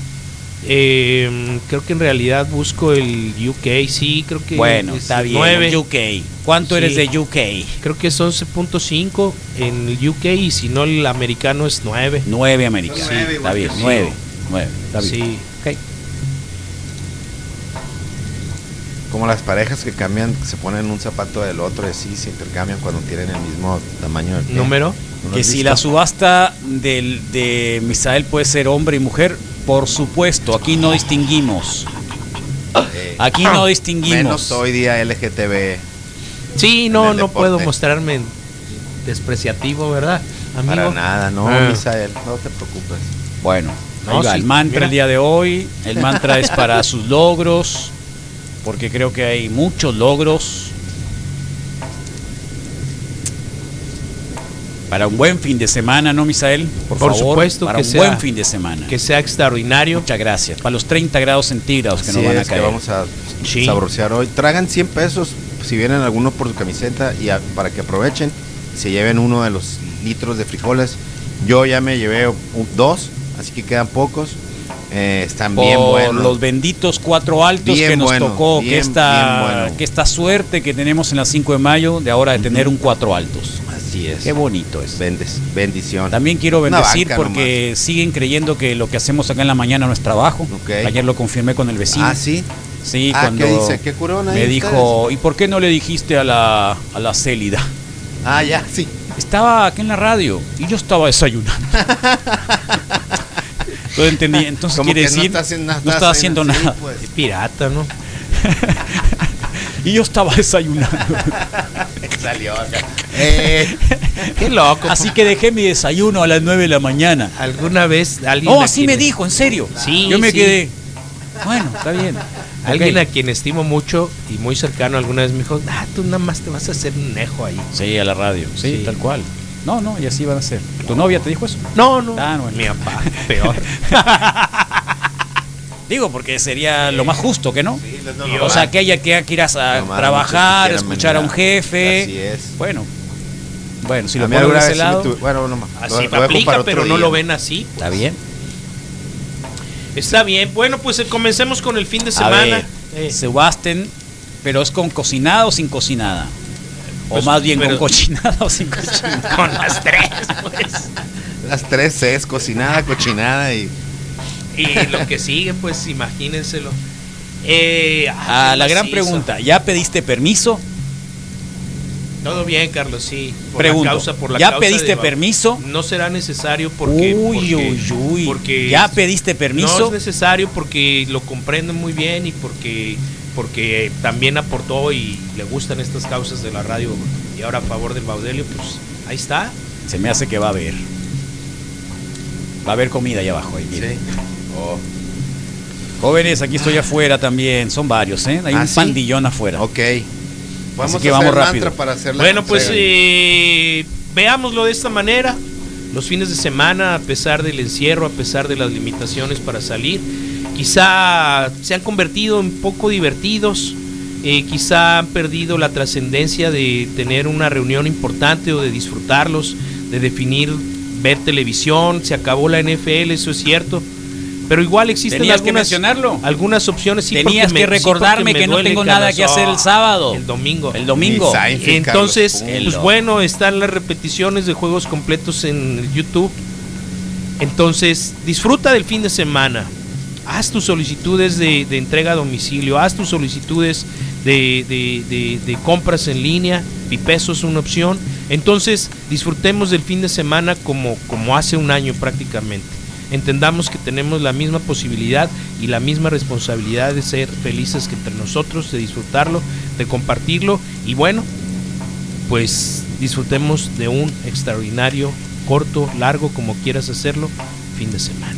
H: Eh, creo que en realidad busco el UK, sí, creo que.
F: bueno,
H: es
F: está bien.
H: nueve.
F: UK. ¿Cuánto
H: Sí.
F: eres de UK?
H: Creo que es 11.5 en el UK y si no, el americano es 9.
F: Nueve americanos.
H: Nueve,
F: está
H: igual
F: bien,
H: que yo.
F: nueve. Nueve, está bien.
H: Sí.
J: Como las parejas que cambian, que se ponen un zapato del otro y así se intercambian cuando tienen el mismo tamaño del pie.
H: ¿Número?
J: ¿No lo
F: Que
J: has
F: si
J: visto?
F: la subasta del, de Misael puede ser hombre y mujer, por supuesto, aquí no distinguimos.
J: Eh,
F: Aquí no distinguimos.
J: Menos hoy día LGTB.
H: Sí,
J: En
H: no,
J: el
H: no
J: deporte.
H: puedo mostrarme despreciativo, ¿verdad? Amigo.
J: Para nada, no,
H: Ah.
J: Misael, no te preocupes.
F: Bueno,
H: No,
F: ahí va,
H: sí,
F: el mantra
H: mira.
F: el día de hoy, el mantra es para sus logros, porque creo que hay muchos logros. Para un buen fin de semana, ¿no, Misael? Por,
H: Por
F: favor,
H: supuesto
F: para
H: que
F: un
H: sea.
F: buen fin de semana.
H: Que sea extraordinario.
F: Muchas gracias. Para los 30 grados centígrados que
J: Así
F: nos van a
J: es, que
F: caer.
J: vamos a
F: Sí.
J: sabrosear hoy. Tragan 100 pesos si vienen algunos por su camiseta y a- para que aprovechen, se lleven uno de los litros de frijoles. Yo ya me llevé un- dos, así que quedan pocos. Eh, están
F: por
J: bien buenos.
F: los benditos cuatro altos
J: Bien
F: que nos
J: bueno,
F: tocó, que,
J: bien,
F: esta,
J: bien bueno.
F: que esta suerte que tenemos en la 5 de mayo de ahora de tener un cuatro altos.
J: Así es.
F: Qué bonito es.
J: Bendes- bendición.
F: También quiero
J: Una
F: bendecir
J: banca
F: porque siguen creyendo que lo que hacemos acá en la mañana no es trabajo.
J: Ok.
F: Ayer lo confirmé con el vecino.
J: Ah, sí.
F: Sí,
J: Ah,
F: cuando
J: ¿qué dice? ¿Qué curón ahí
F: me
J: ustedes?
F: dijo, ¿y por qué no le dijiste a la, a la Célida?
J: Ah, ya, sí.
H: Pues
F: Estaba aquí en la radio y yo estaba desayunando. Todo entendí. Entonces
J: Como
F: quiere
J: que no
F: decir,
J: está haciendo nada,
F: no
J: está
F: estaba haciendo
J: haciendo así,
F: nada.
J: pues.
H: Es pirata, ¿no?
F: Y yo estaba desayunando.
J: Salió acá. Eh,
H: Qué loco.
F: Así que dejé mi desayuno a las 9 de la mañana.
H: Alguna vez alguien.
F: Oh,
H: a
F: así
H: quien-
F: me dijo, en serio.
H: Sí,
F: yo me
H: sí.
F: quedé. Bueno, está bien.
H: Alguien
F: Ok.
H: a quien estimo mucho y muy cercano alguna vez me dijo, ah, tú nada más te vas a hacer un ejo ahí.
F: Sí, a la radio. Sí,
H: Sí.
F: tal cual. No, no, y así van a ser.
H: Ah,
F: ¿Tu novia te dijo eso?
H: No, no.
F: Ah, no,
H: Mi papá, peor.
F: Digo, porque sería lo más justo que no.
H: no lo
F: o sea,
H: van.
F: que haya que que ir a sa-
H: Tomar
F: trabajar,
H: mucho que quieran
F: escuchar a un
H: manejar.
F: jefe.
H: Así
J: es.
F: Bueno, bueno, si
J: A
F: lo
J: mí
F: pongo de
J: alguna
F: ese
J: vez sí me
F: lado.
J: tuve- bueno, no más. Lo-
H: Así
J: lo dejo para
H: aplica,
J: otro
H: pero no
J: día.
H: lo ven así.
F: Está bien.
H: Está bien. Bueno, pues eh, comencemos con el fin de
F: A ver,
H: semana. Eh,
F: Sebastián, pero es con cocinada o sin cocinada. O
H: Pues,
F: más bien
H: pero-
F: con cochinada o sin cochinada.
H: con las tres, pues.
J: Las tres Cs, cocinada, cochinada y.
H: Y lo que sigue, pues imagínenselo. Eh, ah,
F: Ah, la gran
H: macizo.
F: pregunta, ¿ya pediste permiso?
H: Todo bien, Carlos, sí. Por
F: Pregunto,
H: la causa, por la
F: ¿ya
H: causa
F: pediste
H: de-
F: permiso?
H: No será necesario porque.
F: Uy,
H: porque-
F: uy, uy.
H: porque-
F: ¿Ya pediste
H: No
F: permiso?
H: es necesario porque lo comprenden muy bien y porque, porque también aportó y le gustan estas causas de la radio y ahora a favor del Baudelio, pues ahí está.
F: Se me hace que va a haber. Va a haber comida allá abajo. Ahí, miren. Jóvenes, aquí estoy afuera también. Son varios, ¿eh? Hay
J: ¿Ah,
F: un
J: sí?
F: pandillón afuera.
J: Ok. Vamos
F: Así que
J: a
F: vamos
J: hacer
F: rápido.
J: mantra para hacer la
H: Bueno, pues
J: entrega.
H: eh, veámoslo de esta manera. Los fines de semana, a pesar del encierro, a pesar de las limitaciones para salir, quizá se han convertido en poco divertidos, eh, quizá han perdido la trascendencia de tener una reunión importante o de disfrutarlos, de definir ver televisión, se acabó la NFL, eso es cierto. Pero igual existen
F: Tenías que
H: algunas,
F: mencionarlo.
H: algunas opciones. sí,
F: Tenías
H: porque
F: que
H: me- sí, porque
F: recordarme
H: me
F: que no
H: duele,
F: tengo nada
H: Carlos.
F: que hacer el sábado.
H: El domingo.
F: El domingo.
H: Ni Seinfeld, Entonces, Carlos, pues
F: El-
H: bueno, están las repeticiones de juegos completos en YouTube. Entonces, disfruta del fin de semana. Haz tus solicitudes de, de entrega a domicilio, haz tus solicitudes de, de- de- de compras en línea. Pipeso es una opción. Entonces, disfrutemos del fin de semana como, como hace un año prácticamente. Entendamos que tenemos la misma posibilidad y la misma responsabilidad de ser felices que entre nosotros, de disfrutarlo, de compartirlo. Y bueno, pues disfrutemos de un extraordinario, corto, largo, como quieras hacerlo, fin de semana.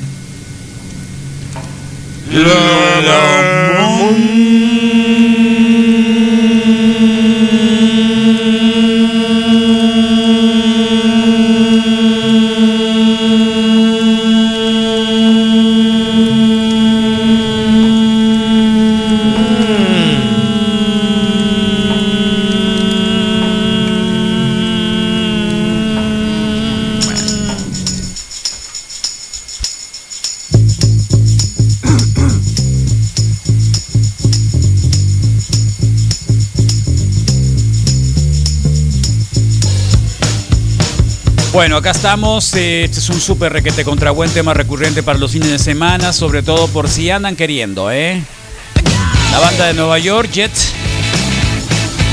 F: Bueno, acá estamos. eh, Este es un súper requete contra buen tema recurrente para los fines de semana, sobre todo por si andan queriendo, ¿eh? La banda de Nueva York, Jet.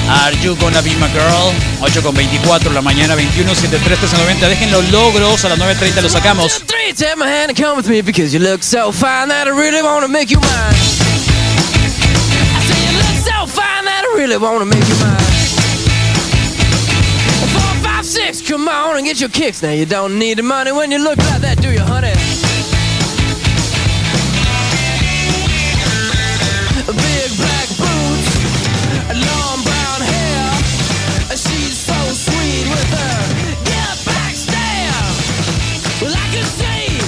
F: Are you gonna be my girl? 8 con 24, la mañana 21, 73, 1390. Dejen los logros, a las 9.30 los sacamos.
B: Three, take my hand and come with me because you look so fine that I really want to make you mine. I say you look so fine that I really want to make you mine. Four, five, six, come on and get your kicks. Now you don't need the money when you look like that, do you, honey? Big black boots, long brown hair. She's so sweet with her. Get back stare. Well, I can see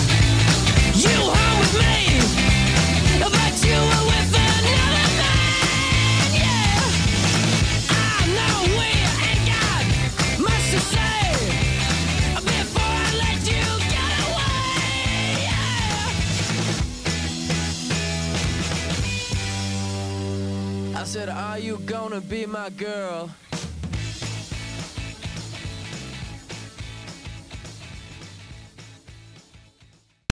B: you hung with me, but you were with another man. Yeah, I know we ain't got much to say before I let you get away. Yeah. I said, Are you gonna be my girl?